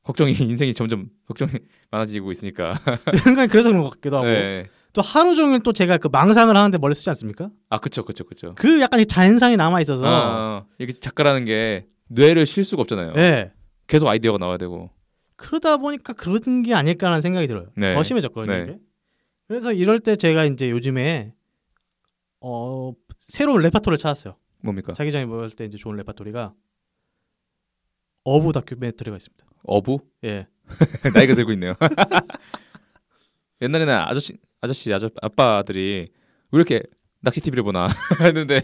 Speaker 1: 걱정이 인생이 점점 걱정이 *laughs* 많아지고 있으니까.
Speaker 2: 그러니까 그래서 그런 것 같기도 하고
Speaker 1: 네.
Speaker 2: 또 하루 종일 또 제가 그 망상을 하는데 머리 쓰지 않습니까?
Speaker 1: 아, 그쵸 그쵸 그쵸.
Speaker 2: 그 약간 이 잔상이 남아 있어서
Speaker 1: 아, 이게 작가라는 게 뇌를 쉴 수가 없잖아요.
Speaker 2: 예.
Speaker 1: 계속 아이디어가 나와야 되고.
Speaker 2: 그러다 보니까 그런 게 아닐까라는 생각이 들어요.
Speaker 1: 네.
Speaker 2: 더 심해졌거든요.
Speaker 1: 네.
Speaker 2: 이게. 그래서 이럴 때 제가 이제 요즘에 어 새로운 레파토리를 찾았어요.
Speaker 1: 뭡니까?
Speaker 2: 자기 전에 먹을 때 이제 좋은 레파토리가 어부 다큐멘터리가 있습니다.
Speaker 1: 어부?
Speaker 2: 예.
Speaker 1: *laughs* 나이가 들고 있네요. 옛날에는 아저씨, 아저씨, 아저, 아빠들이 왜 이렇게 낚시 TV를 보나 *laughs* 했는데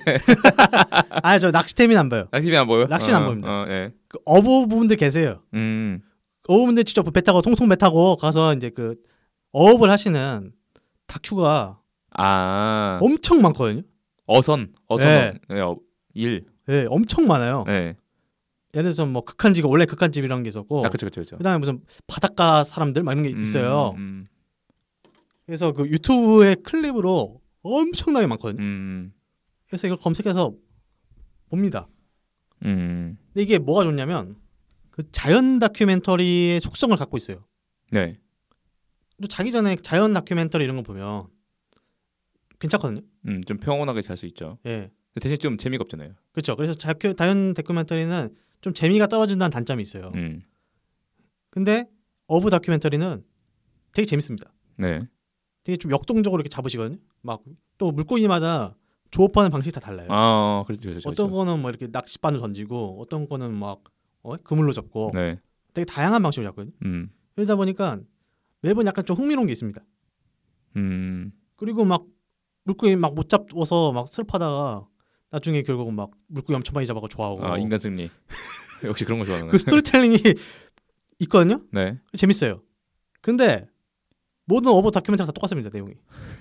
Speaker 2: 아 저 낚시템이 안 봐요.
Speaker 1: 낚시 TV 안 보여요?
Speaker 2: 낚시는 안
Speaker 1: 어,
Speaker 2: 보입니다.
Speaker 1: 어, 예.
Speaker 2: 그 어부분들 계세요.
Speaker 1: 음,
Speaker 2: 어부분들 직접 배 타고 통통 배 타고 가서 이제 그 어업을 하시는 다큐가
Speaker 1: 아,
Speaker 2: 엄청 많거든요.
Speaker 1: 어선, 어선,
Speaker 2: 어? 네.
Speaker 1: 예, 어, 일,
Speaker 2: 예, 엄청 많아요.
Speaker 1: 예.
Speaker 2: 예를 들어서 뭐 극한집 원래 극한집이라는 게 있었고
Speaker 1: 아, 그쵸, 그쵸, 그쵸.
Speaker 2: 그다음에 무슨 바닷가 사람들 막 어. 이런 게
Speaker 1: 음,
Speaker 2: 있어요.
Speaker 1: 음,
Speaker 2: 그래서 그 유튜브의 클립으로 엄청나게 많거든요.
Speaker 1: 음,
Speaker 2: 그래서 이걸 검색해서 봅니다.
Speaker 1: 음,
Speaker 2: 근데 이게 뭐가 좋냐면 그 자연 다큐멘터리의 속성을 갖고 있어요.
Speaker 1: 네,
Speaker 2: 또 자기 전에 자연 다큐멘터리 이런 거 보면 괜찮거든요.
Speaker 1: 음, 좀 평온하게 잘 수 있죠.
Speaker 2: 예,
Speaker 1: 근데 대신 좀 재미가 없잖아요.
Speaker 2: 그렇죠. 그래서 자큐, 자연 다큐멘터리는 좀 재미가 떨어진다는 단점이 있어요.
Speaker 1: 음,
Speaker 2: 근데 어부 다큐멘터리는 되게 재밌습니다.
Speaker 1: 네,
Speaker 2: 되게 좀 역동적으로 이렇게 잡으시거든요. 막 또 물고기마다 조업하는 방식이 다 달라요.
Speaker 1: 아, 그렇죠, 그렇죠,
Speaker 2: 어떤
Speaker 1: 그렇죠.
Speaker 2: 거는 뭐 이렇게 낚싯바늘 던지고 어떤 거는 막 어? 그물로 잡고
Speaker 1: 네,
Speaker 2: 되게 다양한 방식으로 잡거든요.
Speaker 1: 음,
Speaker 2: 그러다 보니까 매번 약간 좀 흥미로운 게 있습니다.
Speaker 1: 음,
Speaker 2: 그리고 막 물고기 막 못 잡고서 막 슬퍼하다가 나중에 결국은 막 물고기 엄청 많이 잡아가 좋아하고
Speaker 1: 아, 인간
Speaker 2: *laughs*
Speaker 1: 승리. *laughs* 역시 그런 거 좋아하는.
Speaker 2: 어. 그 스토리텔링이 *laughs* 있거든요.
Speaker 1: 네,
Speaker 2: 재밌어요. 근데 모든 어버 다큐멘터리 다 똑같습니다. 내용이 *laughs*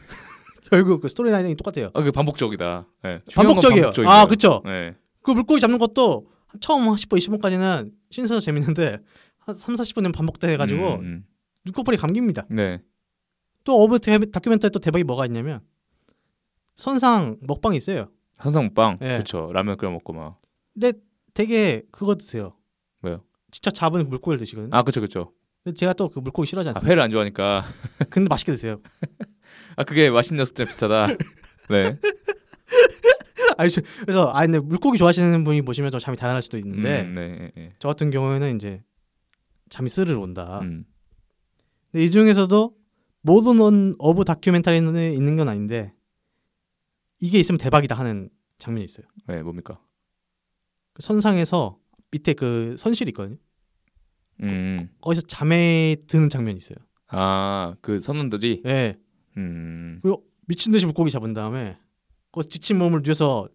Speaker 2: 결국 그 스토리 라인이 똑같아요.
Speaker 1: 아, 그 반복적이다. 네. 중요한 건
Speaker 2: 반복적이에요.
Speaker 1: 반복적인
Speaker 2: 아
Speaker 1: 거예요.
Speaker 2: 그쵸.
Speaker 1: 네.
Speaker 2: 그 물고기 잡는 것도 처음 10분 20분까지는 신선해서 재밌는데 한 3, 40분 되면 반복돼 해가지고
Speaker 1: 음, 음.
Speaker 2: 눈꺼풀이 감깁니다.
Speaker 1: 네.
Speaker 2: 또 어브 대- 다큐멘터리 또 대박이 뭐가 있냐면 선상 먹방이 있어요.
Speaker 1: 항상 빵.
Speaker 2: 예.
Speaker 1: 그렇죠. 라면 끓여 먹고 막.
Speaker 2: 되게 그거 드세요.
Speaker 1: 뭐요?
Speaker 2: 직접 잡은 그 물고기를 드시거든요.
Speaker 1: 아, 그렇죠. 그렇죠.
Speaker 2: 근데 제가 또 그 물고기
Speaker 1: 아,
Speaker 2: 싫어하지 않습니까?
Speaker 1: 회를 안 좋아하니까.
Speaker 2: 근데 맛있게 드세요. *laughs*
Speaker 1: 아, 그게 맛있는 녀석들 비슷하다. 네.
Speaker 2: 아니, 저- 그래서 아 근데 물고기 좋아하시는 분이 보시면 좀 잠이 달아날 수도
Speaker 1: 음,
Speaker 2: 있는데
Speaker 1: 네. 예, 예.
Speaker 2: 아. 저 같은 경우에는 이제 잠이 스르르 온다.
Speaker 1: 음.
Speaker 2: 근데 이 중에서도 모든 원 어부 다큐멘터리는 있는 건 아닌데 이게 있으면 대박이다 하는 장면이 있어요.
Speaker 1: 네, 뭡니까?
Speaker 2: 그 선상에서 밑에 그 선실이 있거든요. 그
Speaker 1: 음.
Speaker 2: 거기서 잠에 드는 장면이 있어요.
Speaker 1: 아, 그 선원들이
Speaker 2: 예.
Speaker 1: 음.
Speaker 2: 미친 듯이 물고기 잡은 다음에 그 지친 몸을 뉘어서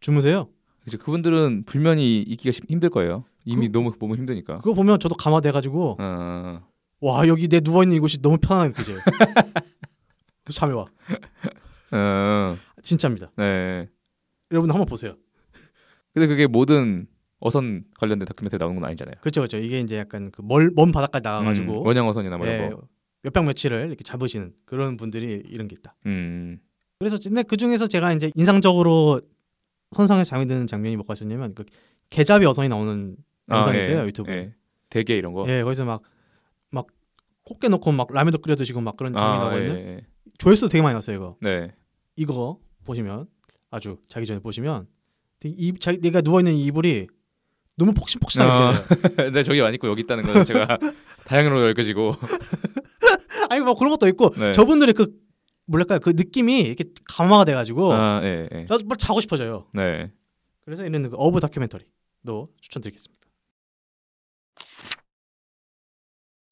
Speaker 2: 주무세요.
Speaker 1: 그죠. 그분들은 불면이 있기가 심- 힘들 거예요. 이미
Speaker 2: 그
Speaker 1: 너무 몸은 힘드니까.
Speaker 2: 그거 보면 저도 감화돼가지고
Speaker 1: 어.
Speaker 2: 와 여기 내 누워 있는 이곳이 너무 편안하게 느껴져요. *laughs* 그래서 잠이 와.
Speaker 1: 어.
Speaker 2: 진짜입니다.
Speaker 1: 네.
Speaker 2: 여러분 한번 보세요.
Speaker 1: 근데 그게 모든 어선 관련된 다큐멘터리 나오는 건 아니잖아요.
Speaker 2: 그렇죠, 그렇죠. 이게 이제 약간 그 멀, 먼 바닷가에
Speaker 1: 음,
Speaker 2: 나가가지고
Speaker 1: 원양 어선이나 뭐
Speaker 2: 예,
Speaker 1: 이런 거.
Speaker 2: 몇백 며칠을 이렇게 잡으시는 그런 분들이 이런 게 있다.
Speaker 1: 음.
Speaker 2: 그래서 근데 그 중에서 제가 이제 인상적으로 선상에 잠이 드는 장면이 뭐가 있었냐면 그 개잡이 어선이 나오는 영상이 있어요 유튜브에.
Speaker 1: 아, 예. 대게 이런 거.
Speaker 2: 예, 거기서 막, 막, 꽃게 넣고 막 라면도 끓여 드시고 막 그런 장면이 나오거든요.
Speaker 1: 예, 예.
Speaker 2: 조회수도 되게 많이 났어요, 이거.
Speaker 1: 네.
Speaker 2: 이거 보시면, 아주 자기 전에 보시면, 되게 이, 자기, 내가 누워있는 이 이불이 너무 폭신폭신하게
Speaker 1: 아.
Speaker 2: 아.
Speaker 1: *laughs* 근데 저기 안 있고 여기 있다는 건
Speaker 2: *laughs*
Speaker 1: 제가 다양으로 엮여지고.
Speaker 2: 아니, 막 그런 것도 있고,
Speaker 1: 네.
Speaker 2: 저분들의 그, 뭐랄까요, 그 느낌이 이렇게 감화가 돼가지고,
Speaker 1: 아, 예, 예.
Speaker 2: 나도 뭘 자고 싶어져요.
Speaker 1: 네.
Speaker 2: 그래서 이런 그 어부 다큐멘터리도 추천드리겠습니다.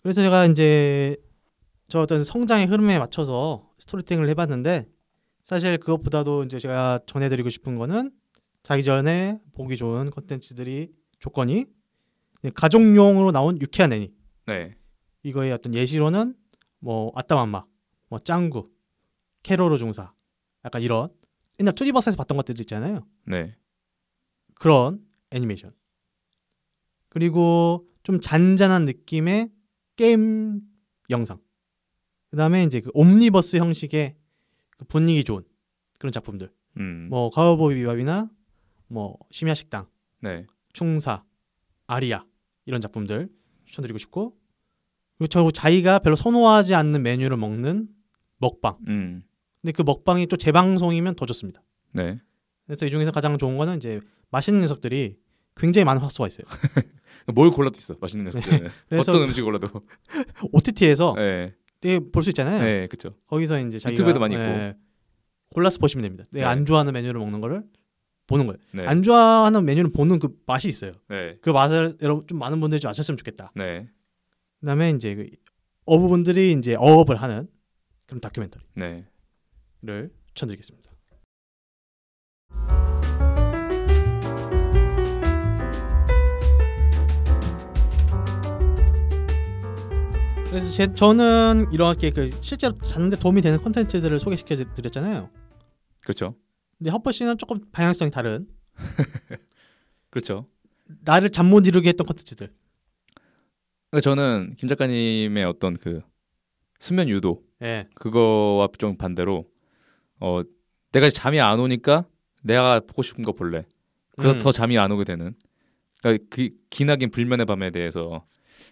Speaker 2: 그래서 제가 이제 저 어떤 성장의 흐름에 맞춰서 스토리팅을 해봤는데 사실 그것보다도 이제 제가 전해드리고 싶은 거는 자기 전에 보기 좋은 컨텐츠들이 조건이 이제 가족용으로 나온 유쾌한 애니
Speaker 1: 네.
Speaker 2: 이거의 어떤 예시로는 뭐 아따맘마, 뭐 짱구, 캐로로 중사 약간 이런 옛날 투디버스에서 봤던 것들 있잖아요.
Speaker 1: 네.
Speaker 2: 그런 애니메이션. 그리고 좀 잔잔한 느낌의 게임 영상. 그다음에 이제 그 옴니버스 형식의 그 분위기 좋은 그런 작품들.
Speaker 1: 음.
Speaker 2: 뭐 가오보이 비밥이나 뭐 심야 식당,
Speaker 1: 네.
Speaker 2: 충사, 아리아 이런 작품들 추천드리고 싶고 그리고 저 자기가 별로 선호하지 않는 메뉴를 먹는 먹방.
Speaker 1: 음.
Speaker 2: 근데 그 먹방이 또 재방송이면 더 좋습니다.
Speaker 1: 네.
Speaker 2: 그래서 이 중에서 가장 좋은 거는 이제 맛있는 녀석들이 굉장히 많은 화수가 있어요.
Speaker 1: 뭘 골라도 있어. 맛있는 녀석들.
Speaker 2: 네. *laughs* 그래서 어.
Speaker 1: 어떤 음식 골라도.
Speaker 2: OTT에서
Speaker 1: 네.
Speaker 2: 되게 볼 수 있잖아요.
Speaker 1: 네, 그렇죠.
Speaker 2: 거기서 이제 자기가
Speaker 1: 유튜브에도 많이
Speaker 2: 예, 골라서 보시면 됩니다. 내가
Speaker 1: 네.
Speaker 2: 안 좋아하는 메뉴를 먹는 거를 보는 거예요.
Speaker 1: 네.
Speaker 2: 안 좋아하는 메뉴를 보는 그 맛이 있어요.
Speaker 1: 네.
Speaker 2: 그 맛을 여러분 좀 많은 분들이 좀 아셨으면 좋겠다.
Speaker 1: 네.
Speaker 2: 그다음에 이제 그 어부분들이 이제 어업을 하는 그런 다큐멘터리를
Speaker 1: 네.
Speaker 2: 추천드리겠습니다. 그래서 제, 저는 이렇게 그 실제로 자는데 도움이 되는 콘텐츠들을 소개시켜 드렸잖아요.
Speaker 1: 그렇죠.
Speaker 2: 근데 허퍼 씨는 조금 방향성이 다른
Speaker 1: 그렇죠.
Speaker 2: 나를 잠 못 이루게 했던 콘텐츠들.
Speaker 1: 그러니까 저는 김 작가님의 어떤 그 수면 유도
Speaker 2: 예.
Speaker 1: 그거와 좀 반대로 어 내가 잠이 안 오니까 내가 보고 싶은 거 볼래. 그래서
Speaker 2: 음.
Speaker 1: 더 잠이 안 오게 되는. 그러니까 그 기나긴 불면의 밤에 대해서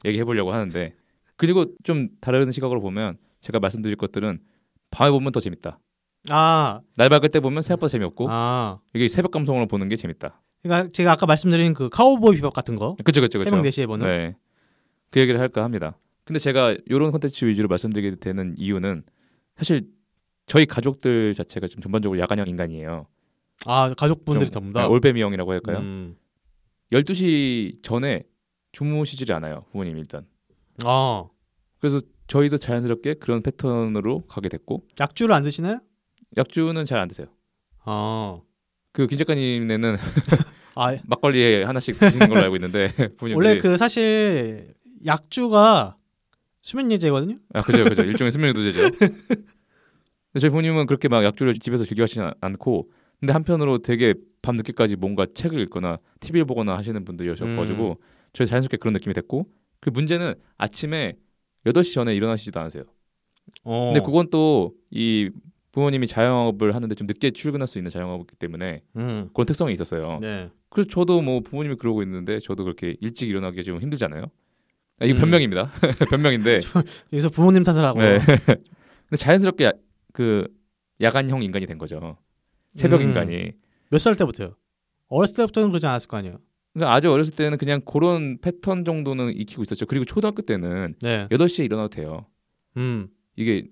Speaker 1: 얘기해 보려고 하는데 그리고 좀 다른 시각으로 보면 제가 말씀드릴 것들은 밤에 보면 더 재밌다.
Speaker 2: 아,
Speaker 1: 날 밝을 때 보면 생각보다 재미없고
Speaker 2: 아.
Speaker 1: 이게 새벽 감성으로 보는 게 재밌다.
Speaker 2: 그러니까 제가 아까 말씀드린 그 카우보이 비법 같은 거
Speaker 1: 그렇죠, 그렇죠,
Speaker 2: 새벽
Speaker 1: 그렇죠.
Speaker 2: 4시에 보는
Speaker 1: 네. 그 얘기를 할까 합니다. 근데 제가 이런 콘텐츠 위주로 말씀드리게 되는 이유는 사실 저희 가족들 자체가 좀 전반적으로 야간형 인간이에요.
Speaker 2: 아 가족분들이
Speaker 1: 좀,
Speaker 2: 전부다
Speaker 1: 네, 올빼미 형이라고 할까요?
Speaker 2: 음.
Speaker 1: 12시 전에 주무시질 않아요. 부모님 일단.
Speaker 2: 아
Speaker 1: 그래서 저희도 자연스럽게 그런 패턴으로 가게 됐고
Speaker 2: 약주를 안 드시나요?
Speaker 1: 약주는 잘 안 드세요.
Speaker 2: 아,
Speaker 1: 그 김 작가님네는 *laughs*
Speaker 2: 아
Speaker 1: 막걸리에 하나씩 드시는 걸로 알고 있는데 *laughs* 부모님
Speaker 2: 원래 그 사실 약주가 수면 예제거든요.
Speaker 1: 아 그죠 그죠 일종의 수면 유도제죠. 근데 저희 부모님은 그렇게 막 약주를 집에서 즐겨 하시지 않- 않고 근데 한편으로 되게 밤 늦게까지 뭔가 책을 읽거나 TV를 보거나 하시는 분들이셔가지고
Speaker 2: 음.
Speaker 1: 저희 자연스럽게 그런 느낌이 됐고 그 문제는 아침에 8시 전에 일어나시지도 않으세요.
Speaker 2: 어.
Speaker 1: 근데 그건 또 이 부모님이 자영업을 하는데 좀 늦게 출근할 수 있는 자영업이기 때문에
Speaker 2: 음.
Speaker 1: 그런 특성이 있었어요.
Speaker 2: 네.
Speaker 1: 그래서 저도 뭐 부모님이 그러고 있는데 저도 그렇게 일찍 일어나기 좀 힘들잖아요. 아, 이거
Speaker 2: 음.
Speaker 1: 변명입니다. *laughs* 변명인데
Speaker 2: 여기서 부모님 탓을 하고
Speaker 1: 네. *laughs* 근데 자연스럽게 야, 그 야간형 인간이 된 거죠. 새벽
Speaker 2: 음.
Speaker 1: 인간이.
Speaker 2: 몇 살 때부터요? 어렸을 때부터는 그러지 않았을 거 아니에요.
Speaker 1: 그러니까 아주 어렸을 때는 그냥 그런 패턴 정도는 익히고 있었죠. 그리고 초등학교 때는
Speaker 2: 네.
Speaker 1: 8시에 일어나도 돼요.
Speaker 2: 음.
Speaker 1: 이게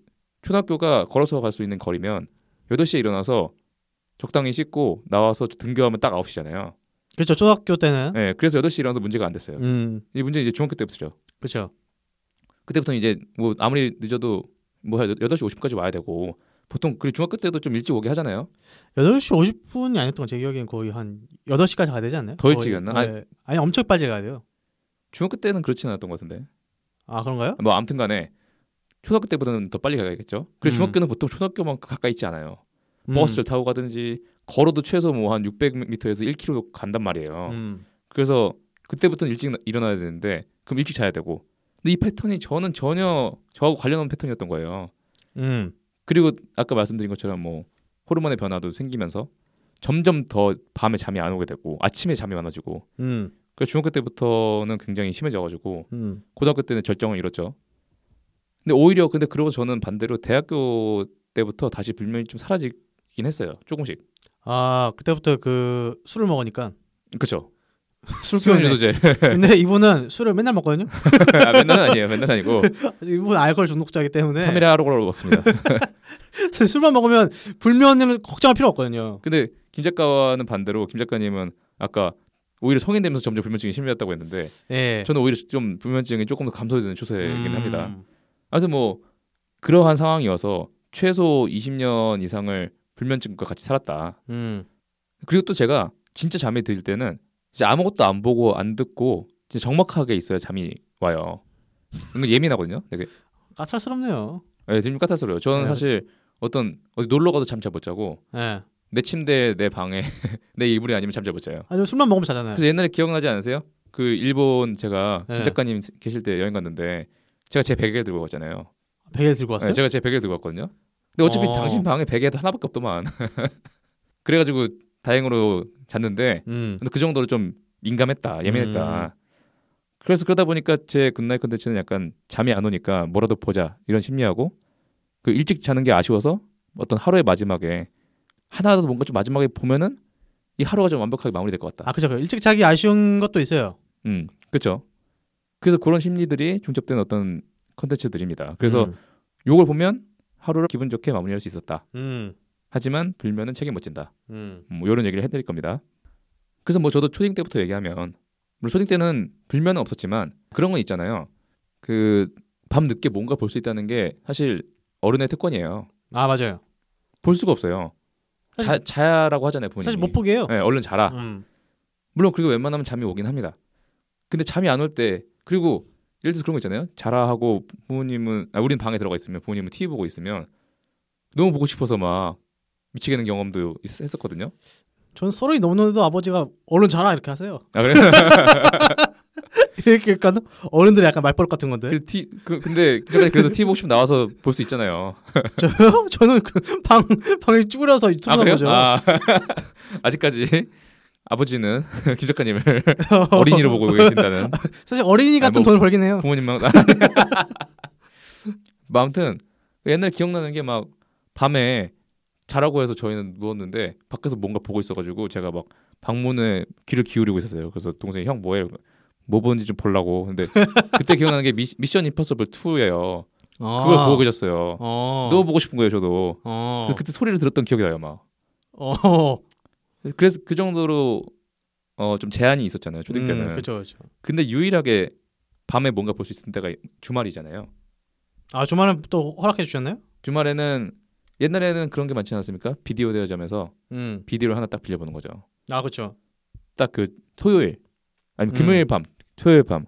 Speaker 1: 초등학교가 걸어서 갈 수 있는 거리면 8시에 일어나서 적당히 씻고 나와서 등교하면 딱 9시잖아요.
Speaker 2: 그렇죠. 초등학교 때는.
Speaker 1: 네, 그래서 8시에 일어나서 문제가 안 됐어요.
Speaker 2: 음.
Speaker 1: 이 문제는 이제 중학교 때부터죠.
Speaker 2: 그렇죠.
Speaker 1: 그때부터 이제 뭐 아무리 늦어도 뭐 8시 50분까지 와야 되고 보통 그리고 중학교 때도 좀 일찍 오게 하잖아요.
Speaker 2: 8시 50분이 아니었던 제 기억엔 거의 한 8시까지 가야 되지 않나요?
Speaker 1: 더 일찍이었나?
Speaker 2: 거의, 네. 아니, 엄청 빨리 가야 돼요.
Speaker 1: 중학교 때는 그렇지는 않았던 것 같은데.
Speaker 2: 아, 그런가요?
Speaker 1: 뭐 아무튼 간에 초등학교 때보다는 더 빨리 가야겠죠. 그리고
Speaker 2: 음.
Speaker 1: 중학교는 보통 초등학교만큼 가까이 있지 않아요.
Speaker 2: 음.
Speaker 1: 버스를 타고 가든지 걸어도 최소 뭐 한 600m에서 1km 간단 말이에요.
Speaker 2: 음.
Speaker 1: 그래서 그때부터는 일찍 나- 일어나야 되는데 그럼 일찍 자야 되고. 근데 이 패턴이 저는 전혀 저하고 관련 없는 패턴이었던 거예요.
Speaker 2: 음.
Speaker 1: 그리고 아까 말씀드린 것처럼 뭐 호르몬의 변화도 생기면서 점점 더 밤에 잠이 안 오게 되고 아침에 잠이 많아지고
Speaker 2: 음.
Speaker 1: 그래서 중학교 때부터는 굉장히 심해져가지고
Speaker 2: 음.
Speaker 1: 고등학교 때는 절정을 이뤘죠. 근데 오히려 근데 그러고 저는 반대로 대학교 때부터 다시 불면이 좀 사라지긴 했어요. 조금씩.
Speaker 2: 아, 그때부터 그 술을 먹으니까 *laughs*
Speaker 1: 그렇죠.
Speaker 2: 술
Speaker 1: 수면
Speaker 2: 때문에.
Speaker 1: 유도제.
Speaker 2: 근데 이분은 술을 맨날 먹거든요.
Speaker 1: 아, 맨날 아니에요. 맨날 *laughs* 아니고
Speaker 2: 이분은 알코올 중독자이기 때문에
Speaker 1: 삼일에
Speaker 2: *laughs*
Speaker 1: 하루 걸어 먹습니다.
Speaker 2: 술만 먹으면 불면은 걱정할 필요 없거든요.
Speaker 1: 근데 김 작가와는 반대로 김 작가님은 아까 오히려 성인 되면서 점점 불면증이 심해졌다고 했는데
Speaker 2: 예.
Speaker 1: 저는 오히려 좀 불면증이 조금 더 감소되는 추세이긴
Speaker 2: 음.
Speaker 1: 그렇죠. 네, 합니다. 아무튼 뭐 그러한 상황이어서 최소 20년 이상을 불면증과 같이 살았다.
Speaker 2: 음.
Speaker 1: 그리고 또 제가 진짜 잠이 들 때는 진짜 아무것도 안 보고 안 듣고 진짜 정막하게 있어야 잠이 와요. 이건 예민하거든요. 되게
Speaker 2: 까탈스럽네요.
Speaker 1: 네, 좀 까탈스러워요. 저는
Speaker 2: 네,
Speaker 1: 사실 어떤 어디 놀러 가도 잠 잘 못 자고
Speaker 2: 예.
Speaker 1: 내 침대 내 방에 *laughs* 내 이불이 아니면 잠 잘 못 자요.
Speaker 2: 아니 술만 먹으면 자잖아요.
Speaker 1: 그래서 옛날에 기억나지 않으세요? 그 일본 제가
Speaker 2: 네.
Speaker 1: 김 작가님 계실 때 여행 갔는데 제가 제 베개 들고 갔잖아요.
Speaker 2: 베개 들고 왔어요.
Speaker 1: 네, 제가 제 베개 들고 갔거든요. 근데 어차피
Speaker 2: 어.
Speaker 1: 당신 방에 베개도 하나밖에 없더만. *laughs* 그래가지고 다행으로 잤는데
Speaker 2: 음.
Speaker 1: 근데 그 정도로 좀 민감했다, 예민했다. 그래서 그러다 보니까 제 굿나잇 컨텐츠는 약간 잠이 안 오니까 뭐라도 보자 이런 심리하고 그 일찍 자는 게 아쉬워서 어떤 하루의 마지막에 하나라도 뭔가 좀 마지막에 보면은 이 하루가 좀 완벽하게 마무리될 것 같다.
Speaker 2: 아, 그죠. 일찍 자기 아쉬운 것도 있어요.
Speaker 1: 음, 그렇죠. 그래서 그런 심리들이 중첩된 어떤 컨텐츠들입니다. 그래서
Speaker 2: 음.
Speaker 1: 요걸 보면 하루를 기분 좋게 마무리할 수 있었다.
Speaker 2: 음.
Speaker 1: 하지만 불면은 책임 못 진다.
Speaker 2: 음.
Speaker 1: 뭐 이런 얘기를 해드릴 겁니다. 그래서 뭐 저도 초딩 때부터 얘기하면 물론 초딩 때는 불면은 없었지만 그런 건 있잖아요. 그 밤 늦게 뭔가 볼 수 있다는 게 사실 어른의 특권이에요.
Speaker 2: 아, 맞아요.
Speaker 1: 볼 수가 없어요. 자, 자라고 하잖아요 부모님이.
Speaker 2: 사실 못 보게 해요.
Speaker 1: 네, 얼른 자라.
Speaker 2: 음.
Speaker 1: 물론 그리고 웬만하면 잠이 오긴 합니다. 근데 잠이 안 올 때 그리고 예를 들어서 그런 거 있잖아요. 자라 하고 부모님은 아 우린 방에 들어가 있으면 부모님은 TV 보고 있으면 너무 보고 싶어서 막 미치겠는 경험도 있- 했었거든요.
Speaker 2: 전 서른이 넘는데도 아버지가 얼른 자라 이렇게 하세요. *laughs*
Speaker 1: 아 그래?
Speaker 2: 이렇게 약간 어른들의 약간 말버릇 같은 건데.
Speaker 1: 그, 티, 그, 근데 그전에 그래도 TV 보고 싶으면 나와서 볼 수 있잖아요.
Speaker 2: *laughs* 저요? 저는 그 방, 방에 쭈그려서
Speaker 1: 아
Speaker 2: 유튜브나
Speaker 1: 그래요?
Speaker 2: 보죠.
Speaker 1: 아, *laughs* 아직까지 아버지는 *laughs* 김 작가님을 어린이로
Speaker 2: *laughs*
Speaker 1: 보고 *laughs* 계신다는
Speaker 2: 사실 어린이 같은
Speaker 1: 아니, 뭐-
Speaker 2: 돈을 벌긴 해요.
Speaker 1: 부모님만. *laughs* 뭐 아무튼 옛날 기억나는 게 막 밤에 자라고 해서 저희는 누웠는데 밖에서 뭔가 보고 있어가지고 제가 막 방문에 귀를 기울이고 있었어요. 그래서 동생이 형 뭐해? 뭐 보는지 좀 보려고. 근데 그때 기억나는 게 미, 션 임퍼서블 2예요. 그걸 보고 아. 계셨어요.
Speaker 2: 어.
Speaker 1: 너무 보고 싶은 거예요, 저도.
Speaker 2: 어.
Speaker 1: 그래서 그때 소리를 들었던 기억이 나요, 막.
Speaker 2: 어.
Speaker 1: 그래서 그 정도로 어, 좀 제한이 있었잖아요, 초딩 때는.
Speaker 2: 그렇죠, 그렇죠.
Speaker 1: 근데 유일하게 밤에 뭔가 볼 수 있는 데가 주말이잖아요.
Speaker 2: 아 주말은 또 허락해 주셨나요?
Speaker 1: 주말에는 옛날에는 그런 게 많지 않았습니까? 비디오 대여점에서
Speaker 2: 음.
Speaker 1: 비디오를 하나 딱 빌려보는 거죠.
Speaker 2: 아 그렇죠.
Speaker 1: 딱 그 토요일
Speaker 2: 음.
Speaker 1: 아니면 금요일 밤, 토요일 밤.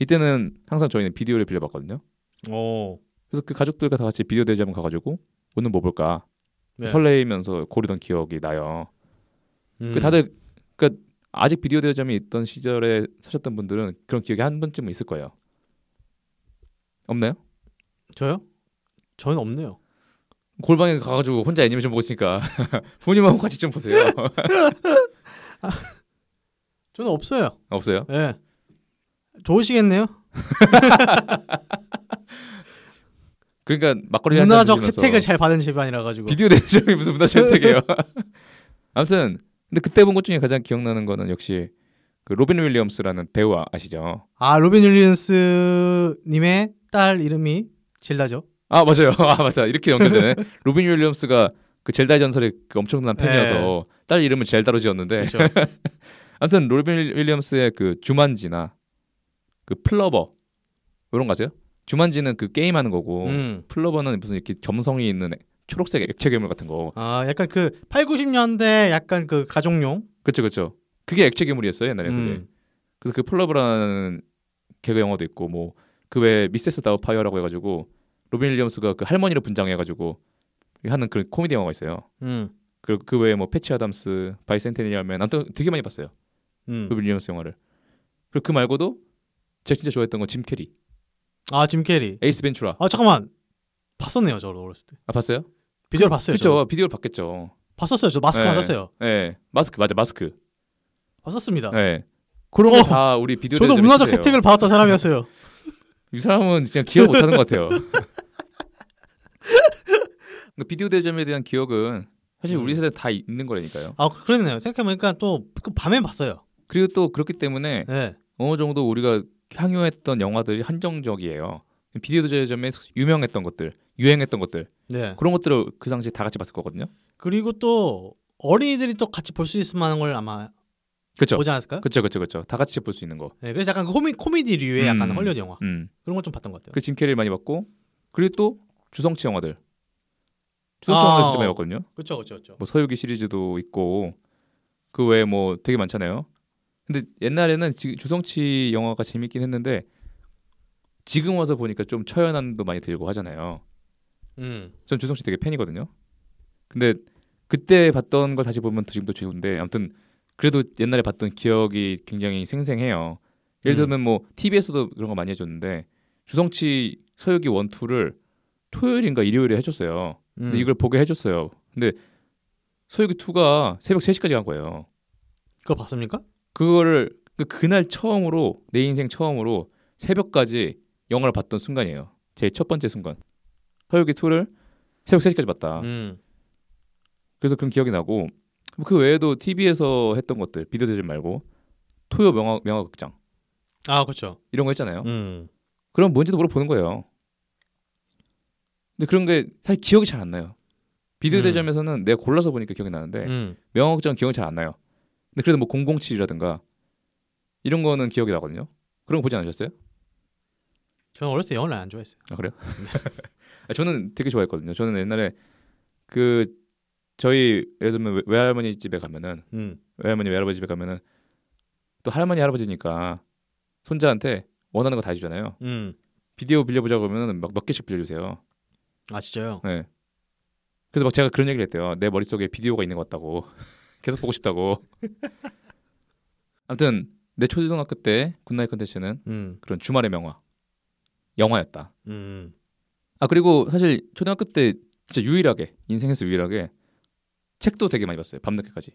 Speaker 1: 이때는 항상 저희는 비디오를 빌려봤거든요.
Speaker 2: 오.
Speaker 1: 그래서 그 가족들과 다 같이 비디오 대여점 가가지고 오늘 뭐 볼까
Speaker 2: 네.
Speaker 1: 설레이면서 고르던 기억이 나요.
Speaker 2: 음.
Speaker 1: 그 다들 그러니까 아직 비디오 대여점이 있던 시절에 사셨던 분들은 그런 기억이 한 번쯤은 있을 거예요. 없나요?
Speaker 2: 음. 저요? 저는 없네요.
Speaker 1: 골방에 가가지고 혼자 애니메이션 보고 있으니까 *laughs* 부모님하고 같이 좀 보세요. *laughs*
Speaker 2: 저는 없어요.
Speaker 1: 없어요?
Speaker 2: 예. 좋으시겠네요.
Speaker 1: 그러니까 막걸리 한잔
Speaker 2: 문화적
Speaker 1: 드시면서
Speaker 2: 혜택을 잘 받은 집안이라 가지고.
Speaker 1: *laughs* 비디오 대여점이 무슨 문화적
Speaker 2: *laughs*
Speaker 1: 혜택이에요? 아무튼 근데 그때 본 것 중에 가장 기억나는 거는 역시 그 로빈 윌리엄스라는 배우 아- 아시죠?
Speaker 2: 아 로빈 윌리엄스 님의 딸 이름이 젤다죠.
Speaker 1: 아 맞아요. *laughs* 아 맞다. 이렇게 연결되네. 로빈 윌리엄스가 그 젤다의 전설의 그 엄청난 팬이어서 딸 이름을 젤다로 지었는데
Speaker 2: 네. 그렇죠.
Speaker 1: *laughs* 아무튼 로빈 윌리엄스의 그 주만지나 그 플러버 이런 거 아세요? 주만지는 그 게임하는 거고
Speaker 2: 음.
Speaker 1: 플러버는 무슨 이렇게 점성이 있는 초록색 액체 괴물 같은 거.
Speaker 2: 아, 약간 그 8, 90년대 약간 그 가족용.
Speaker 1: 그쵸 그쵸. 그게 액체 괴물이었어요 옛날에 네, 그게.
Speaker 2: 음.
Speaker 1: 그래서 그 플러버라는 개그 영화도 있고 뭐 그 외에 미세스 다우파이어라고 해가지고 로빈 윌리엄스가 그 할머니를 분장해가지고 하는 그런 코미디 영화가 있어요.
Speaker 2: 음.
Speaker 1: 그, 그 외에 뭐 패치 아담스, 바이센테니얼맨, 아무튼 되게 많이 봤어요.
Speaker 2: 음.
Speaker 1: 그 윌리엄스 영화를. 그리고 그 말고도 제가 진짜 좋아했던 건 짐 캐리,
Speaker 2: 아, 짐 캐리.
Speaker 1: 에이스 벤츄라.
Speaker 2: 아, 잠깐만. 봤었네요, 저 어렸을 때.
Speaker 1: 아 봤어요?
Speaker 2: 비디오를 봤어요. 저.
Speaker 1: 그렇죠. 비디오를 봤겠죠.
Speaker 2: 봤었어요. 저 마스크
Speaker 1: 네.
Speaker 2: 봤었어요.
Speaker 1: 예, 마스크 맞아 마스크.
Speaker 2: 봤었습니다.
Speaker 1: 예. 그런
Speaker 2: 아. 어!
Speaker 1: 거 다 우리 비디오.
Speaker 2: 저도
Speaker 1: 레저를
Speaker 2: 문화적
Speaker 1: 해주세요.
Speaker 2: 혜택을
Speaker 1: *laughs*
Speaker 2: 받았던 사람이었어요.
Speaker 1: 이 사람은 진짜 기억 못하는 것 같아요. *laughs* 그러니까 비디오 대점에 대한 기억은 사실 우리
Speaker 2: 음.
Speaker 1: 세대 다 있는 거라니까요.
Speaker 2: 아, 그러네요. 생각해보니까 또 그 밤에 봤어요.
Speaker 1: 그리고 또 그렇기 때문에
Speaker 2: 네.
Speaker 1: 어느 정도 우리가 향유했던 영화들이 한정적이에요. 비디오 대점에 유명했던 것들, 유행했던 것들
Speaker 2: 네.
Speaker 1: 그런 것들을 그 당시에 다 같이 봤을 거거든요.
Speaker 2: 그리고 또 어린이들이 또 같이 볼 수 있을 만한 걸 아마
Speaker 1: 그렇죠.
Speaker 2: 보지 않았을까요?
Speaker 1: 그렇죠, 그렇죠, 그렇죠. 다 같이 볼 수 있는 거.
Speaker 2: 네, 그래서 약간 그 코미, 코미디류의 약간
Speaker 1: 음.
Speaker 2: 헐리우드 영화
Speaker 1: 음.
Speaker 2: 그런 걸 좀 봤던 것 같아요.
Speaker 1: 그짐 캐리를 많이 봤고 그리고 또 주성치 영화들. 주성치
Speaker 2: 아,
Speaker 1: 영화들 진짜 많이
Speaker 2: 어.
Speaker 1: 봤거든요.
Speaker 2: 그렇죠, 그렇죠, 그렇죠.
Speaker 1: 뭐 서유기 시리즈도 있고 그 외에 뭐 되게 많잖아요. 근데 옛날에는 지- 주성치 영화가 재밌긴 했는데 지금 와서 보니까 좀 처연함도 많이 들고 하잖아요.
Speaker 2: 음,
Speaker 1: 전 주성치 되게 팬이거든요. 근데 그때 봤던 걸 다시 보면 지금도 좋은데 아무튼 그래도 옛날에 봤던 기억이 굉장히 생생해요. 예를
Speaker 2: 음.
Speaker 1: 들면 뭐 TV에서도 그런 거 많이 해줬는데 주성치 서유기 원투를 토요일인가 일요일에 해줬어요.
Speaker 2: 음.
Speaker 1: 근데 이걸 보게 해줬어요. 근데 서유기 2가 새벽 3시까지 간 거예요.
Speaker 2: 그거 봤습니까?
Speaker 1: 그거를 그- 그날 처음으로 내 인생 처음으로 새벽까지 영화를 봤던 순간이에요. 제 첫 번째 순간. 서유기 2를 새벽 3시까지 봤다.
Speaker 2: 음,
Speaker 1: 그래서 그런 기억이 나고 그 외에도 TV에서 했던 것들 비디오 대전 말고 토요 명화 명화 극장
Speaker 2: 아, 그렇죠.
Speaker 1: 이런 거 했잖아요.
Speaker 2: 음,
Speaker 1: 그럼 뭔지도 물어보는 거예요. 근데 그런 게 사실 기억이 잘 안 나요. 비디오
Speaker 2: 음.
Speaker 1: 대전에서는 내가 골라서 보니까 기억이 나는데
Speaker 2: 음,
Speaker 1: 명화 극장 은 기억이 잘 안 나요. 근데 그래도 뭐 007이라든가 이런 거는 기억이 나거든요. 그런 거 보지 않으셨어요?
Speaker 2: 저는 어렸을 때 영화를 안 좋아했어요.
Speaker 1: 아 그래요? 아, 저는 되게 좋아했거든요. 저는 옛날에 그 저희 예를 들면 외- 외할머니 집에 가면은
Speaker 2: 음,
Speaker 1: 외할머니 외할아버지 집에 가면은 또 할머니 할아버지니까 손자한테 원하는 거 다 해주잖아요.
Speaker 2: 음,
Speaker 1: 비디오 빌려보자고 하면은 막 몇 개씩 빌려주세요.
Speaker 2: 아 진짜요?
Speaker 1: 네. 그래서 막 제가 그런 얘기를 했대요. 내 머릿속에 비디오가 있는 것 같다고. *laughs* 계속 보고 싶다고. 아무튼 내 초등학교 때 굿나잇 컨텐츠는
Speaker 2: 음,
Speaker 1: 그런 주말의 명화. 영화였다.
Speaker 2: 음,
Speaker 1: 아 그리고 사실 초등학교 때 진짜 유일하게 인생에서 유일하게 책도 되게 많이 봤어요. 밤늦게까지.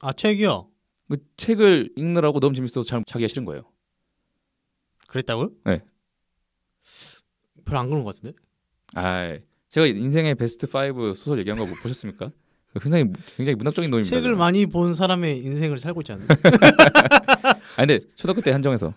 Speaker 2: 아 책이요?
Speaker 1: 그 책을 읽느라고 너무 재밌어서 잘 자기가 싫은 거예요.
Speaker 2: 그랬다고요?
Speaker 1: 네.
Speaker 2: 별로 안 그런 것 같은데?
Speaker 1: 아, 제가 인생의 베스트 5 소설 얘기한 거 못 보셨습니까? 굉장히 굉장히 문학적인 놈입니다.
Speaker 2: 책을 많이 본 사람의 인생을 살고 있지 않나요?
Speaker 1: *laughs* 아 근데 초등학교 때 한정해서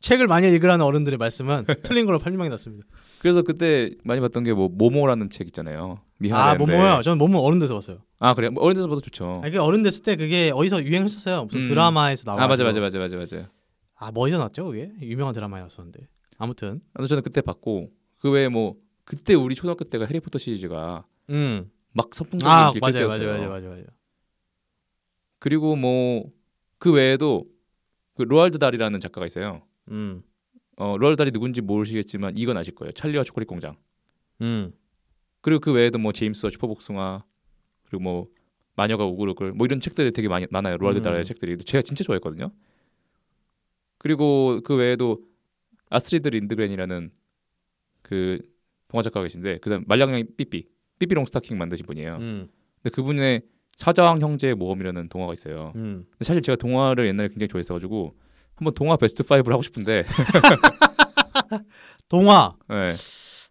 Speaker 2: 책을 많이 읽으라는 어른들의 말씀은 틀린 걸로 판명이 났습니다.
Speaker 1: 그래서 그때 많이 봤던 게 뭐 모모라는 책 있잖아요. 미하의
Speaker 2: 아, 뭐뭐요? 저는 뭐뭐 어른 돼서 봤어요.
Speaker 1: 아 그래 뭐 어린 데서 봐도 좋죠.
Speaker 2: 아, 그 어른 됐을 때 그게 어디서 유행했었어요. 무슨
Speaker 1: 음.
Speaker 2: 드라마에서 나와.
Speaker 1: 아 맞아 맞아 맞아 맞아 맞아.
Speaker 2: 아, 뭐 어디서 나왔죠? 그게 유명한 드라마였었는데. 아무튼,
Speaker 1: 아무튼 저는 그때 봤고 그 외에 뭐 그때 우리 초등학교 때가 해리포터 시리즈가
Speaker 2: 음,
Speaker 1: 막 선풍적인
Speaker 2: 아
Speaker 1: 인기
Speaker 2: 맞아요,
Speaker 1: 그때였어요.
Speaker 2: 맞아요, 맞아요, 맞아요, 맞아요.
Speaker 1: 그리고 뭐 그 외에도 그 로알드 달이라는 작가가 있어요.
Speaker 2: 음,
Speaker 1: 어 로알드 달이 누군지 모르시겠지만 이건 아실 거예요. 찰리와 초콜릿 공장.
Speaker 2: 음,
Speaker 1: 그리고 그 외에도 뭐 제임스와 슈퍼복숭아 그리고 뭐 마녀가 우글우글 뭐 이런 책들이 되게 많이 많아요 로알드
Speaker 2: 음.
Speaker 1: 달의 책들이 근데 제가 진짜 좋아했거든요 그리고 그 외에도 아스트리드 린드그렌이라는 그 동화 작가 가 계신데 그 사람 말량의 삐삐 삐삐롱 스타킹 만드신 분이에요
Speaker 2: 음,
Speaker 1: 근데 그분의 사자왕 형제의 모험이라는 동화가 있어요
Speaker 2: 음.
Speaker 1: 근데 사실 제가 동화를 옛날에 굉장히 좋아했어가지고 한번 동화 베스트 5를 하고 싶은데
Speaker 2: 동화.
Speaker 1: 네.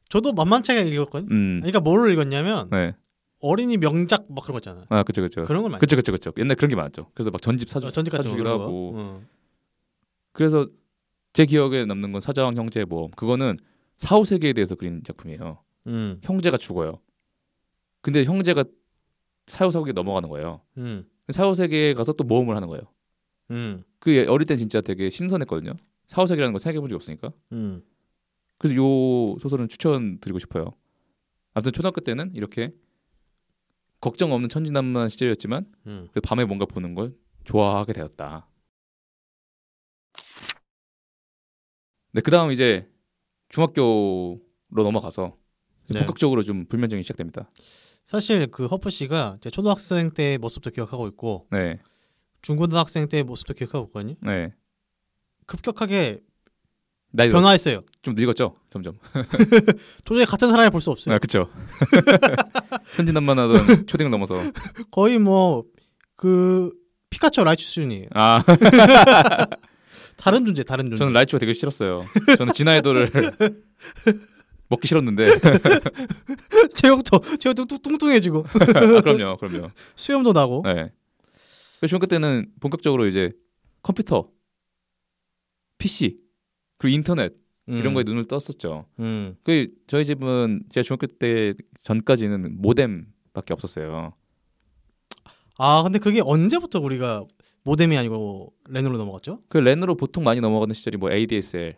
Speaker 2: 저도 만만치게 읽었거든.
Speaker 1: 음.
Speaker 2: 그러니까 뭐를 읽었냐면
Speaker 1: 네.
Speaker 2: 어린이 명작 막 그런 거 있잖아.
Speaker 1: 아 그쵸 그쵸
Speaker 2: 그런 걸 많이.
Speaker 1: 그쵸 그쵸 그쵸 옛날 그런 게 많았죠 그래서 막 전집 사주
Speaker 2: 어, 전직 같은 거
Speaker 1: 사주기도
Speaker 2: 그런 거.
Speaker 1: 하고
Speaker 2: 음.
Speaker 1: 그래서 제 기억에 남는 건 사자왕 형제 모험. 그거는 사후 세계에 대해서 그린 작품이에요.
Speaker 2: 음.
Speaker 1: 형제가 죽어요. 근데 형제가 사후 세계에 넘어가는 거예요.
Speaker 2: 음.
Speaker 1: 사후 세계에 가서 또 모험을 하는 거예요.
Speaker 2: 음.
Speaker 1: 그 예- 어릴 땐 진짜 되게 신선했거든요. 사후 세계라는 걸 생각해 본 적이 없으니까.
Speaker 2: 음.
Speaker 1: 그래서 요 소설은 추천드리고 싶어요. 아무튼 초등학교 때는 이렇게 걱정 없는 천진난만한 시절이었지만
Speaker 2: 음.
Speaker 1: 그 밤에 뭔가 보는 걸 좋아하게 되었다. 네, 그다음 이제 중학교로 넘어가서 이제
Speaker 2: 네.
Speaker 1: 본격적으로 좀 불면증이 시작됩니다.
Speaker 2: 사실 그 허프 씨가 제 초등학생 때 모습도 기억하고 있고
Speaker 1: 네,
Speaker 2: 중고등학생 때 모습도 기억하고 있거든요.
Speaker 1: 네.
Speaker 2: 급격하게
Speaker 1: 나이 변화...
Speaker 2: 변화했어요.
Speaker 1: 좀 늙었죠, 점점.
Speaker 2: 도저히 같은 사람이 볼 수 없어요.
Speaker 1: 아, *laughs* 그쵸. 천진난만하던 초딩을 넘어서
Speaker 2: 거의 뭐 그 피카츄 라이츠 수준이에요.
Speaker 1: 아
Speaker 2: 다른 존재, 다른 존재.
Speaker 1: 저는
Speaker 2: *laughs*
Speaker 1: 라이츠가 되게 싫었어요. 저는 *laughs* 진화의도를 먹기 싫었는데
Speaker 2: 체력도 체력도 뚱- 뚱뚱해지고 *laughs*
Speaker 1: 아, 그럼요, 그럼요.
Speaker 2: 수염도 나고.
Speaker 1: 네. 그래서 중학교 때는 본격적으로 이제 컴퓨터, PC 그리고 인터넷 이런 거에 눈을 떴었죠.
Speaker 2: 음.
Speaker 1: 그 저희 집은 제가 중학교 때 전까지는 모뎀밖에 없었어요.
Speaker 2: 아 근데 그게 언제부터 우리가 모뎀이 아니고 랜으로 넘어갔죠?
Speaker 1: 그 랜으로 보통 많이 넘어가는 시절이 뭐 ADSL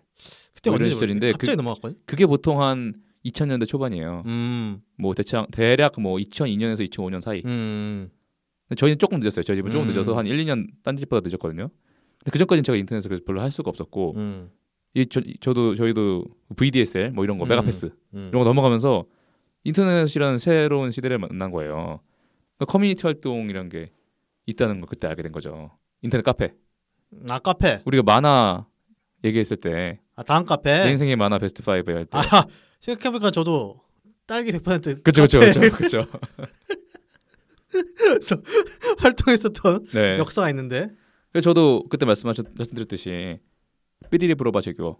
Speaker 2: 그때
Speaker 1: 이런
Speaker 2: 언제
Speaker 1: 시절인데
Speaker 2: 갑자기 넘어갔거든요.
Speaker 1: 그게 보통 한 2000년대 초반이에요.
Speaker 2: 음.
Speaker 1: 뭐 대창 대략 뭐 2002년에서 2005년 사이.
Speaker 2: 음.
Speaker 1: 근데 저희는 조금 늦었어요. 저희 집은 조금
Speaker 2: 음.
Speaker 1: 늦어서 한 1, 2년 딴 집보다 늦었거든요. 근데 그 전까지는 제가 인터넷에서 그래서 별로 할 수가 없었고
Speaker 2: 음.
Speaker 1: 이 저, 저도 저희도 VDSL 뭐 이런 거
Speaker 2: 음.
Speaker 1: 메가패스
Speaker 2: 음.
Speaker 1: 이런 거 넘어가면서 인터넷이라는 새로운 시대를 만난 거예요. 그러니까 커뮤니티 활동이라는 게 있다는 걸 그때 알게 된 거죠. 인터넷 카페.
Speaker 2: 아 카페.
Speaker 1: 우리가 만화 얘기했을 때 내
Speaker 2: 아 다음 카페.
Speaker 1: 인생의 만화 베스트 5 할때
Speaker 2: 아 *laughs* 생각해보니까 저도 딸기 100%
Speaker 1: 네. 그쵸 그쵸 그쵸 그쵸.
Speaker 2: *laughs* 활동했었던
Speaker 1: 네.
Speaker 2: 역사가 있는데
Speaker 1: 그래서 저도 그때 말씀하셨 말씀드렸듯이 삐리리 불어봐 제교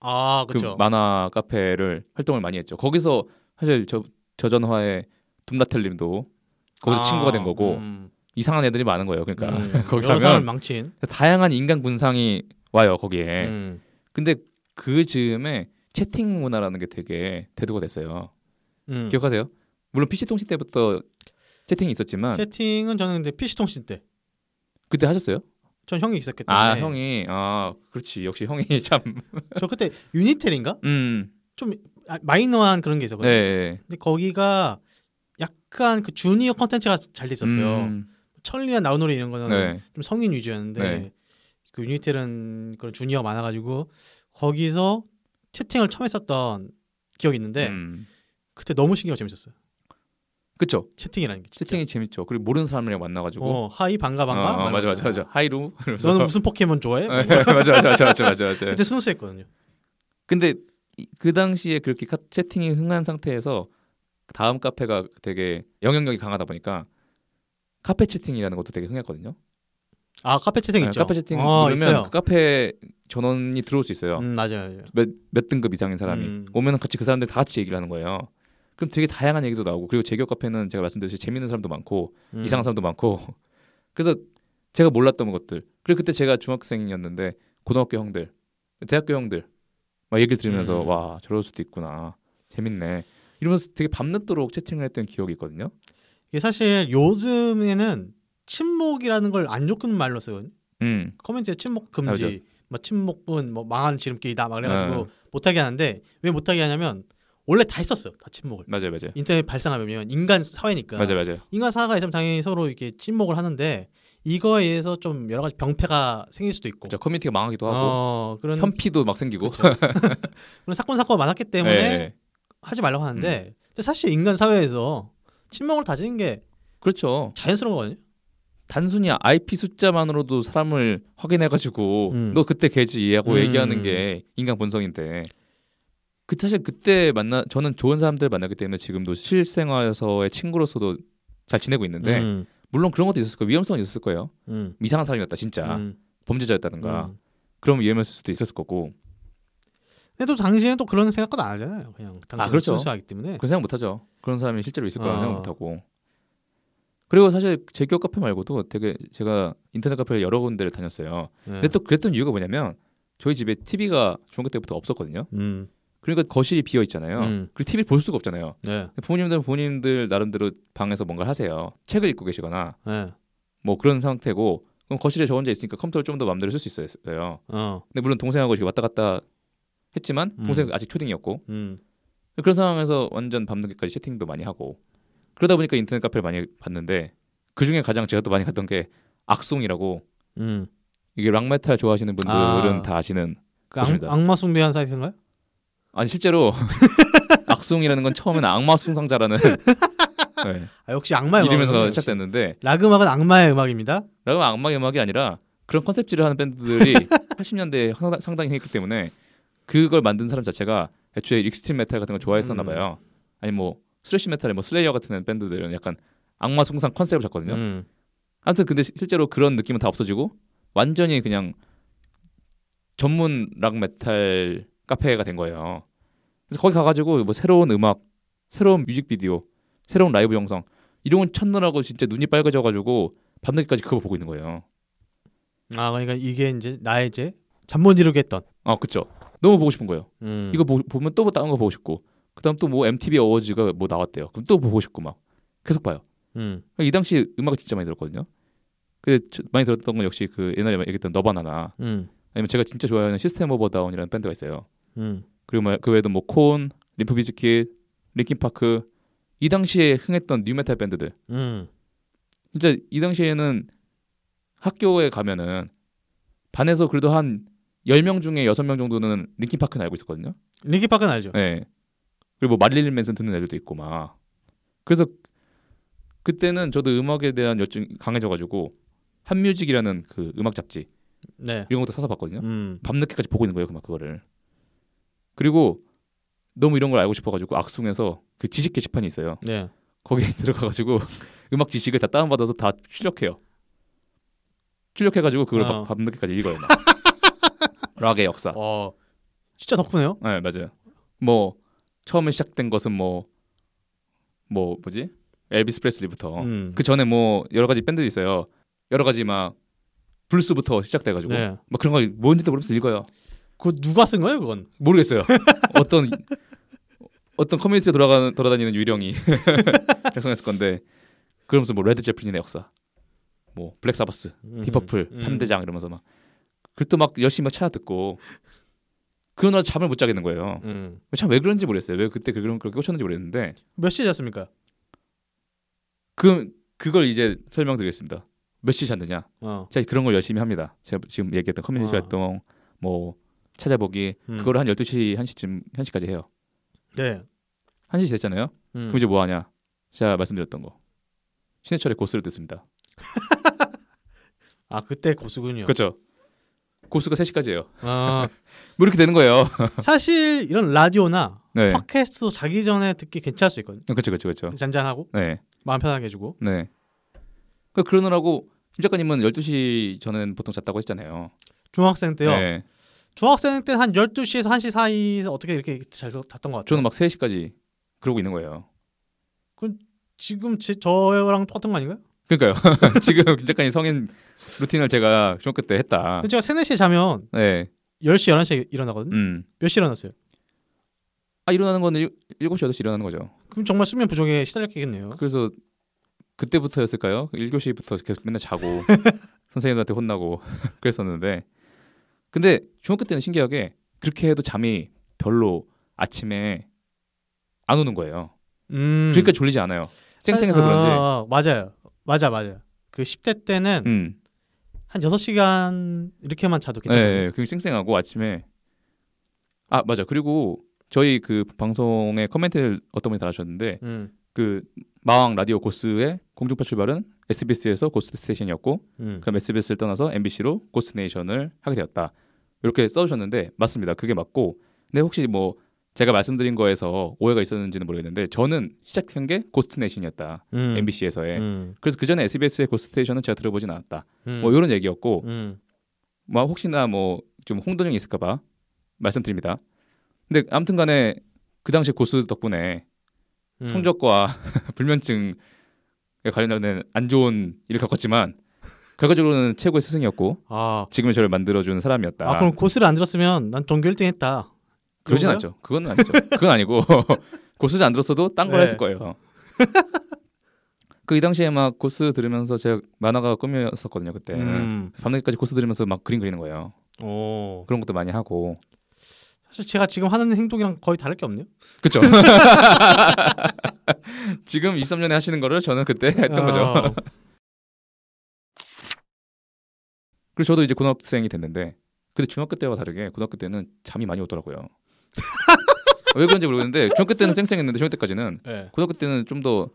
Speaker 2: 아
Speaker 1: 그
Speaker 2: 그렇죠.
Speaker 1: 만화 카페를 활동을 많이 했죠. 거기서 사실 저 저전화의 둠라텔님도 거기서 친구가 된 거고
Speaker 2: 아, 음.
Speaker 1: 이상한 애들이 많은 거예요. 그러니까
Speaker 2: 음.
Speaker 1: *laughs* 거기
Speaker 2: 여러 사람을
Speaker 1: 가면
Speaker 2: 망친.
Speaker 1: 다양한 인간 군상이 와요 거기에.
Speaker 2: 음.
Speaker 1: 근데 그 즈음에 채팅 문화라는 게 되게 대두가 됐어요.
Speaker 2: 음.
Speaker 1: 기억하세요? 물론 PC 통신 때부터 채팅이 있었지만
Speaker 2: 채팅은 저는 근데 PC 통신 때.
Speaker 1: 그때 하셨어요?
Speaker 2: 전 형이 있었기 때문에.
Speaker 1: 아 형이 아 그렇지 역시 형이 *laughs* 참
Speaker 2: 저 그때 유니텔인가?
Speaker 1: 음.
Speaker 2: 아, 마이너한 그런 게 있었거든요.
Speaker 1: 네.
Speaker 2: 근데 거기가 약간 그 주니어 컨텐츠가 잘 돼 있었어요.
Speaker 1: 음,
Speaker 2: 천리와 나우노리 이런 거는
Speaker 1: 네.
Speaker 2: 좀 성인 위주였는데
Speaker 1: 네.
Speaker 2: 그 유니텔은 그런 주니어 가 많아가지고 거기서 채팅을 처음 했었던 기억이 있는데
Speaker 1: 음.
Speaker 2: 그때 너무 신기하고 재밌었어요.
Speaker 1: 그쵸.
Speaker 2: 채팅이라는 게 진짜.
Speaker 1: 채팅이 재밌죠. 그리고 모르는 사람이랑 만나가지고
Speaker 2: 어, 하이 반가 반가.
Speaker 1: 어,
Speaker 2: 막
Speaker 1: 맞아 맞아
Speaker 2: 이러면서.
Speaker 1: 맞아 하이루 이러면서
Speaker 2: 너는 무슨 포켓몬
Speaker 1: *laughs*
Speaker 2: 좋아해? 뭐
Speaker 1: 네, 맞아 맞아 맞아 맞아 맞아 맞아
Speaker 2: 그때 순수했거든요.
Speaker 1: 근데 이- 그 당시에 그렇게 카- 채팅이 흥한 상태에서 다음 카페가 되게 영향력이 강하다 보니까 카페 채팅이라는 것도 되게 흥했거든요
Speaker 2: 아 카페 채팅
Speaker 1: 네,
Speaker 2: 있죠.
Speaker 1: 카페 채팅
Speaker 2: 어,
Speaker 1: 누르면
Speaker 2: 있어요.
Speaker 1: 그 카페 전원이 들어올 수 있어요
Speaker 2: 음, 맞아요. 맞아요.
Speaker 1: 몇, 몇 등급 이상인 사람이
Speaker 2: 음.
Speaker 1: 오면 같이 그 사람들 다 같이 얘기를 하는 거예요 그럼 되게 다양한 얘기도 나오고 그리고 제격 카페는 제가 말씀드렸듯이 재밌는 사람도 많고
Speaker 2: 음.
Speaker 1: 이상한 사람도 많고 그래서 제가 몰랐던 것들 그리고 그때 제가 중학생이었는데 고등학교 형들 대학교 형들 막 얘기를 들으면서
Speaker 2: 음.
Speaker 1: 와 저럴 수도 있구나 재밌네 이러면서 되게 밤늦도록 채팅을 했던 기억이 있거든요
Speaker 2: 이게 사실 요즘에는 침묵이라는 걸 안 좋은 말로 쓰거든요.
Speaker 1: 음
Speaker 2: 커뮤니티에 침묵
Speaker 1: 아,
Speaker 2: 금지, 뭐 침묵뿐, 뭐 망한 지름길이다 막
Speaker 1: 네.
Speaker 2: 그래가지고 못하게 하는데 왜 못하게 하냐면 원래 다 했었어요. 다 침묵을.
Speaker 1: 맞아요 맞아요
Speaker 2: 인터넷 발상하면 인간 사회니까
Speaker 1: 네.
Speaker 2: 뭐.
Speaker 1: 맞아요 맞아요
Speaker 2: 인간 사회가 있으면 당연히 서로 이렇게 침묵을 하는데 이거에 의해서 좀 여러 가지 병폐가 생길 수도 있고.
Speaker 1: 그렇죠 커뮤니티가 망하기도 하고
Speaker 2: 어, 그런
Speaker 1: 현피도 막 생기고
Speaker 2: 그런 사건 사고가 많았기 때문에
Speaker 1: 예, 예.
Speaker 2: 하지 말라고 하는데
Speaker 1: 음.
Speaker 2: 근데 사실 인간 사회에서 침묵을 다지는 게
Speaker 1: 그렇죠
Speaker 2: 자연스러운 거거든요.
Speaker 1: 단순히 IP 숫자만으로도 사람을 확인해가지고
Speaker 2: 음.
Speaker 1: 너 그때 개지 하고
Speaker 2: 음.
Speaker 1: 얘기하는 게 인간 본성인데 그 사실 그때 만나 저는 좋은 사람들 만나기 때문에 지금도 실생활에서의 친구로서도 잘 지내고 있는데
Speaker 2: 음,
Speaker 1: 물론 그런 것도 있었을 거예요 위험성은 있었을 거예요
Speaker 2: 음,
Speaker 1: 이상한 사람이었다 진짜
Speaker 2: 음,
Speaker 1: 범죄자였다든가
Speaker 2: 음.
Speaker 1: 그럼 위험했을 수도 있었을 거고
Speaker 2: 근데 또 당시에는 또 그런 생각도 안 하잖아요. 그냥 당시
Speaker 1: 그렇죠.
Speaker 2: 순수하기 때문에.
Speaker 1: 그런 생각 못하죠 그런 사람이 실제로 있을 거라는
Speaker 2: 어.
Speaker 1: 생각 못하고 그리고 사실 제 기업 카페 말고도 되게 제가 인터넷 카페를 여러 군데를 다녔어요
Speaker 2: 네.
Speaker 1: 근데 또 그랬던 이유가 뭐냐면 저희 집에 TV가 중학교 때부터 없었거든요.
Speaker 2: 음,
Speaker 1: 그러니까 거실이 비어 있잖아요.
Speaker 2: 음.
Speaker 1: 그리고 TV를 볼 수가 없잖아요.
Speaker 2: 네.
Speaker 1: 부모님들은 본인들 나름대로 방에서 뭔가를 하세요. 책을 읽고 계시거나
Speaker 2: 네.
Speaker 1: 뭐 그런 상태고 그럼 거실에 저 혼자 있으니까 컴퓨터를 좀 더 마음대로 쓸 수 있어요.
Speaker 2: 어.
Speaker 1: 근데 물론 동생하고 지금 왔다 갔다 했지만
Speaker 2: 음.
Speaker 1: 동생 은 아직 초딩이었고
Speaker 2: 음.
Speaker 1: 그런 상황에서 완전 밤늦게까지 채팅도 많이 하고 그러다 보니까 인터넷 카페를 많이 봤는데 그 중에 가장 제가 또 많이 갔던 게 악송이라고
Speaker 2: 음.
Speaker 1: 이게 락메탈 좋아하시는 분들은
Speaker 2: 아.
Speaker 1: 다 아시는
Speaker 2: 그 악,
Speaker 1: 그렇습니다.
Speaker 2: 악마 숭배한 사이트인가요?
Speaker 1: 아니 실제로 악송이라는 건 처음에는 악마 숭상자라는 네,
Speaker 2: 아, 역시 악마의
Speaker 1: 이름에서
Speaker 2: 음악이네요,
Speaker 1: 시작됐는데
Speaker 2: 역시. 락 음악은 악마의 음악입니다.
Speaker 1: 라고 악마의 음악이 아니라 그런 컨셉질을 하는 밴드들이 80년대에 상당- 상당히 했기 때문에 그걸 만든 사람 자체가 애초에 익스트림 메탈 같은 걸 좋아했었나
Speaker 2: 음.
Speaker 1: 봐요. 아니 뭐 스레시 메탈에 뭐 슬레이어 같은 밴드들은 약간 악마 숭상 컨셉을 잡거든요.
Speaker 2: 음.
Speaker 1: 아무튼 근데 시- 실제로 그런 느낌은 다 없어지고 완전히 그냥 전문 락 메탈 카페가 된 거예요. 그래서 거기 가가지고 뭐 새로운 음악, 새로운 뮤직비디오, 새로운 라이브 영상 이런 건 찾느라고 진짜 눈이 빨개져가지고 밤늦게까지 그거 보고 있는 거예요.
Speaker 2: 아, 그러니까 이게 이제 나의 이제 잠 못 이루게 했던.
Speaker 1: 아 그쵸. 너무 보고 싶은 거예요.
Speaker 2: 음.
Speaker 1: 이거 보, 보면 또 다른 거 보고 싶고 그다음 또 뭐 MTV 어워즈가 뭐 나왔대요. 그럼 또 보고 싶고 막 계속 봐요.
Speaker 2: 음.
Speaker 1: 이 당시 음악을 진짜 많이 들었거든요. 근데 저- 많이 들었던 건 역시 그 옛날에 얘기했던 너바나나
Speaker 2: 음.
Speaker 1: 아니면 제가 진짜 좋아하는 시스템 오버 다운이라는 밴드가 있어요.
Speaker 2: 음.
Speaker 1: 그리고 뭐- 그 외에도 뭐 콘, 림프 비즈킷, 링킨 파크 이 당시에 흥했던 뉴메탈 밴드들.
Speaker 2: 음.
Speaker 1: 진짜 이 당시에는 학교에 가면은 반에서 그래도 한 10명 중에 6명 정도는 링킨 파크는 알고 있었거든요.
Speaker 2: 링키 파크는 알죠?
Speaker 1: 예. 그리고 뭐 말릴린 맨슨 듣는 애들도 있고 막. 그래서 그때는 저도 음악에 대한 열정 이 강해져 가지고 한뮤직이라는 그 음악 잡지
Speaker 2: 네.
Speaker 1: 이런 것도 사서 봤거든요.
Speaker 2: 음.
Speaker 1: 밤늦게까지 보고 있는 거예요, 그만 그거를. 그리고 너무 이런 걸 알고 싶어 가지고 악숭에서 그 지식 게시판이 있어요.
Speaker 2: 네.
Speaker 1: 거기에 *laughs* 들어가 가지고 음악 지식을 다 다운 받아서 다 출력해요. 출력해 가지고 그걸
Speaker 2: 어.
Speaker 1: 막 밤늦게까지 읽어요.
Speaker 2: *laughs*
Speaker 1: 막. 락의 역사.
Speaker 2: 어. 진짜 덕후네요.
Speaker 1: 네 맞아요. 뭐 처음에 시작된 것은 뭐 뭐 뭐지 엘비스 프레슬리부터
Speaker 2: 음.
Speaker 1: 그 전에 뭐 여러 가지 밴드 있어요. 여러 가지 막 블루스부터 시작돼가지고
Speaker 2: 네.
Speaker 1: 막 그런 거 뭔지도 모르면서 읽어요.
Speaker 2: 그거 누가 쓴 거예요, 그건?
Speaker 1: 모르겠어요. *laughs* 어떤 어떤 커뮤니티에 돌아가 돌아다니는 유령이 *laughs* 작성했을 건데 그러면서 뭐 레드 제플린의 역사, 뭐 블랙 사바스,
Speaker 2: 음.
Speaker 1: 디퍼플,
Speaker 2: 음.
Speaker 1: 삼대장 이러면서 막 그리고 또 막 열심히 막 찾아 듣고 그러나 잠을 못 자겠는 거예요.
Speaker 2: 음.
Speaker 1: 참 왜 그런지 모르겠어요. 왜 그때 그런 그렇게 꽂혔는지 모르겠는데
Speaker 2: 몇 시에 잤습니까?
Speaker 1: 그 그걸 이제 설명드리겠습니다. 몇 시 잤느냐?
Speaker 2: 어.
Speaker 1: 제가 그런 걸 열심히 합니다. 제가 지금 얘기했던 커뮤니티
Speaker 2: 아.
Speaker 1: 활동 뭐 찾아보기
Speaker 2: 음.
Speaker 1: 그걸 한 12시 1시쯤 1시까지 해요.
Speaker 2: 네.
Speaker 1: 1시 됐잖아요.
Speaker 2: 음.
Speaker 1: 그럼 이제 뭐 하냐? 제가 말씀드렸던 거. 신해철의 고스를 듣습니다.
Speaker 2: 아, 그때 고수군요.
Speaker 1: 그렇죠. 고스가 3시까지예요.
Speaker 2: 아,
Speaker 1: 뭐 이렇게 되는
Speaker 2: *laughs*
Speaker 1: 거예요.
Speaker 2: 사실 이런 라디오나
Speaker 1: 네.
Speaker 2: 팟캐스트도 자기 전에 듣기 괜찮을 수 있거든요.
Speaker 1: 그렇죠. 그렇죠. 그렇죠.
Speaker 2: 잔잔하고
Speaker 1: 네.
Speaker 2: 마음 편하게 해주고.
Speaker 1: 네. 그 그러느라고 김 작가님은 12시 전엔 보통 잤다고 했잖아요.
Speaker 2: 중학생 때요.
Speaker 1: 네.
Speaker 2: 중학생 때는 한 12시에서 1시 사이에서 어떻게 이렇게 잘 잤던 것 같아요.
Speaker 1: 저는 막 3시까지 그러고 있는 거예요.
Speaker 2: 지금 제, 저랑 똑같은 거 아닌가요? *laughs*
Speaker 1: 그러니까요. 지금 김 작가님 성인 루틴을 제가 중학교 때 했다.
Speaker 2: 제가 3, 4시에 자면
Speaker 1: 네.
Speaker 2: 10시, 11시에 일어나거든요.
Speaker 1: 아. 음.
Speaker 2: 몇 시에 일어났어요?
Speaker 1: 아 일어나는 건 일, 7시 8시 일어나는 거죠.
Speaker 2: 그럼 정말 수면 부족에 시달렸겠네요.
Speaker 1: 어? 그래서 그때부터였을까요? 1교시부터 계속 맨날
Speaker 2: *laughs*
Speaker 1: 자고 선생님들한테 혼나고 *laughs* 그랬었는데 근데 중학교 때는 신기하게 그렇게 해도 잠이 별로 아침에 안 오는 거예요.
Speaker 2: 음.
Speaker 1: 그러니까 졸리지 않아요. 쌩쌩해서 그런지.
Speaker 2: 아, 맞아요. 맞아, 맞아. 그 10대 때는
Speaker 1: 음.
Speaker 2: 한 6시간 이렇게만 자도 괜찮아요.
Speaker 1: 네, 굉장히 쌩쌩하고 아침에 아 맞아 그리고 저희 그 방송에 커멘트를 어떤 분이 달아주셨는데
Speaker 2: 음.
Speaker 1: 그 마왕 라디오 고스의 공중파 출발은 SBS에서 고스트 스테이션이었고
Speaker 2: 음.
Speaker 1: 그럼 SBS를 떠나서 MBC로 고스트 네이션을 하게 되었다 이렇게 써주셨는데 맞습니다 그게 맞고 근데 혹시 뭐 제가 말씀드린 거에서 오해가 있었는지는 모르겠는데 저는 시작한 게 고스트 네이션이었다
Speaker 2: 음.
Speaker 1: MBC에서의
Speaker 2: 음.
Speaker 1: 그래서 그 전에 SBS의 고스트 스테이션은 제가 들어보진 않았다
Speaker 2: 음.
Speaker 1: 뭐 이런 얘기였고
Speaker 2: 음.
Speaker 1: 뭐 혹시나 뭐 좀 홍don형이 있을까봐 말씀드립니다. 근데 아무튼간에 그 당시 고수 덕분에
Speaker 2: 음.
Speaker 1: 성적과 *laughs* 불면증에 관련된 안 좋은 일을 겪었지만 결과적으로는 최고의 스승이었고
Speaker 2: 아.
Speaker 1: 지금의 저를 만들어준 사람이었다.
Speaker 2: 아, 그럼 고스를 안 들었으면 난 전교 1등 했다.
Speaker 1: 아, 그러진
Speaker 2: 그런가요?
Speaker 1: 않죠. 그건 아니죠. 그건 아니고 *laughs* 고스 안 들었어도 딴 걸
Speaker 2: 네.
Speaker 1: 했을 거예요. *laughs* 그 이 당시에 막 고스 들으면서 제가 만화가 꿈이었었거든요 그때.
Speaker 2: 음.
Speaker 1: 밤늦게까지 고스 들으면서 막 그림 그리는 거예요.
Speaker 2: 어.
Speaker 1: 그런 것도 많이 하고.
Speaker 2: 사실 제가 지금 하는 행동이랑 거의 다를 게 없네요.
Speaker 1: 그쵸. *laughs* 지금 23년에 하시는 거를 저는 그때 *laughs* 했던 거죠.
Speaker 2: 어.
Speaker 1: 그리고 저도 이제 고등학생이 됐는데 근데 중학교 때와 다르게 고등학교 때는 잠이 많이
Speaker 2: *laughs*
Speaker 1: 오더라고요. 왜 그런지 모르겠는데 중학교 때는 쌩쌩했는데 중학교 때까지는
Speaker 2: *laughs* 네.
Speaker 1: 고등학교 때는 좀 더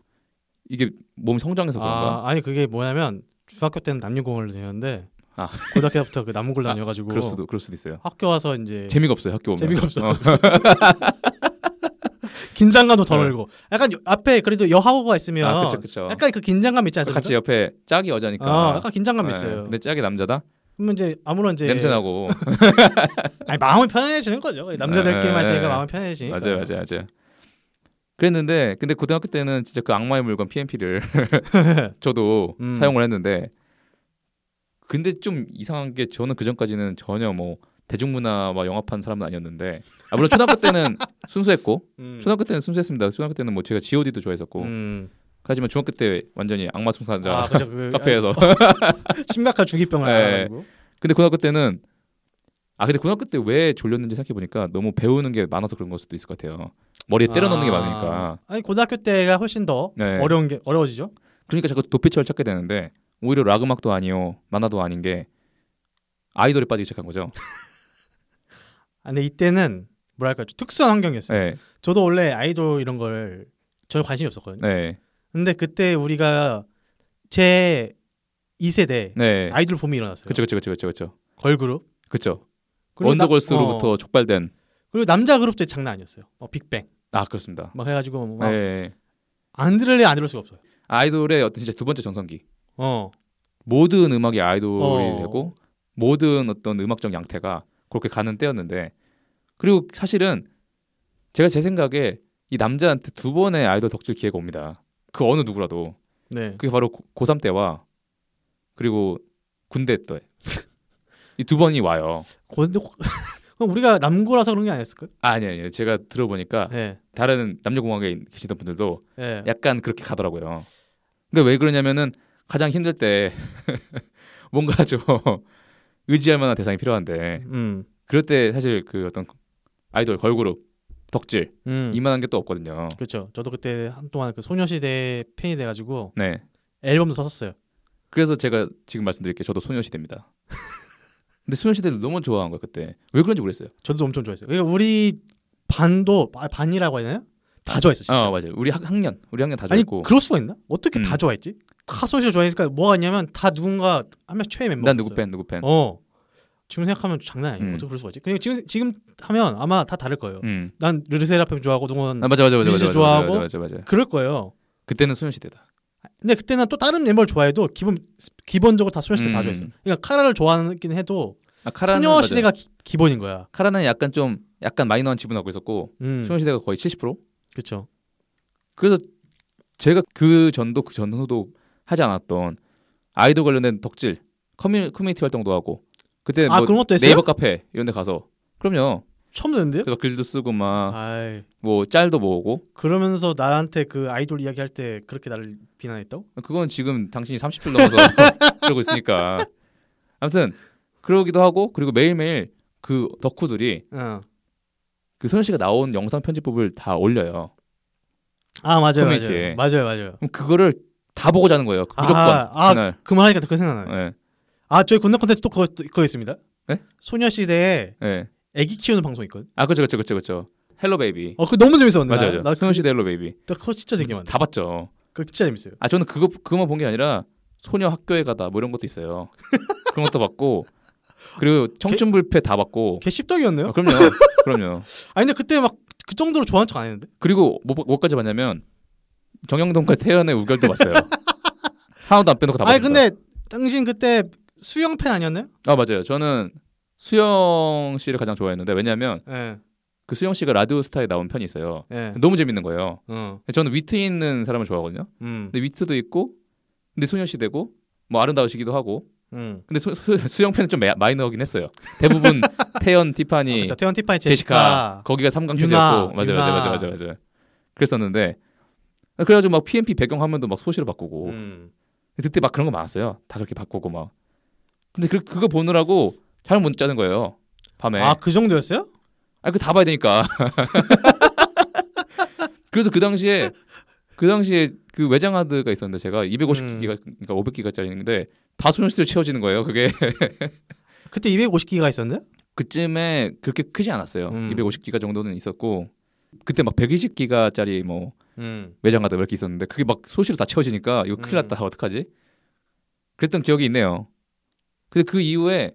Speaker 1: 이게 몸 성장해서 그런가
Speaker 2: 아, 아니 그게 뭐냐면 중학교 때는 남녀공학을 다녔는데
Speaker 1: 아.
Speaker 2: 고등학교 때부터 그 남고를
Speaker 1: 아,
Speaker 2: 다녀가지고
Speaker 1: 그럴 수도 그럴 수도 있어요.
Speaker 2: 학교 와서 이제
Speaker 1: 재미가 없어요 학교 오면.
Speaker 2: 예. 재미가 없어.
Speaker 1: 어,
Speaker 2: *laughs* 긴장감도 더
Speaker 1: 네.
Speaker 2: 늘고 약간 여- 앞에 그래도 여하고가
Speaker 1: *laughs*
Speaker 2: 있으면
Speaker 1: 아 그쵸 그쵸.
Speaker 2: 약간 그 긴장감 있지 않습니까?
Speaker 1: 같이 옆에 짝이 여자니까.
Speaker 2: 어, 약간 긴장감
Speaker 1: 네,
Speaker 2: 있어요. 예.
Speaker 1: 근데 짝이 남자다.
Speaker 2: 그러면 이제 아무런 이제
Speaker 1: 냄새 나고.
Speaker 2: 아니 마음이 편해지는 거죠. 남자들끼리만
Speaker 1: 네.
Speaker 2: 있으니까 마음이 편해지니까.
Speaker 1: 맞아요 맞아요 맞아요. 그랬는데 근데 고등학교 때는 진짜 그 악마의 물건
Speaker 2: *laughs*
Speaker 1: PMP를 저도
Speaker 2: 음.
Speaker 1: 사용을 했는데 근데 좀 이상한 게 저는 그 전까지는 전혀 뭐 대중문화와 영합한 사람은 아니었는데 아 물론 초등학교
Speaker 2: *laughs*
Speaker 1: 때는 순수했고
Speaker 2: 음.
Speaker 1: 초등학교 때는 순수했습니다. 초등학교 때는 뭐 제가 G.O.D도 좋아했었고
Speaker 2: 음.
Speaker 1: 하지만 중학교 때 완전히 악마 숭사자 *laughs*
Speaker 2: 아, 그죠. 그
Speaker 1: 카페에서
Speaker 2: 심각한 주기병을
Speaker 1: 네.
Speaker 2: 앓아가지고.
Speaker 1: 근데 고등학교 때는 아 근데 고등학교 때 왜 졸렸는지 생각해 보니까 너무 배우는 게 많아서 그런 걸 수도 있을 것 같아요. 머리에 때려 넣는 게
Speaker 2: 아.
Speaker 1: 많으니까
Speaker 2: 아니 고등학교 때가 훨씬 더
Speaker 1: 네.
Speaker 2: 어려운 게 어려워지죠.
Speaker 1: 그러니까 자꾸 도피처를 찾게 되는데 오히려 락 음악도 아니요 만화도 아닌 게 아이돌에 빠지기 시작한
Speaker 2: *laughs*
Speaker 1: 거죠.
Speaker 2: 아, 근데 이때는 뭐랄까 좀 특수한 환경이었어요.
Speaker 1: 네,
Speaker 2: 저도 원래 아이돌 이런 걸 전혀 관심이 없었거든요.
Speaker 1: 네,
Speaker 2: 근데 그때 우리가 제 2세대
Speaker 1: 네.
Speaker 2: 아이돌 붐이 일어났어요.
Speaker 1: 그쵸, 그쵸, 그쵸, 그쵸, 그쵸,
Speaker 2: 걸그룹.
Speaker 1: 그쵸.
Speaker 2: 그리고 나-
Speaker 1: 원더걸스로부터
Speaker 2: 어,
Speaker 1: 촉발된
Speaker 2: 그리고 남자 그룹도 장난 아니었어요. 어, 빅뱅.
Speaker 1: 아 그렇습니다.
Speaker 2: 막 해가지고 막 안
Speaker 1: 네.
Speaker 2: 들을래 안 들을 수가 없어요.
Speaker 1: 아이돌의 어떤 진짜 두 번째 전성기.
Speaker 2: 어.
Speaker 1: 모든 음악이 아이돌이
Speaker 2: 어.
Speaker 1: 되고 모든 어떤 음악적 양태가 그렇게 가는 때였는데 그리고 사실은 제가 제 생각에 이 남자한테 두 번의 아이돌 덕질 기회가 옵니다. 그 어느 누구라도
Speaker 2: 네.
Speaker 1: 그게 바로 고삼 때와 그리고 군대 때 *laughs* 이 두 번이 와요.
Speaker 2: 고- 근데 고- *laughs* 그럼 우리가 남고라서 그런 게 아니었을까요?
Speaker 1: 아, 아니 아니요. 제가 들어보니까
Speaker 2: 네.
Speaker 1: 다른 남녀공학에 계시던 분들도
Speaker 2: 예.
Speaker 1: 약간 그렇게 가더라고요. 그러니까 왜 그러냐면은 가장 힘들 때 *laughs* 뭔가 좀 의지할 만한 대상이 필요한데
Speaker 2: 음.
Speaker 1: 그럴 때 사실 그 어떤 아이돌 걸그룹 덕질
Speaker 2: 음.
Speaker 1: 이만한 게 또 없거든요.
Speaker 2: 그렇죠. 저도 그때 한동안 그 소녀시대 팬이 돼가지고
Speaker 1: 네.
Speaker 2: 앨범도 샀었어요.
Speaker 1: 그래서 제가 지금 말씀드릴 게 저도 소녀시대입니다. *laughs* 근데 소녀시대를 너무 좋아한 거예요 그때. 왜 그런지 모르겠어요.
Speaker 2: 저도 엄청 좋아했어요. 그러니까 우리 반도 아, 반이라고 해야 되나요? 다 좋아했어 진짜.
Speaker 1: 어 맞아요. 우리 학, 학년 우리 학년 다
Speaker 2: 아니
Speaker 1: 좋고
Speaker 2: 그럴 수가 있나? 어떻게
Speaker 1: 음.
Speaker 2: 다 좋아했지? 다 소녀시대 좋아했으니까 뭐가 있냐면 다 누군가 한 명씩 최애 멤버.
Speaker 1: 난 누구 팬 누구 팬.
Speaker 2: 어. 지금 생각하면 장난 아니에요.
Speaker 1: 음.
Speaker 2: 어떻게 그럴 수가 있지? 그냥 지금 지금 하면 아마 다 다를 거예요.
Speaker 1: 음.
Speaker 2: 난 르르세라핌 좋아하고 동원
Speaker 1: 아 맞아 맞아 맞아
Speaker 2: 뮤지스
Speaker 1: 맞아 맞아,
Speaker 2: 좋아하고?
Speaker 1: 맞아 맞아 맞아.
Speaker 2: 그럴 거예요.
Speaker 1: 그때는 소녀시대다.
Speaker 2: 근데 그때는 또 다른 멤버를 좋아해도 기본 기본적으로 다 소녀시대 다
Speaker 1: 음.
Speaker 2: 좋아했어요. 그러니까 카라를 좋아하긴 해도
Speaker 1: 아, 카라는 맞아요.
Speaker 2: 소녀시대가 기- 기본인 거야.
Speaker 1: 카라는 약간 좀 약간 마이너한 지분 갖고 있었고
Speaker 2: 음.
Speaker 1: 소녀시대가 거의 70%.
Speaker 2: 그렇죠.
Speaker 1: 그래서 제가 그 전도 그 전후도 하지 않았던 아이돌 관련된 덕질 커뮤, 커뮤니티 활동도 하고 그때
Speaker 2: 아
Speaker 1: 뭐
Speaker 2: 그런 것도 했어요?
Speaker 1: 네이버 카페 이런 데 가서 그럼요.
Speaker 2: 처음 듣는데요?
Speaker 1: 그래서 글도 쓰고
Speaker 2: 아,
Speaker 1: 막 뭐 짤도 모으고
Speaker 2: 그러면서 나한테 그 아이돌 이야기할 때 그렇게 나를 비난했다고?
Speaker 1: 그건 지금 당신이 30줄
Speaker 2: *laughs*
Speaker 1: 넘어서 그러고 있으니까 아무튼 그러기도 하고 그리고 매일매일 그 덕후들이
Speaker 2: 응.
Speaker 1: 그 소녀 씨가 나온 영상 편집법을 다 올려요.
Speaker 2: 아 맞아요
Speaker 1: 커뮤니티에.
Speaker 2: 맞아요 맞아요 맞아요.
Speaker 1: 그럼 그거를 다 보고 자는 거예요. 무조건
Speaker 2: 아, 아,
Speaker 1: 그날.
Speaker 2: 그 말하니까 또 그거 생각나요.
Speaker 1: 예.
Speaker 2: 아 저희 군대 콘텐츠 또 그거, 또 그거 있습니다.
Speaker 1: 네?
Speaker 2: 소녀시대에
Speaker 1: 예.
Speaker 2: 애기 키우는 방송 있거든.
Speaker 1: 아 그렇죠 그렇죠 그렇죠 그렇죠. 헬로 베이비.
Speaker 2: 어그 거 너무 재밌었는데
Speaker 1: 맞아요. 맞아요.
Speaker 2: 나, 나
Speaker 1: 소녀 씨대 헬로 베이비.
Speaker 2: 그, 그거 진짜 재밌게
Speaker 1: 다 봤죠.
Speaker 2: 그거 진짜 재밌어요.
Speaker 1: 아 저는 그거 그거만 본 게 아니라 소녀 학교에 가다 뭐 이런 것도 있어요. 그런 것도
Speaker 2: *laughs*
Speaker 1: 봤고 그리고 청춘 불패 다 봤고.
Speaker 2: 걔 씹덕이었네요.
Speaker 1: 아, 그럼요. 그럼요.
Speaker 2: 아니 근데 그때 막 그 정도로 좋아하는 척 안 했는데?
Speaker 1: 그리고 뭐, 뭐까지 봤냐면 정영돈과 태연의 우결도
Speaker 2: *laughs*
Speaker 1: 봤어요. 하나도 안 빼놓고 다 봤어요.
Speaker 2: 아니 근데 당신 그때 수영 팬 아니었나요?
Speaker 1: 아 맞아요. 저는 수영 씨를 가장 좋아했는데 왜냐하면
Speaker 2: 예.
Speaker 1: 그 수영 씨가 라디오 스타에 나온 편이 있어요.
Speaker 2: 예.
Speaker 1: 너무 재밌는 거예요.
Speaker 2: 어.
Speaker 1: 저는 위트 있는 사람을 좋아하거든요.
Speaker 2: 음.
Speaker 1: 근데 위트도 있고 근데 소녀시대고 뭐 아름다우시기도 하고
Speaker 2: 음.
Speaker 1: 근데 소- 수- 수영팬은 좀 마- 마이너긴 했어요.
Speaker 2: *laughs*
Speaker 1: 대부분 태연,
Speaker 2: 아,
Speaker 1: 티파니,
Speaker 2: 그렇죠. 태연 티파이
Speaker 1: 제시카
Speaker 2: 제시카.
Speaker 1: 거기가 삼강체제였고
Speaker 2: 유나,
Speaker 1: 맞아요,
Speaker 2: 유나.
Speaker 1: 맞아요, 맞아요, 맞아요, 맞아요. 그랬었는데 그래가지고 막 PMP 배경 화면도 막 소시로 바꾸고
Speaker 2: 음.
Speaker 1: 그때 막 그런 거 많았어요. 다 그렇게 바꾸고 막. 근데 그, 그거 보느라고 잠을 못 자는 거예요. 밤에.
Speaker 2: 아, 그 정도였어요?
Speaker 1: 아, 그 다 봐야 되니까. *laughs* 그래서 그 당시에 그 당시에 그 외장 하드가 있었는데 제가 250기가 그러니까 500기가짜리인데 다 소년시대로 채워지는 거예요. 그게 *laughs*
Speaker 2: 그때 250기가 있었는데?
Speaker 1: 그쯤에 그렇게 크지 않았어요.
Speaker 2: 음.
Speaker 1: 250기가 정도는 있었고 그때 막 120기가짜리 뭐
Speaker 2: 음.
Speaker 1: 외장 하드 막 이렇게 있었는데 그게 막 소시로 다 채워지니까 이거 큰일 났다. 어떡하지? 그랬던 기억이 있네요. 근데 그 이후에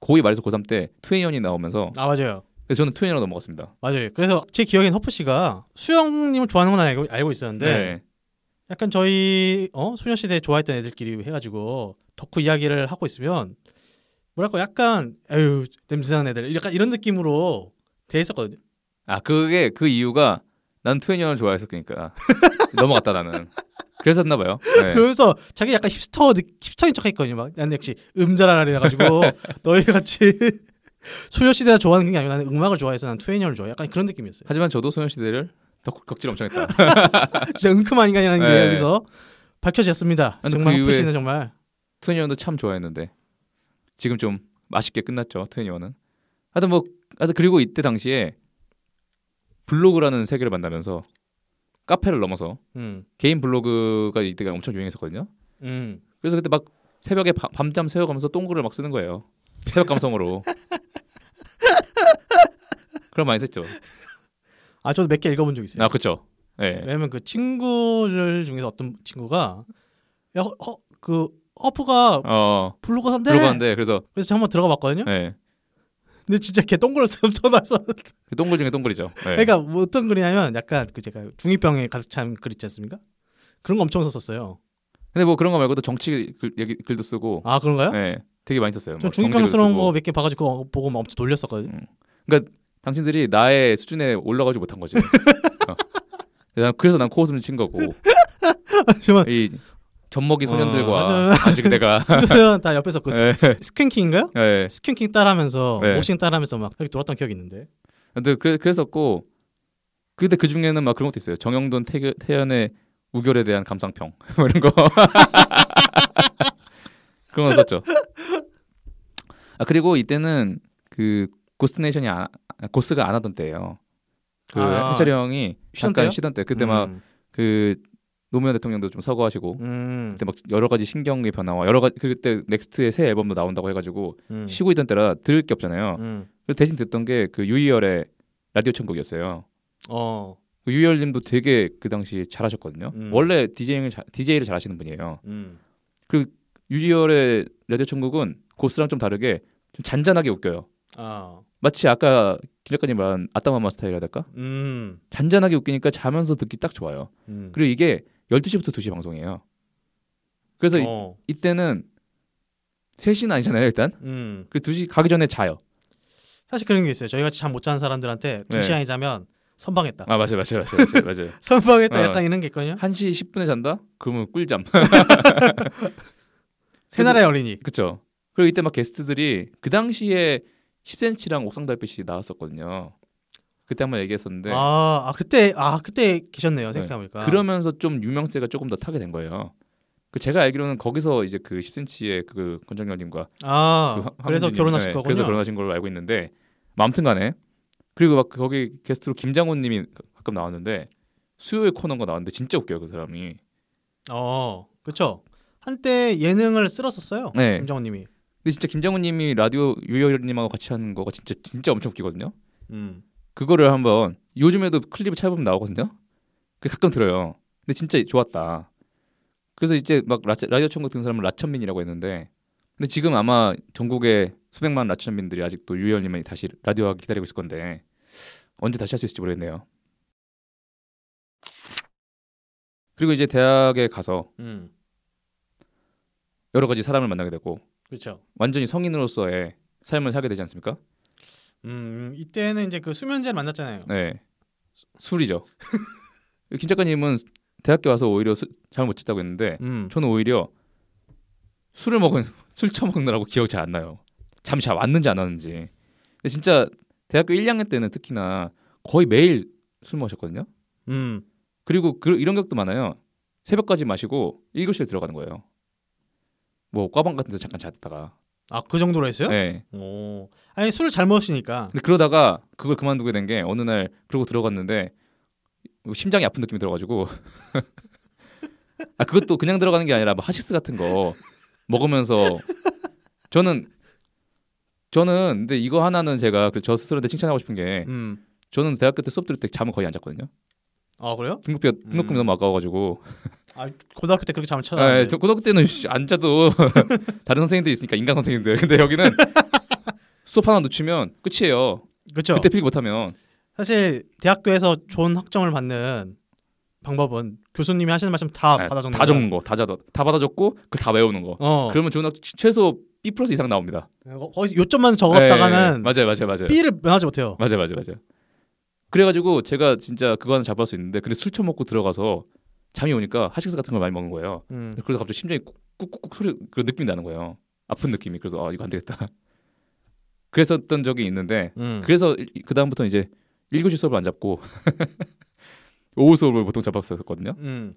Speaker 1: 고2 말해서 고3 때 투애니언이 나오면서
Speaker 2: 아, 맞아요.
Speaker 1: 그래서 저는 투애니언으로 넘어갔습니다.
Speaker 2: 맞아요. 그래서 제 기억엔 허프 씨가 수영님을 좋아하는 건 알고, 알고 있었는데
Speaker 1: 네.
Speaker 2: 약간 저희 어 소녀시대 좋아했던 애들끼리 해가지고 덕후 이야기를 하고 있으면 뭐랄까 약간 에휴 냄새나는 애들 약간 이런 느낌으로 대했었거든요.
Speaker 1: 아 그게 그 이유가 난 투애니언을 그러니까. 좋아했었으니까 *laughs* 넘어갔다 나는 그랬었나 봐요. 네.
Speaker 2: 그러면서 자기 약간 힙스터 느- 힙스터인 척했거든요. 막 나는 역시 음자라라
Speaker 1: *laughs*
Speaker 2: 해가지고 너희 같이 *laughs* 소녀시대 좋아하는 게 아니고 나는 음악을 좋아해서 난 투애니언을 좋아해. 약간
Speaker 1: *laughs*
Speaker 2: 그런 느낌이었어요.
Speaker 1: 하지만 저도 소녀시대를 덕, 덕질 엄청 했다.
Speaker 2: 진짜 은큼한 인간이라는 게
Speaker 1: 네.
Speaker 2: 여기서 밝혀졌습니다.
Speaker 1: 아니,
Speaker 2: 정말
Speaker 1: 그
Speaker 2: 허프
Speaker 1: 이후에-
Speaker 2: 씨는 정말
Speaker 1: 투애니언도 참 좋아했는데 지금 좀 아쉽게 끝났죠 투애니언은. 하여튼 뭐 하여튼 그리고 이때 당시에 블로그라는 세계를 만나면서 카페를 넘어서
Speaker 2: 음,
Speaker 1: 개인 블로그가 이때가 엄청 유행했었거든요.
Speaker 2: 음.
Speaker 1: 그래서 그때 막 새벽에 바- 밤잠 새워가면서 똥글을 막 쓰는 거예요. 새벽 감성으로. *laughs* 그럼 많이 썼죠.
Speaker 2: 아 저도 몇 개 읽어본 적 있어요.
Speaker 1: 아 그렇죠. 예.
Speaker 2: 왜냐면 그 친구들 중에서 어떤 친구가 야, 허, 허- 그 허프가
Speaker 1: 어.
Speaker 2: 블로그 산대.
Speaker 1: 들어가는데 그래서
Speaker 2: 그래서 한번 들어가 봤거든요.
Speaker 1: 예.
Speaker 2: 근데 진짜 걔 동그랗게 *laughs* 엄청나서.
Speaker 1: 그 동글 중에 동글이죠. 예.
Speaker 2: 그러니까 뭐 어떤 글이냐면 약간 그 제가 중이병에 가득 찬글 있지 않습니까? 그런 거 엄청 썼었어요.
Speaker 1: 근데 뭐 그런 거 말고도 정치 글, 얘기- 글도 쓰고
Speaker 2: 아 그런가요?
Speaker 1: 예. 되게 많이 썼어요.
Speaker 2: 전
Speaker 1: 뭐
Speaker 2: 중이병스러운
Speaker 1: 정치 글도
Speaker 2: 거
Speaker 1: 쓰고.
Speaker 2: 몇 개 봐가지고 그거 보고 막 엄청 돌렸었거든요. *laughs*
Speaker 1: 당신들이 나의 수준에 올라가지 못한
Speaker 2: *laughs*
Speaker 1: 거지. 어. 난- 그래서 난 코웃음 친 거고
Speaker 2: 하지만
Speaker 1: 이 젖먹이 소년들과
Speaker 2: 어,
Speaker 1: 아직
Speaker 2: *laughs*
Speaker 1: 내가
Speaker 2: 친구들은 다 옆에서 그
Speaker 1: 예.
Speaker 2: 스킨킹인가요?
Speaker 1: 예.
Speaker 2: 스킨킹 따라하면서
Speaker 1: 네.
Speaker 2: 모싱 따라하면서 막 이렇게 돌았던 기억이 있는데.
Speaker 1: 근데 그래, 그랬었고 근데 그 중에는 막 그런 것도 있어요. 정영돈 태, 태연의 우결에 대한 감상평 *laughs* 뭐 이런 거 그런 거 썼죠. 아 그리고 이때는 그 고스트네이션이 안, 아, 고스가 안 하던 때예요. 그
Speaker 2: 아,
Speaker 1: 해철이 형이
Speaker 2: 쉬던
Speaker 1: 잠깐
Speaker 2: 때요?
Speaker 1: 쉬던 때 그때
Speaker 2: 음,
Speaker 1: 막 그 노무현 대통령도 좀 서거하시고
Speaker 2: 음,
Speaker 1: 그때 막 여러 가지 신경의 변화와 여러 가지 그때 넥스트의 새 앨범도 나온다고 해가지고
Speaker 2: 음,
Speaker 1: 쉬고 있던 때라 들을 게 없잖아요.
Speaker 2: 음.
Speaker 1: 그래서 대신 듣던 게 그 유이열의 라디오 천국이었어요.
Speaker 2: 어.
Speaker 1: 그 유열님도 되게 그 당시 잘하셨거든요.
Speaker 2: 음.
Speaker 1: 원래 디제잉을 자, DJ를 잘하시는 분이에요.
Speaker 2: 음.
Speaker 1: 유열의 라디오 천국은 고스랑 좀 다르게 좀 잔잔하게 웃겨요.
Speaker 2: 아.
Speaker 1: 마치 아까 길 작가님 말한 아따마마 스타일이라 될까?
Speaker 2: 음.
Speaker 1: 잔잔하게 웃기니까 자면서 듣기 딱 좋아요.
Speaker 2: 음.
Speaker 1: 그리고 이게 12시부터 2시 방송이에요. 그래서 이,
Speaker 2: 어.
Speaker 1: 이때는 3시는 아니잖아요, 일단.
Speaker 2: 음.
Speaker 1: 그 2시 가기 전에 자요.
Speaker 2: 사실 그런 게 있어요. 저희 같이 잠 못 자는 사람들한테 두
Speaker 1: 네.
Speaker 2: 시간이 자면 선방했다.
Speaker 1: 아, 맞아요, 맞아요, 맞아요, 맞아요. 맞아요.
Speaker 2: *laughs* 선방했다
Speaker 1: 어.
Speaker 2: 약간 이런 게 있거든요.
Speaker 1: 1시 10분에 잔다? 그러면 꿀잠.
Speaker 2: 새나라의 어린이.
Speaker 1: 그쵸. 그리고 이때 막 게스트들이 그 당시에 10cm랑 옥상달빛이 나왔었거든요. 그때 한번 얘기했었는데
Speaker 2: 아, 아 그때 아 그때 계셨네요. 생각해보니까.
Speaker 1: 네. 그러면서 좀 유명세가 조금 더 타게 된 거예요. 그 제가 알기로는 거기서 이제 그 10cm의 그 건정열님과 그
Speaker 2: 아
Speaker 1: 황-
Speaker 2: 그래서
Speaker 1: 황민주님,
Speaker 2: 결혼하실
Speaker 1: 네,
Speaker 2: 거군요.
Speaker 1: 그래서 결혼하신 걸로 알고 있는데 뭐 아무튼간에 그리고 막 거기 게스트로 김장훈님이 가끔 나왔는데 수요일 코너가 나왔는데 진짜 웃겨요 그 사람이.
Speaker 2: 어, 그렇죠. 한때 예능을 쓸었었어요.
Speaker 1: 네.
Speaker 2: 김정호님이.
Speaker 1: 근데 진짜 김장훈님이 라디오 유열님하고 같이 하는 거가 진짜 진짜 엄청 웃기거든요.
Speaker 2: 음.
Speaker 1: 그거를 한번 요즘에도 클립을 찾아보면 나오거든요. 그 가끔 들어요. 근데 진짜 좋았다. 그래서 이제 막 라, 라디오 천국 듣는 사람은 라천민이라고 했는데 근데 지금 아마 전국에 수백만 라천민들이 아직도 유열님이 다시 라디오 하기 기다리고 있을 건데 언제 다시 할 수 있을지 모르겠네요. 그리고 이제 대학에 가서
Speaker 2: 음.
Speaker 1: 여러 가지 사람을 만나게 되고
Speaker 2: 그렇죠.
Speaker 1: 완전히 성인으로서의 삶을 살게 되지 않습니까?
Speaker 2: 음, 이때는 이제 그 수면제를 만났잖아요.
Speaker 1: 네. 수- 술이죠. *laughs* 김 작가님은 대학교 와서 오히려 술 잘못 짓다고 했는데
Speaker 2: 음.
Speaker 1: 저는 오히려 술을 먹은 *laughs* 술 처먹느라고 기억이 잘 안 나요. 잠이 잘 왔는지 안 왔는지. 근데 진짜 대학교 1학년 때는 특히나 거의 매일 술 마셨거든요.
Speaker 2: 음.
Speaker 1: 그리고 그, 이런 격도 많아요. 새벽까지 마시고 1교시에 들어가는 거예요. 뭐 과방 같은 데서 잠깐 잤다가.
Speaker 2: 아 그 정도로 했어요?
Speaker 1: 네.
Speaker 2: 오. 아니 술을 잘 먹으시니까.
Speaker 1: 근데 그러다가 그걸 그만두게 된 게 어느 날 그러고 들어갔는데 심장이 아픈 느낌이 들어가지고 *laughs* 아 그것도 그냥 들어가는 게 아니라 뭐 하식스 같은 거 먹으면서 저는 저는 근데 이거 하나는 제가 그 저 스스로한테 칭찬하고 싶은 게
Speaker 2: 음.
Speaker 1: 저는 대학교 때 수업 들을 때 잠을 거의 안 잤거든요.
Speaker 2: 아 그래요?
Speaker 1: 등급비가 등록금이
Speaker 2: 음.
Speaker 1: 너무 아까워가지고
Speaker 2: 아 고등학교 때 그렇게 잠을 쳐놨
Speaker 1: 아,
Speaker 2: 는
Speaker 1: 예,
Speaker 2: 데
Speaker 1: 저 고등학교 때는 씨, 안 자도 *laughs* 다른 선생님들 있으니까 인간 선생님들 근데
Speaker 2: *laughs*
Speaker 1: 여기는 수업 하나 놓치면 끝이에요.
Speaker 2: 그렇죠.
Speaker 1: 그때 필기 못하면
Speaker 2: 사실 대학교에서 좋은 학점을 받는 방법은 교수님이 하시는 말씀 다
Speaker 1: 네,
Speaker 2: 받아 적는
Speaker 1: 다
Speaker 2: 거예요.
Speaker 1: 적는 거, 다 적어, 다 받아적고 그 다 외우는 거.
Speaker 2: 어.
Speaker 1: 그러면 좋은 학 최소 B 플러스 이상 나옵니다.
Speaker 2: 거- 거기서 요점만 적었다가는
Speaker 1: 네, 맞아요, 맞아요, 맞아요.
Speaker 2: B를 면하지 못해요.
Speaker 1: 맞아요, 맞아요, 맞아요. 그래가지고 제가 진짜 그거 하나 잡을 수 있는데 근데 술 처먹고 들어가서 잠이 오니까 하식스 같은 걸 많이 먹은 거예요.
Speaker 2: 음.
Speaker 1: 그래서 갑자기 심장이 꾹- 꾹꾹꾹 소리 그 느낌이 나는 거예요. 아픈 느낌이. 그래서 아 이거 안 되겠다. *laughs* 그랬었던 적이 있는데
Speaker 2: 음.
Speaker 1: 그래서 그 다음부터 이제 1교시 수업을 안 잡고 *laughs* 오후 수업을 보통 잡았었거든요.
Speaker 2: 음.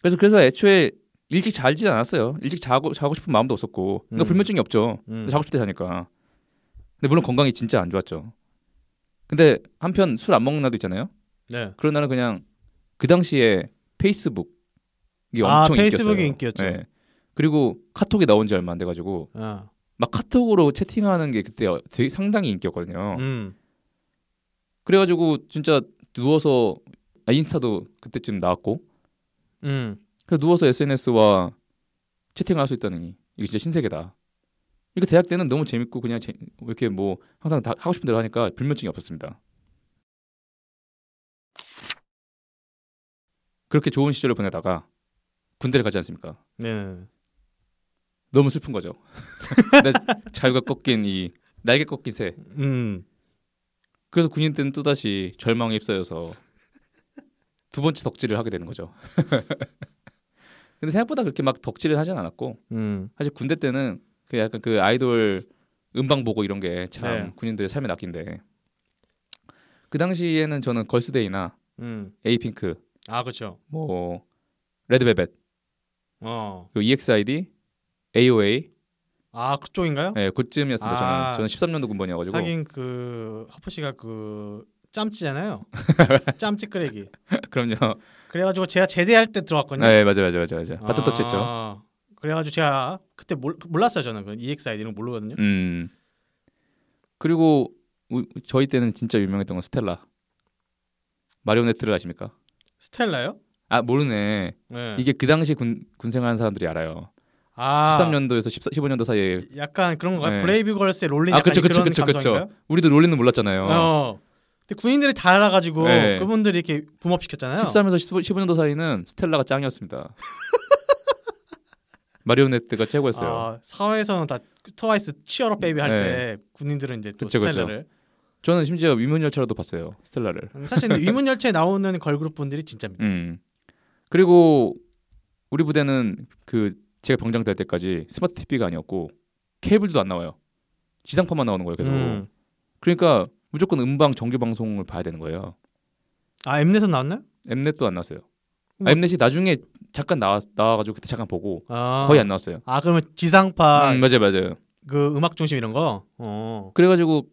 Speaker 1: 그래서 그래서 애초에 일찍 잘지 않았어요. 일찍 자고 자고 싶은 마음도 없었고, 그러니까
Speaker 2: 음.
Speaker 1: 불면증이 없죠.
Speaker 2: 음.
Speaker 1: 자고 싶을 때 자니까. 근데 물론 건강이 진짜 안 좋았죠. 근데 한편 술 안 먹는 날도 있잖아요.
Speaker 2: 네.
Speaker 1: 그런 날은 그냥 그 당시에 페이스북이
Speaker 2: 아,
Speaker 1: 엄청
Speaker 2: 페이스북이
Speaker 1: 인기였어요.
Speaker 2: 인기였죠.
Speaker 1: 네. 그리고 카톡이 나온 지 얼마 안 돼가지고
Speaker 2: 아.
Speaker 1: 막 카톡으로 채팅하는 게 그때 되게 상당히 인기였거든요.
Speaker 2: 음.
Speaker 1: 그래가지고 진짜 누워서 아, 인스타도 그때쯤 나왔고
Speaker 2: 음.
Speaker 1: 그래서 누워서 SNS와 채팅을 할 수 있다니 이게 진짜 신세계다. 이거 대학 때는 너무 재밌고 그냥 재- 이렇게 뭐 항상 다 하고 싶은 대로 하니까 불면증이 없었습니다. 그렇게 좋은 시절을 보내다가 군대를 가지 않습니까?
Speaker 2: 네.
Speaker 1: 너무 슬픈 거죠. *laughs* 내 자유가 꺾인 이 날개 꺾인 새.
Speaker 2: 음.
Speaker 1: 그래서 군인 때는 또 다시 절망에 휩싸여서 두 번째 덕질을 하게 되는 거죠. *laughs* 근데 생각보다 그렇게 막 덕질을 하진 않았고
Speaker 2: 음.
Speaker 1: 사실 군대 때는 그 약간 그 아이돌 음방 보고 이런 게 참
Speaker 2: 네.
Speaker 1: 군인들의 삶의 낙인데 그 당시에는 저는 걸스데이나
Speaker 2: 음.
Speaker 1: 에이핑크
Speaker 2: 아, 그렇죠.
Speaker 1: 뭐 레드벨벳 E
Speaker 2: 어.
Speaker 1: 그리고 EXID AOA
Speaker 2: 아, 그쪽인가요?
Speaker 1: 예 그쯤이었습니다
Speaker 2: 아.
Speaker 1: 저는 저는 13년도 군번이어가지고
Speaker 2: 하긴 그 허프 씨가 그 짬찌잖아요.
Speaker 1: *laughs*
Speaker 2: 짬찌 끄레기.
Speaker 1: *laughs* 그럼요
Speaker 2: 그래가지고 제가 제대할 때 들어왔거든요.
Speaker 1: 네 맞아 맞아 맞아 맞아 바트
Speaker 2: 아,
Speaker 1: 터치했죠
Speaker 2: 그래가지고 제가 그때 몰, 몰랐어요 저는 그 EXID 이런 거 모르거든요.
Speaker 1: 음 그리고 우- 저희 때는 진짜 유명했던 건 스텔라 마리오네트를 아십니까
Speaker 2: 스텔라요?
Speaker 1: 아 모르네
Speaker 2: 네.
Speaker 1: 이게 그 당시 군, 군 생활하는 사람들이 알아요
Speaker 2: 아,
Speaker 1: 13년도에서 14, 15년도 사이에
Speaker 2: 약간 그런 거요
Speaker 1: 네.
Speaker 2: 브레이브걸스의 롤린
Speaker 1: 아,
Speaker 2: 약간
Speaker 1: 그쵸, 그쵸,
Speaker 2: 그런
Speaker 1: 그쵸, 그쵸.
Speaker 2: 감성인가요?
Speaker 1: 우리도 롤린은 몰랐잖아요.
Speaker 2: 어. 근데 군인들이 다 알아가지고
Speaker 1: 네.
Speaker 2: 그분들이 이렇게 붐업 시켰잖아요.
Speaker 1: 13에서 15, 년도 사이는 스텔라가
Speaker 2: *laughs*
Speaker 1: 짱이었습니다. 마리오네트가 최고였어요. 네.
Speaker 2: 아, 사회에서는 다 트와이스 치어업 베이비 할 때 군인들은 이제 또
Speaker 1: 그쵸, 그쵸.
Speaker 2: 스텔라를 음,
Speaker 1: 저는 심지어 위문열차로도 봤어요. 스텔라를.
Speaker 2: 사실 근데 위문 열차에 나오는 걸그룹 분들이 진짜입니다.
Speaker 1: 음. 그리고 우리 부대는 그 제가 병장 될 때까지 스마트 TV가 아니었고 케이블도 안 나와요. 지상파만 나오는 거예요. 계속.
Speaker 2: 음.
Speaker 1: 그러니까 무조건 음방 정규 방송을 봐야 되는 거예요.
Speaker 2: 아 엠넷은 나왔나요?
Speaker 1: 엠넷도 안 나왔어요.
Speaker 2: 음.
Speaker 1: 아, 엠넷이 나중에 잠깐 나와 나와가지고 그때 잠깐 보고
Speaker 2: 아.
Speaker 1: 거의 안 나왔어요.
Speaker 2: 아 그러면 지상파
Speaker 1: 음, 맞아요, 맞아요.
Speaker 2: 그 음악 중심 이런 거. 어.
Speaker 1: 그래가지고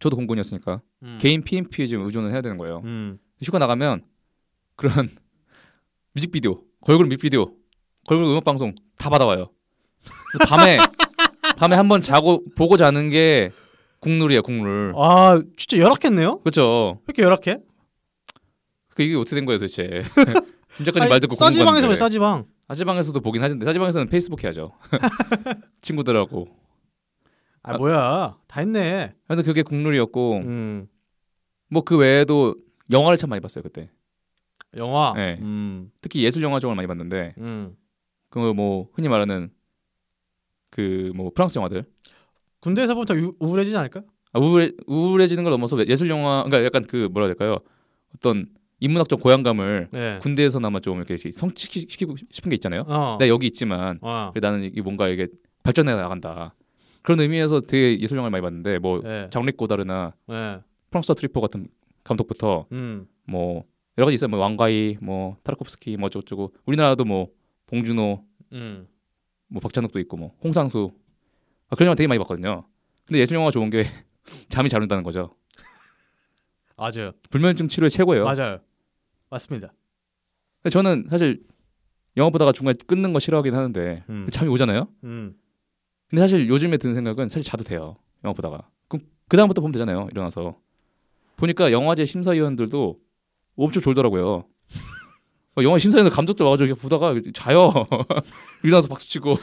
Speaker 1: 저도 공군이었으니까
Speaker 2: 음.
Speaker 1: 개인 PMP에 지금 의존을 해야 되는 거예요.
Speaker 2: 음.
Speaker 1: 휴가 나가면 그런 *laughs* 뮤직비디오, 걸그룹 뮤직비디오, 걸그룹 음악 방송 다 받아와요. 그래서
Speaker 2: *laughs*
Speaker 1: 밤에 밤에 한 번 자고 보고 자는 게 국룰이에요, 국룰.
Speaker 2: 아 진짜 열악했네요.
Speaker 1: 그렇죠.
Speaker 2: 왜 이렇게 열악해?
Speaker 1: 그 이게 어떻게 된 거예요,
Speaker 2: *laughs*
Speaker 1: 도대체? 그 김 작가님
Speaker 2: 아니,
Speaker 1: 말 듣고
Speaker 2: 싸지방에서 왜
Speaker 1: 궁금한데.
Speaker 2: 싸지방?
Speaker 1: 싸지방에서도 보긴 하는데 싸지방에서는 페이스북
Speaker 2: *laughs*
Speaker 1: 해야죠. 친구들하고.
Speaker 2: 아,
Speaker 1: 아. 어.
Speaker 2: 뭐야 다 했네.
Speaker 1: 하여튼 그게 국룰이었고
Speaker 2: 음.
Speaker 1: 뭐 그 외에도 영화를 참 많이 봤어요 그때.
Speaker 2: 영화.
Speaker 1: 네.
Speaker 2: 음.
Speaker 1: 특히 예술 영화 쪽을 많이 봤는데
Speaker 2: 음.
Speaker 1: 그 뭐 흔히 말하는 그 뭐 프랑스 영화들
Speaker 2: 군대에서부터 유, 우울해지지 않을까?
Speaker 1: 아, 우울해, 우울해지는 걸 넘어서 예술 영화 그러니까 약간 그 뭐라 해야 될까요 어떤 인문학적 고향감을
Speaker 2: 예.
Speaker 1: 군대에서나마 좀 이렇게 성취시키고 싶은 게 있잖아요. 네.
Speaker 2: 어.
Speaker 1: 내가 여기 있지만
Speaker 2: 어.
Speaker 1: 그래, 나는 이게 뭔가 이게 발전해 나간다. 그런 의미에서 되게 예술 영화를 많이 봤는데 뭐
Speaker 2: 예.
Speaker 1: 장르 고다르나
Speaker 2: 예.
Speaker 1: 프랑스와 트리포 같은 감독부터
Speaker 2: 음.
Speaker 1: 뭐 여러 가지 있어요. 뭐 왕가이, 뭐 타르코프스키, 뭐 어쩌고저쩌고 우리나라도 뭐 봉준호,
Speaker 2: 음.
Speaker 1: 뭐 박찬욱도 있고 뭐 홍상수 아, 그런 영화 되게 많이 봤거든요. 근데 예술 영화가 좋은 게 *laughs* 잠이 잘 온다는 거죠.
Speaker 2: 맞아요.
Speaker 1: 불면증 치료에 최고예요.
Speaker 2: 맞아요. 맞습니다.
Speaker 1: 근데 저는 사실 영화 보다가 중간에 끊는 거 싫어하긴 하는데
Speaker 2: 음.
Speaker 1: 잠이 오잖아요. *laughs*
Speaker 2: 음.
Speaker 1: 근데 사실 요즘에 드는 생각은 사실 자도 돼요. 영화 보다가 그럼 그 다음부터 보면 되잖아요. 일어나서 보니까 영화제 심사위원들도 엄청 졸더라고요. 어, 영화 심사위원 감독들 와가지고 이렇게 보다가 자요. *laughs* 일어나서 박수 치고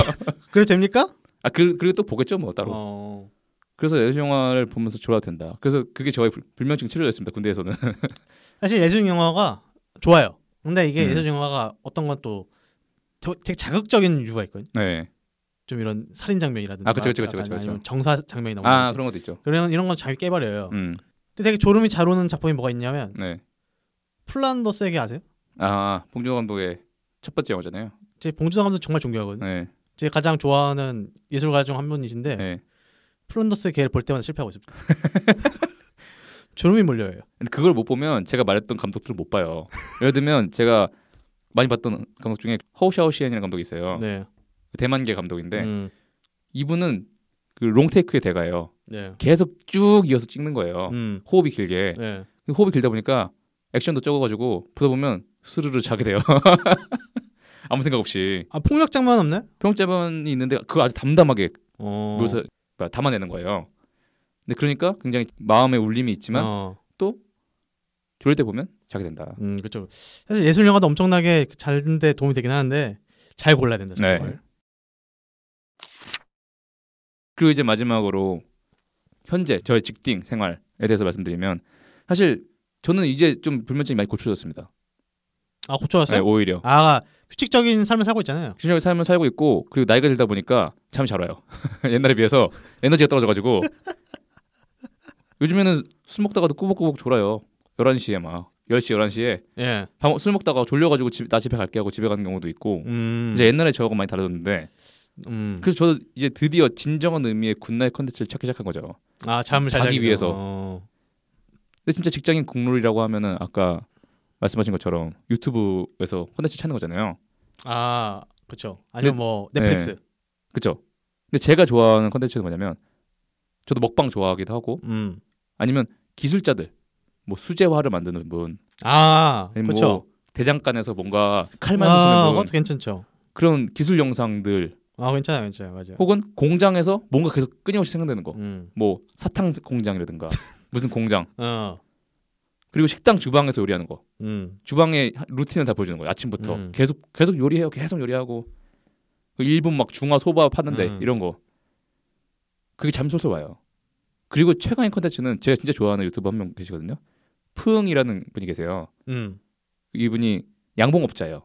Speaker 1: *laughs*
Speaker 2: 그래도 됩니까?
Speaker 1: 아 그, 그리고 또 보겠죠 뭐 따로.
Speaker 2: 어.
Speaker 1: 그래서 예술 영화를 보면서 졸아도 된다. 그래서 그게 저의 불- 불면증 치료였습니다. 군대에서는. *laughs*
Speaker 2: 사실 예술 영화가 좋아요. 근데 이게
Speaker 1: 음.
Speaker 2: 예술 영화가 어떤 건 또 되게 자극적인 이유가 있거든.
Speaker 1: 네.
Speaker 2: 좀 이런 살인 장면이라든가
Speaker 1: 아, 그쵸, 그쵸, 그쵸,
Speaker 2: 약간
Speaker 1: 그쵸, 그쵸.
Speaker 2: 아니면 정사 장면이 나오는
Speaker 1: 아
Speaker 2: 아,
Speaker 1: 그런 것도 있죠.
Speaker 2: 그러면 이런 건 잠이 깨버려요.
Speaker 1: 음.
Speaker 2: 근데 되게 졸음이 잘 오는 작품이 뭐가 있냐면
Speaker 1: 네.
Speaker 2: 플란더스에게 아세요?
Speaker 1: 아 봉준호 감독의 첫 번째 영화잖아요.
Speaker 2: 제 봉준호 감독 정말 존경하거든요.
Speaker 1: 네.
Speaker 2: 제 가장 좋아하는 예술가 중 한 분이신데
Speaker 1: 네.
Speaker 2: 플란더스 걔를 볼 때마다 실패하고 있습니다. *laughs* 졸음이 몰려요.
Speaker 1: 근데 그걸 못 보면 제가 말했던 감독들을 못 봐요. 예를 들면 제가 많이 봤던 감독 중에 허우샤오시엔이라는 감독이 있어요. 네.
Speaker 2: 네.
Speaker 1: 대만계 감독인데
Speaker 2: 음,
Speaker 1: 이분은 그 롱테이크의 대가예요.
Speaker 2: 네.
Speaker 1: 계속 쭉 이어서 찍는 거예요.
Speaker 2: 음.
Speaker 1: 호흡이 길게.
Speaker 2: 네.
Speaker 1: 호흡이 길다 보니까 액션도 적어가지고 보다 보면 스르르 자게 돼요. *laughs* 아무 생각 없이
Speaker 2: 아 폭력 장면 없네?
Speaker 1: 평점이 있는데 그걸 아주 담담하게
Speaker 2: 어.
Speaker 1: 묘사 뭐야, 담아내는 거예요. 근데 그러니까 굉장히 마음의 울림이 있지만
Speaker 2: 어.
Speaker 1: 졸릴 때 보면 자게 된다.
Speaker 2: 음, 그렇죠. 사실 예술 영화도 엄청나게 자는데 도움이 되긴 하는데 잘 골라야 된다.
Speaker 1: 네.
Speaker 2: 정말.
Speaker 1: 그리고 이제 마지막으로 현재 저의 직딩 생활에 대해서 말씀드리면 사실 저는 이제 좀 불면증이 많이 고쳐졌습니다.
Speaker 2: 아
Speaker 1: 네,
Speaker 2: 고쳐왔어요?
Speaker 1: 오히려
Speaker 2: 아 규칙적인 삶을 살고 있잖아요.
Speaker 1: 규칙적인 삶을 살고 있고 그리고 나이가 들다 보니까 잠이 잘 와요. *laughs* 옛날에 비해서 에너지가 떨어져가지고 요즘에는 술 먹다가도 꾸벅꾸벅 졸아요. 11시에 막 10시 11시에
Speaker 2: 예.
Speaker 1: 술 먹다가 졸려가지고 집, 나 집에 갈게 하고 집에 가는 경우도 있고
Speaker 2: 음.
Speaker 1: 이제 옛날에 저하고 많이 다르던데
Speaker 2: 음.
Speaker 1: 그래서 저도 이제 드디어 진정한 의미의 굿나잇 컨텐츠를 찾기 시작한 거죠.
Speaker 2: 아 잠을 잘
Speaker 1: 자기
Speaker 2: 자기
Speaker 1: 위해서.
Speaker 2: 어.
Speaker 1: 근데 진짜 직장인 국룰이라고 하면은 아까 말씀하신 것처럼 유튜브에서 컨텐츠 찾는 거잖아요.
Speaker 2: 아 그렇죠.
Speaker 1: 네.
Speaker 2: 아니면 뭐 넷플릭스.
Speaker 1: 그쵸? 근데 제가 좋아하는 컨텐츠는 뭐냐면 저도 먹방 좋아하기도 하고
Speaker 2: 음.
Speaker 1: 아니면 기술자들 뭐 수제화를 만드는 분
Speaker 2: 아
Speaker 1: 아니면
Speaker 2: 그렇죠.
Speaker 1: 뭐 대장간에서 뭔가 칼 만드시는
Speaker 2: 아,
Speaker 1: 분
Speaker 2: 그것도 괜찮죠.
Speaker 1: 그런 기술 영상들
Speaker 2: 아 괜찮아요, 괜찮아요, 맞아요.
Speaker 1: 혹은 공장에서 뭔가 계속 끊임없이 생각되는
Speaker 2: 음.
Speaker 1: 거 뭐 사탕
Speaker 2: *laughs*
Speaker 1: 공장이라든가 무슨 공장
Speaker 2: 어.
Speaker 1: 그리고 식당 주방에서 요리하는 거
Speaker 2: 음.
Speaker 1: 주방의 루틴을 다 보여주는 거예요. 아침부터
Speaker 2: 음.
Speaker 1: 계속 계속 요리해요. 계속 요리하고 그 일본 막 중화 소바 파는데
Speaker 2: 음.
Speaker 1: 이런 거 그게 잠이 솔솔 와요. 그리고 최강의 컨텐츠는 제가 진짜 좋아하는 유튜버 한 명 계시거든요. 푸응이라는 분이 계세요.
Speaker 2: 음.
Speaker 1: 이분이 양봉업자예요.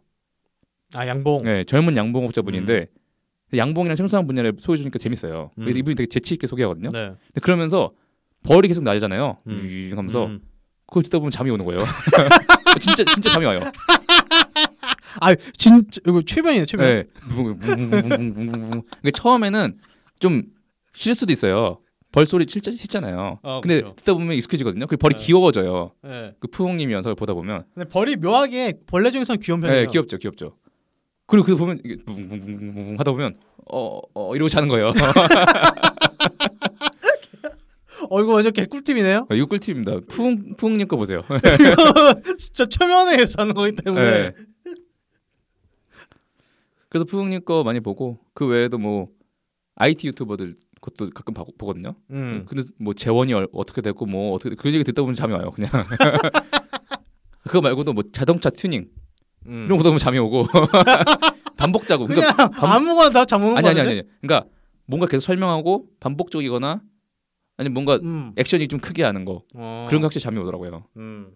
Speaker 2: 아 양봉.
Speaker 1: 네, 젊은 양봉업자 분인데 양봉이랑 생소한 분야를 소개해주니까 재밌어요. 그래서
Speaker 2: 음.
Speaker 1: 이분이 되게 재치 있게 소개하거든요.
Speaker 2: 네.
Speaker 1: 근데 그러면서 벌이 계속 낮잖아요.
Speaker 2: 음.
Speaker 1: 윙 하면서
Speaker 2: 음.
Speaker 1: 그걸 듣다 보면 잠이 오는 거예요. *laughs* 진짜 진짜 잠이 와요.
Speaker 2: 아 진짜 이거 최면이네, 최면.
Speaker 1: 네. 그러니까 처음에는 좀 싫을 수도 있어요. 벌 소리 진짜 싫잖아요.
Speaker 2: 어,
Speaker 1: 근데
Speaker 2: 그렇죠.
Speaker 1: 듣다 보면 익숙해지거든요. 그 벌이
Speaker 2: 네.
Speaker 1: 귀여워져요.
Speaker 2: 네.
Speaker 1: 그 푸홍님 연설을 보다 보면
Speaker 2: 근데 벌이 묘하게 벌레 중에서는 귀여운 편이에요.
Speaker 1: 네, 귀엽죠, 귀엽죠. 그리고 그 보면 이게 뭉뭉뭉뭉 하다 보면 어, 어 이러고 자는
Speaker 2: *laughs*
Speaker 1: 거예요.
Speaker 2: 어 이거 완전 개꿀팁이네요. *laughs*
Speaker 1: 이거 꿀팁입니다. 푸홍 푸홍님 거 보세요.
Speaker 2: 진짜 최면에 사는 거기
Speaker 1: 네.
Speaker 2: 때문에.
Speaker 1: 그래서 푸홍님 거 많이 보고 그 외에도 뭐 IT 유튜버들 것도 가끔 봐- 보거든요.
Speaker 2: 음.
Speaker 1: 근데 뭐 재원이 얼- 어떻게 됐고 뭐 어떻게 그 얘기 듣다 보면 잠이 와요 그냥 *laughs* 그거 말고도 뭐 자동차 튜닝
Speaker 2: 음.
Speaker 1: 이런 거도 보면 잠이 오고 *laughs* 반복 작업
Speaker 2: 그냥
Speaker 1: 그러니까 밤-
Speaker 2: 아무거나 다 잡는 거
Speaker 1: 아니 아니
Speaker 2: 같은데.
Speaker 1: 아니 그러니까 뭔가 계속 설명하고 반복적이거나 아니 뭔가
Speaker 2: 음.
Speaker 1: 액션이 좀 크게 하는 거
Speaker 2: 어.
Speaker 1: 그런 게 확실히 잠이 오더라고요
Speaker 2: 음.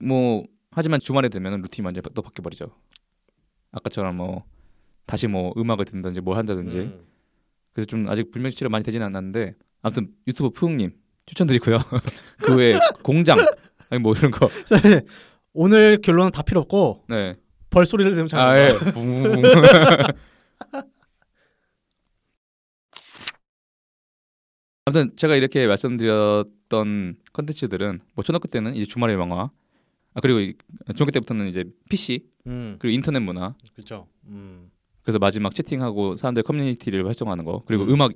Speaker 1: 뭐 하지만 주말에 되면 루틴이 완전 또 바뀌어 버리죠 아까처럼 뭐 다시 뭐 음악을 듣는다든지 뭘 한다든지
Speaker 2: 음. *laughs*
Speaker 1: 그래서 좀 아직 불면증 치료 *laughs* 많이 되진 않았는데 아무튼 유튜브 푸웅님 추천드리고요. 그 외에 공장 아니 뭐 이런 거.
Speaker 2: 사실 오늘 결론은 다 필요 없고
Speaker 1: 네.
Speaker 2: 벌 소리를 들으면 잘.
Speaker 1: 아
Speaker 2: 아,
Speaker 1: 예. 붕붕붕. *laughs* 아무튼 제가 이렇게 말씀드렸던 컨텐츠들은 뭐 초등학교 때는 이제 주말의 영화, 아 그리고 이- 중학교 때부터는 이제 PC
Speaker 2: 음,
Speaker 1: 그리고 인터넷 문화.
Speaker 2: 그렇죠. 음,
Speaker 1: 그래서 마지막 채팅하고 사람들 커뮤니티를 활성화하는 거. 그리고
Speaker 2: 음.
Speaker 1: 음. 악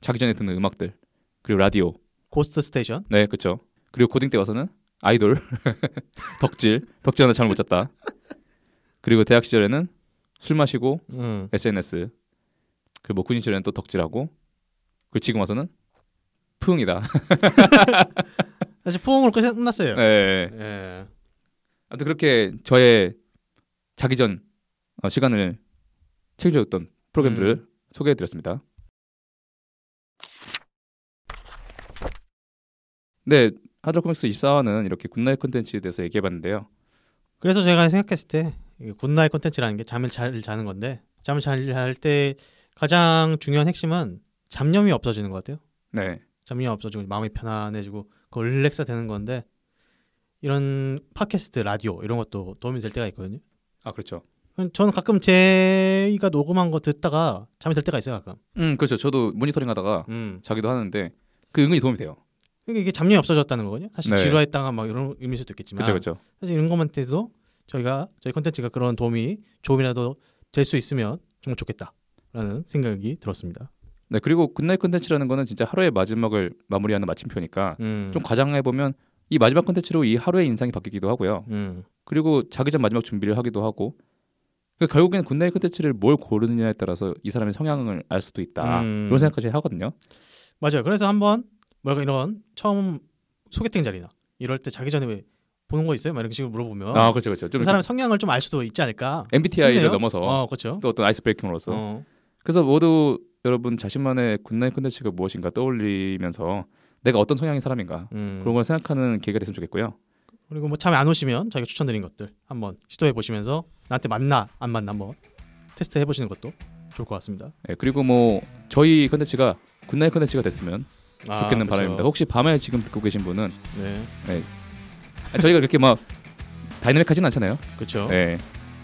Speaker 1: 자기 전에 듣는 음악들. 그리고 라디오.
Speaker 2: 고스트 스테이션.
Speaker 1: 네, 그렇죠. 그리고 고딩 때 와서는 아이돌, *laughs* 덕질, 덕질 하나 잘못 잤다. 그리고 대학 시절에는 술 마시고
Speaker 2: 음,
Speaker 1: SNS. 그리고 뭐 군인 시절에는 또 덕질하고. 그리고 지금 와서는 풍이다.
Speaker 2: 사실 포옹으로 끝났어요.
Speaker 1: 네.
Speaker 2: 예.
Speaker 1: 아무튼 그렇게 저의 자기 전 어, 시간을 책임져줬던 프로그램들을 소개해드렸습니다. 네, 하드코믹스 24화는 이렇게 굿나잇 콘텐츠에 대해서 얘기해봤는데요.
Speaker 2: 그래서 제가 생각했을 때 이게 굿나잇 콘텐츠라는 게 잠을 잘 자는 건데 잠을 잘 잘 때 가장 중요한 핵심은 잡념이 없어지는 것 같아요.
Speaker 1: 네,
Speaker 2: 잡념이 없어지고 마음이 편안해지고 그 릴렉스 되는 건데 이런 팟캐스트 라디오 이런 것도 도움이 될 때가 있거든요.
Speaker 1: 아 그렇죠.
Speaker 2: 저는 가끔 제가 녹음한 거 듣다가 잠이 들 때가 있어요 가끔.
Speaker 1: 음, 그렇죠. 저도 모니터링하다가
Speaker 2: 음.
Speaker 1: 자기도 하는데 그 은근히 도움이 돼요.
Speaker 2: 그러니까 이게 잡념이 없어졌다는 거거든요. 사실
Speaker 1: 네.
Speaker 2: 지루했다가 막 이런 의미일 수도 있겠지만
Speaker 1: 그렇죠, 그렇죠.
Speaker 2: 사실 이런 것만 돼도 저희가 저희 컨텐츠가 그런 도움이 조금이라도 될 수 있으면 정말 좋겠다라는 생각이 들었습니다.
Speaker 1: 네, 그리고 굿나잇 콘텐츠라는 거는 진짜 하루의 마지막을 마무리하는 마침표니까
Speaker 2: 음.
Speaker 1: 좀 과장해 보면 이 마지막 콘텐츠로 이 하루의 인상이 바뀌기도 하고요.
Speaker 2: 음.
Speaker 1: 그리고 자기 전 마지막 준비를 하기도 하고 그 결국엔 굿나잇 콘텐츠를 뭘 고르느냐에 따라서 이 사람의 성향을 알 수도 있다
Speaker 2: 음.
Speaker 1: 이런 생각까지 하거든요
Speaker 2: 맞아요. 그래서 한번 뭐랄까 이런 처음 소개팅 자리나 이럴 때 자기 전에 왜 보는 거 있어요? 막 이런 식으로 물어보면
Speaker 1: 아 그렇죠 그렇죠 좀
Speaker 2: 그 사람의 성향을 좀 알 수도 있지 않을까?
Speaker 1: MBTI를
Speaker 2: 싶네요.
Speaker 1: 넘어서
Speaker 2: 어, 그렇죠.
Speaker 1: 또 어떤 아이스 브레이킹으로서
Speaker 2: 어.
Speaker 1: 그래서 모두 여러분 자신만의 굿나잇 콘텐츠가 무엇인가 떠올리면서 내가 어떤 성향의 사람인가
Speaker 2: 음.
Speaker 1: 그런 걸 생각하는 계기가 됐으면 좋겠고요
Speaker 2: 그리고 뭐 잠이 안 오시면 저희가 추천드린 것들 한번 시도해 보시면서 나한테 맞나 안 맞나 한번 테스트 해 보시는 것도 좋을 것 같습니다.
Speaker 1: 예, 그리고 뭐 저희 콘텐츠가 굿나잇 콘텐츠가 됐으면
Speaker 2: 아,
Speaker 1: 좋겠는
Speaker 2: 그렇죠.
Speaker 1: 바람입니다 혹시 밤에 지금 듣고 계신 분은
Speaker 2: 네,
Speaker 1: 아, 저희가 이렇게 막 다이나믹하진 않잖아요
Speaker 2: 그렇죠.
Speaker 1: 네.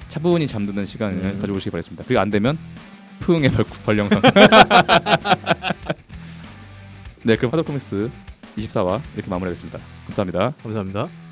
Speaker 1: 차분히 잠드는 시간을
Speaker 2: 음.
Speaker 1: 가져보시기 바라겠습니다. 그리고 안 되면 푸응의 벌, 벌
Speaker 2: *laughs*
Speaker 1: 영상. 네, 그럼 하드코믹스 24화 이렇게 마무리하겠습니다. 감사합니다.
Speaker 2: 감사합니다.